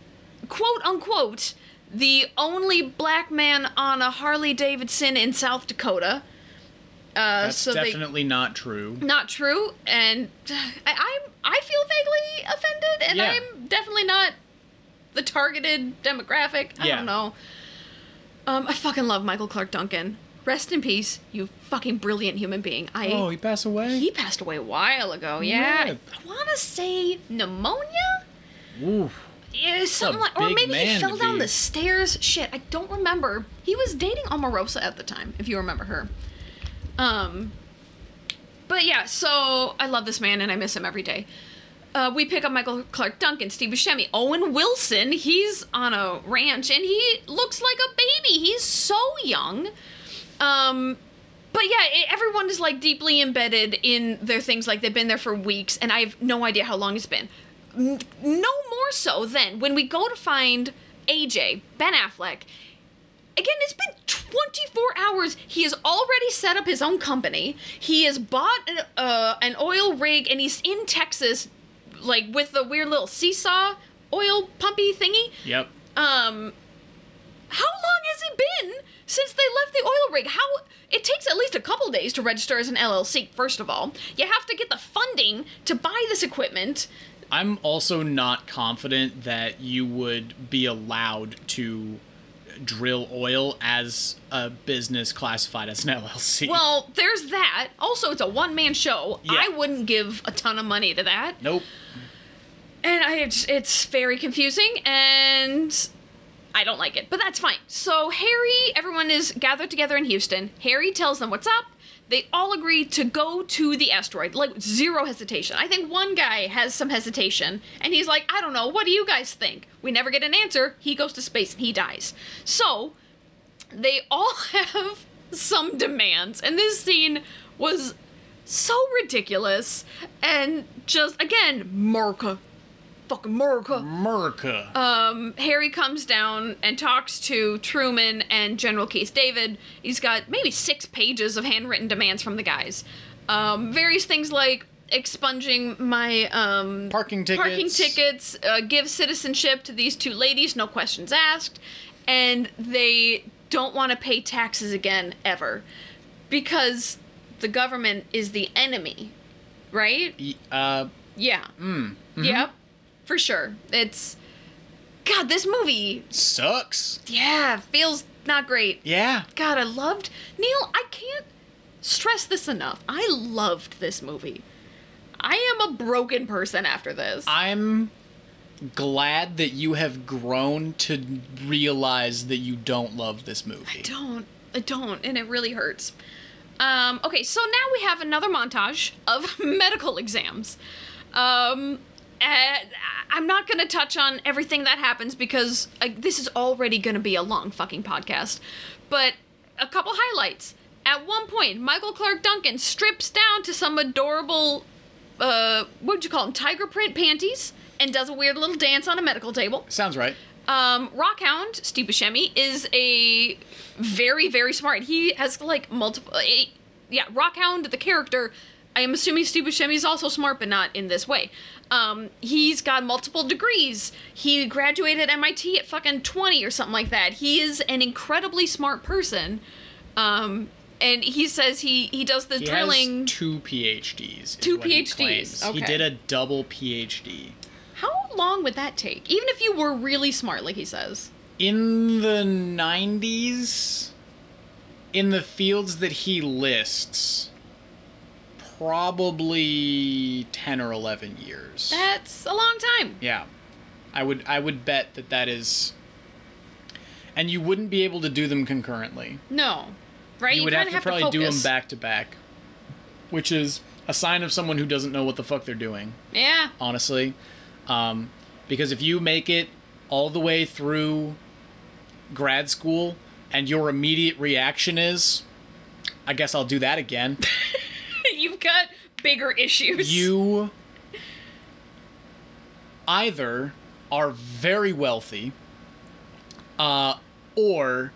C: quote unquote the only black man on a Harley Davidson in South Dakota. Uh,
D: That's
C: so they
D: definitely not true.
C: not true, and I, I'm I feel vaguely offended, and
D: Yeah.
C: I'm definitely not the targeted demographic. I
D: Yeah.
C: don't know. Um, I fucking love Michael Clark Duncan. Rest in peace, you fucking brilliant human being. I
D: Oh, he passed away.
C: he passed away a while ago. Yeah,
D: Yeah.
C: I want to say pneumonia.
D: Ooh.
C: Yeah, something like, or
D: big
C: maybe he
D: man
C: fell
D: to
C: down
D: be.
C: the stairs. Shit, I don't remember. He was dating Omarosa at the time, if you remember her. Um, but yeah, so I love this man and I miss him every day. Uh, we pick up Michael Clark Duncan, Steve Buscemi, Owen Wilson. He's on a ranch and he looks like a baby. He's so young. Um, but yeah, i everyone is like deeply embedded in their things. Like they've been there for weeks, and I have no idea how long it's been. N- No more so than when we go to find AJ Ben Affleck. Again, it's been 24 hours. He has already set up his own company. He has bought an, uh, an oil rig, and he's in Texas, like with the weird little seesaw oil pumpy thingy.
D: Yep.
C: Um, how long has it been since they left the oil rig? How it takes at least a couple days to register as an LLC. First of all, you have to get the funding to buy this equipment.
D: I'm also not confident that you would be allowed to drill oil as a business classified as an LLC.
C: Well, there's that. Also, it's a one-man show.
D: Yeah.
C: I wouldn't give a ton of money to that.
D: nope.
C: And I, it's, it's very confusing, and I don't like it, but that's fine. So, Harry, everyone is gathered together in Houston. Harry tells them what's up. They all agree to go to the asteroid, like zero hesitation. I think one guy has some hesitation, and he's like, I don't know, what do you guys think? We never get an answer. He goes to space and he dies. So, they all have some demands, and this scene was so ridiculous and just, again, Merca. Fucking Merca.
D: America.
C: Um, Harry comes down and talks to Truman and General Case David. He's got maybe six pages of handwritten demands from the guys. Um, various things like expunging my um,
D: Parking tickets.
C: parking tickets, uh, give citizenship to these two ladies, no questions asked, and they don't want to pay taxes again ever because the government is the enemy, right?
D: Y- uh,
C: Yeah.
D: mm-hmm.
C: Yep. For sure. It's God, this movie,
D: sucks.
C: yeah, feels not great.
D: Yeah.
C: God, I loved Neil, I can't stress this enough. I loved this movie. I am a broken person after this.
D: I'm glad that you have grown to realize that you don't love this movie.
C: I don't. I don't, and it really hurts. Um, okay, so now we have another montage of medical exams. Um, and I- I'm not going to touch on everything that happens because uh, this is already going to be a long fucking podcast. But a couple highlights. At one point, Michael Clark Duncan strips down to some adorable, uh, what would you call them, tiger print panties and does a weird little dance on a medical table.
D: Sounds right.
C: Um, Rockhound, Steve Buscemi, is a very, very smart. He has like multiple. eh, yeah, Rockhound, the character, I am assuming Steve Buscemi is also smart, but not in this way. Um, he's got multiple degrees. He graduated MIT at fucking 20 or something like that. He is an incredibly smart person. Um, and he says he, he does the
D: He
C: drilling.
D: has two PhDs. is
C: Two
D: what he
C: PhDs,
D: claims. He
C: okay.
D: did a double PhD.
C: How long would that take? Even if you were really smart, like he says.
D: in the 90s in the fields that he lists probably 10 or 11 years
C: That's a long time.
D: yeah i would i would bet that that is and you wouldn't be able to do them concurrently
C: No. Right?
D: you, would
C: kinda
D: have to probably do them
C: focus.
D: back to back which is a sign of someone who doesn't know what the fuck they're doing
C: Yeah.
D: honestly. Um, because if you make it all the way through grad school and your immediate reaction is, I guess I'll do that again,
C: bigger issues.
D: you either are very wealthy uh, or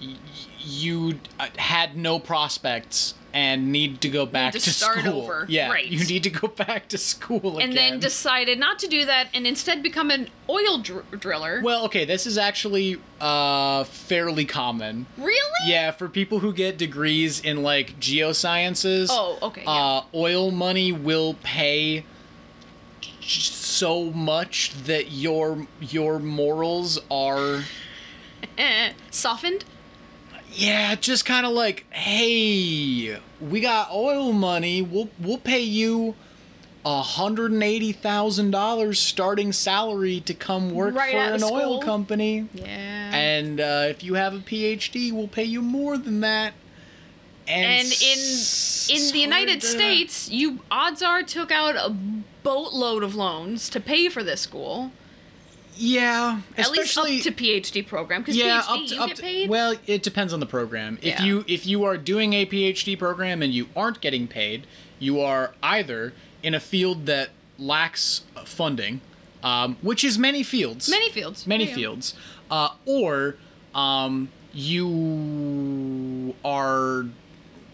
D: y- you uh, had no prospects and need to go back
C: to
D: to,
C: start
D: school.
C: over.
D: Yeah,
C: Right.
D: you need to go back to school
C: and
D: again.
C: then decided not to do that and instead become an oil dr- driller.
D: well, okay, this is actually uh, fairly common.
C: really?
D: Yeah, for people who get degrees in like geosciences.
C: Oh, okay, yeah.
D: Uh, oil money will pay j- so much that your your morals are
C: Eh, softened.
D: yeah, just kind of like hey, we got oil money. We'll we'll pay you a hundred and eighty thousand dollars starting salary to come work
C: Right
D: for
C: out
D: an
C: of
D: oil
C: school.
D: company.
C: Yeah.
D: And uh, if you have a PhD, we'll pay you more than that.
C: and in
D: s- uh,
C: in
D: it's
C: the United
D: hard to-
C: States, you odds are took out a boatload of loans to pay for this school,
D: yeah,
C: at least up
D: especially-
C: to PhD program. Because
D: yeah,
C: PhD,
D: up to,
C: you
D: up
C: get
D: to-
C: paid.
D: well, it depends on the program. If
C: Yeah.
D: you if you are doing a PhD program and you aren't getting paid, you are either in a field that lacks funding, um, which is many fields,
C: many fields.
D: many
C: Oh, Yeah.
D: fields, uh, or um, you are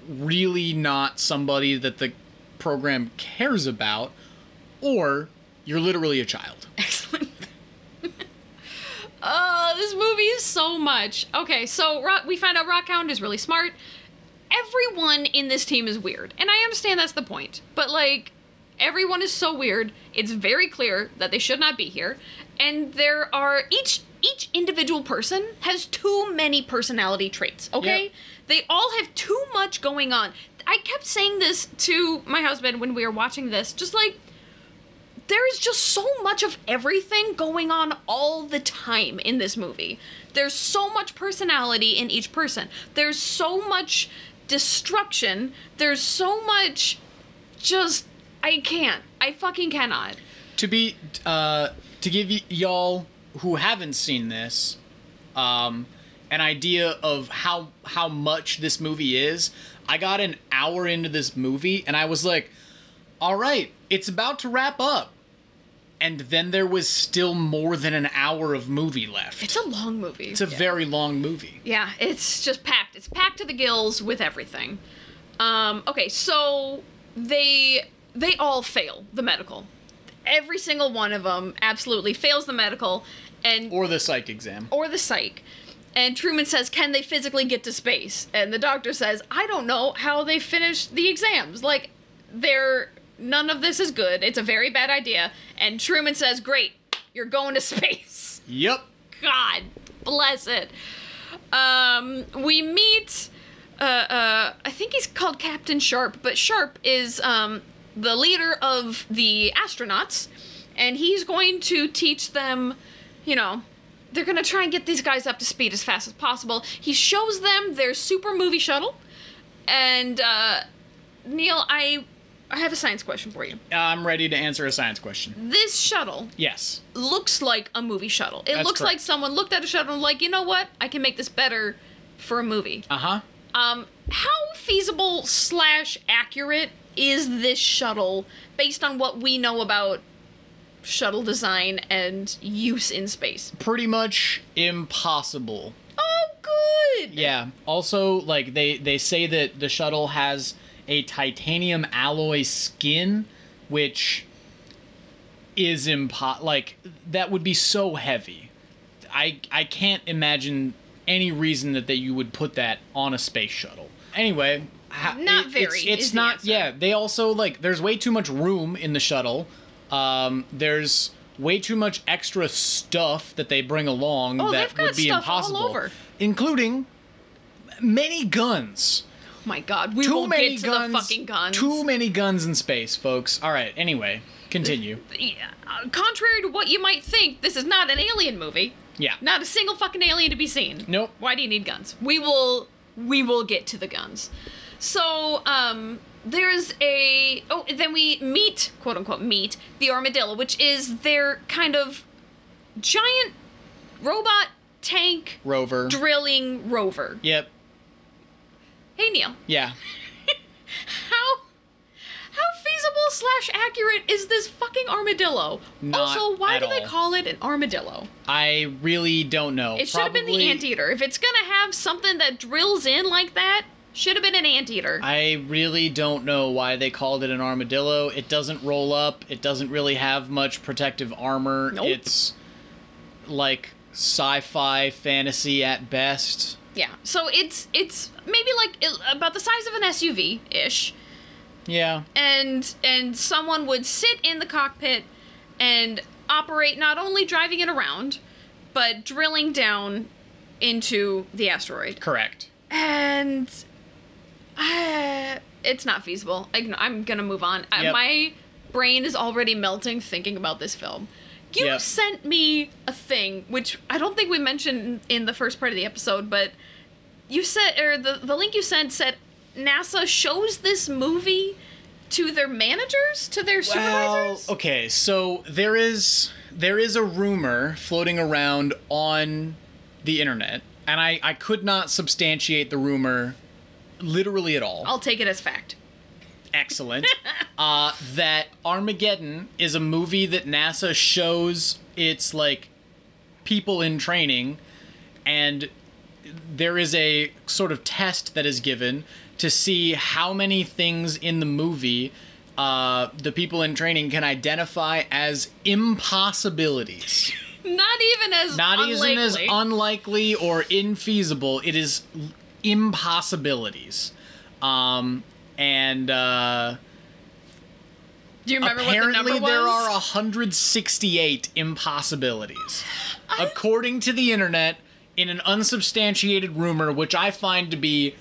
D: really not somebody that the program cares about, or you're literally a child.
C: Excellent. Oh, this movie is so much. Okay, so Rock, we find out Rockhound is really smart. Everyone in this team is weird, and I understand that's the point. But like, everyone is so weird. It's very clear that they should not be here, and there are each each individual person has too many personality traits. Okay,
D: Yep.
C: they all have too much going on. I kept saying this to my husband when we were watching this, just like there is just so much of everything going on all the time in this movie. There's so much personality in each person. There's so much destruction. There's so much just I can't. I fucking cannot.
D: to be uh, to give y- y'all who haven't seen this um, an idea of how how much this movie is i got an hour into this movie and i was like all right it's about to wrap up and then there was still more than an hour of movie left
C: It's a long movie.
D: it's a very long movie
C: Yeah, it's just packed. It's packed to the gills with everything. Um, okay, so they they all fail the medical. Every single one of them absolutely fails the medical and
D: or the psych exam
C: or the psych. And Truman says, Can they physically get to space? And the doctor says, I don't know how they finished the exams. Like, they're none of this is good. It's a very bad idea. And Truman says, Great, you're going to space.
D: yep
C: God bless it. Um, we meet. Uh, uh, I think he's called Captain Sharp, but Sharp is um, the leader of the astronauts, and he's going to teach them. You know, they're gonna try and get these guys up to speed as fast as possible. He shows them their super movie shuttle, and uh, Neil, I, I have a science question for you.
D: i'm ready to answer a science question
C: This shuttle
D: yes
C: looks like a movie shuttle. It
D: That's
C: looks
D: correct.
C: like someone looked at a shuttle and like, you know what? I can make this better for a movie.
D: uh-huh
C: Um, how feasible slash accurate is this shuttle based on what we know about shuttle design and use in space?
D: pretty much impossible
C: Oh, good.
D: Yeah. Also, like they they say that the shuttle has a titanium alloy skin, which is impo like that would be so heavy. I I can't imagine any reason that, that you would put that on a space shuttle. Anyway, ha-
C: Not
D: it-
C: very
D: It's,
C: is
D: it's
C: the
D: not.
C: answer.
D: yeah, they also like there's way too much room in the shuttle. Um, there's way too much extra stuff that they bring along
C: Oh,
D: that
C: they've got
D: would be
C: stuff all
D: impossible,
C: over.
D: including many guns.
C: Oh my God, we
D: Too
C: will
D: many
C: get to
D: guns.
C: the fucking guns.
D: Too many guns in space, folks. All right. Anyway, continue.
C: Yeah, uh, Contrary to what you might think, this is not an alien movie.
D: Yeah.
C: Not a single fucking alien to be seen.
D: Nope.
C: Why do you need guns? We will we will get to the guns. So, um there's a oh then we meet, quote unquote meet, the armadillo, which is their kind of giant robot tank
D: Rover.
C: drilling rover.
D: yep.
C: Hey Neil,
D: Yeah.
C: how how slash accurate is this fucking armadillo?
D: Not
C: also, why
D: at
C: do they
D: all.
C: call it an armadillo?
D: I really don't know.
C: It should have been the
D: Probably-
C: anteater. If it's gonna have something that drills in like that, should have been an anteater.
D: I really don't know why they called it an armadillo. It doesn't roll up. It doesn't really have much protective armor.
C: Nope.
D: It's like sci-fi fantasy at best.
C: yeah. So it's it's maybe like i- about the size of an SUV ish,
D: Yeah.
C: and and someone would sit in the cockpit and operate not only driving it around, but drilling down into the asteroid.
D: Correct.
C: and uh, it's not feasible. I, can- I'm gonna move on. I-
D: Yep.
C: my brain is already melting thinking about this film. You
D: Yep.
C: sent me a thing, which I don't think we mentioned in the first part of the episode, but you said, or the, the link you sent said NASA shows this movie to their managers, to their supervisors.
D: Well, okay, so there is there is a rumor floating around on the internet, and I I could not substantiate the rumor literally at all.
C: I'll take it as fact.
D: Excellent. uh, that Armageddon is a movie that NASA shows its like people in training, and there is a sort of test that is given to see how many things in the movie uh, the people in training can identify as impossibilities.
C: Not even as
D: Not even as
C: unlikely.
D: unlikely or infeasible. It is l- impossibilities. Um, and uh,
C: Do you remember what the
D: apparently
C: number was?
D: there are 168 impossibilities, according to the internet, in an unsubstantiated rumor, which I find to be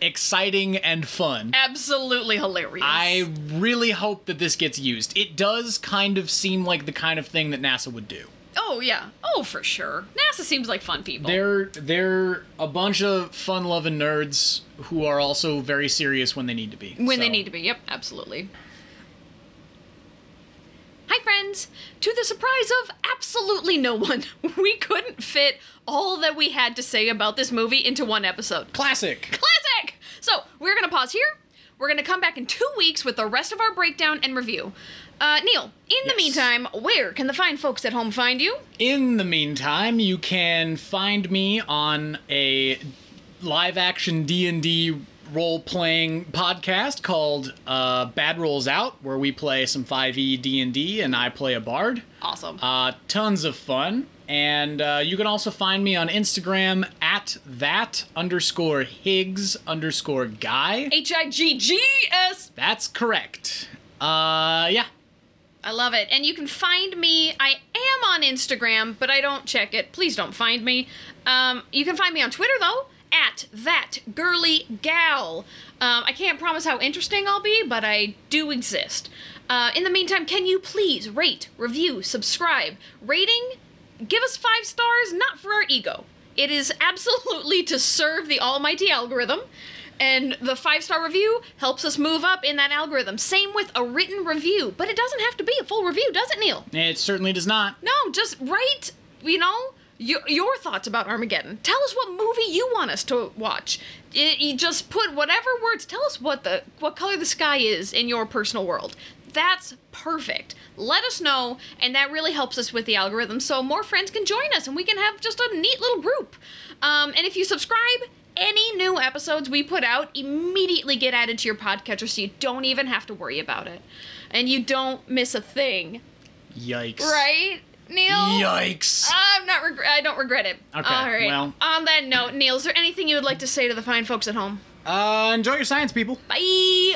D: exciting and fun.
C: Absolutely hilarious.
D: I really hope that this gets used. It does kind of seem like the kind of thing that NASA would do.
C: Oh yeah. Oh for sure. NASA seems like fun people.
D: They're they're a bunch of fun-loving nerds who are also very serious when they need to be.
C: when they
D: so-
C: need to be. Yep, absolutely. Hi friends. To the surprise of absolutely no one, we couldn't fit all that we had to say about this movie into one episode.
D: Classic.
C: Classic. So, we're going to pause here. We're going to come back in 2 weeks with the rest of our breakdown and review. Uh, Neil, in the
D: Yes.
C: meantime, where can the fine folks at home find you?
D: In the meantime, you can find me on a live-action D&D role-playing podcast called uh, Bad Rolls Out, where we play some 5e D&D and I play a bard.
C: Awesome.
D: Uh, tons of fun. And uh, you can also find me on Instagram at that underscore Higgs underscore guy.
C: H I G G S
D: That's correct. Uh, yeah.
C: I love it. And you can find me. I am on Instagram, but I don't check it. Please don't find me. Um, you can find me on Twitter though at that girly gal. Um, I can't promise how interesting I'll be, but I do exist. Uh, in the meantime, can you please rate, review, subscribe, rating? Give us five stars, not for our ego. It is absolutely to serve the almighty algorithm. And the five star review helps us move up in that algorithm. Same with a written review, but it doesn't have to be a full review, does it, Neil?
D: It certainly does not.
C: No, just write, you know, your, your thoughts about Armageddon. Tell us what movie you want us to watch. I- you just put whatever words. Tell us what the what color the sky is in your personal world. That's perfect. Let us know, and that really helps us with the algorithm, so more friends can join us, and we can have just a neat little group. Um, and if you subscribe, any new episodes we put out immediately get added to your podcatcher, so you don't even have to worry about it, and you don't miss a thing.
D: Yikes.
C: Right, Neil?
D: Yikes.
C: I'm not. Reg- I don't regret it.
D: Okay,
C: All right.
D: well.
C: On that note, Neil, is there anything you would like to say to the fine folks at home?
D: Uh, enjoy your science, people.
C: Bye.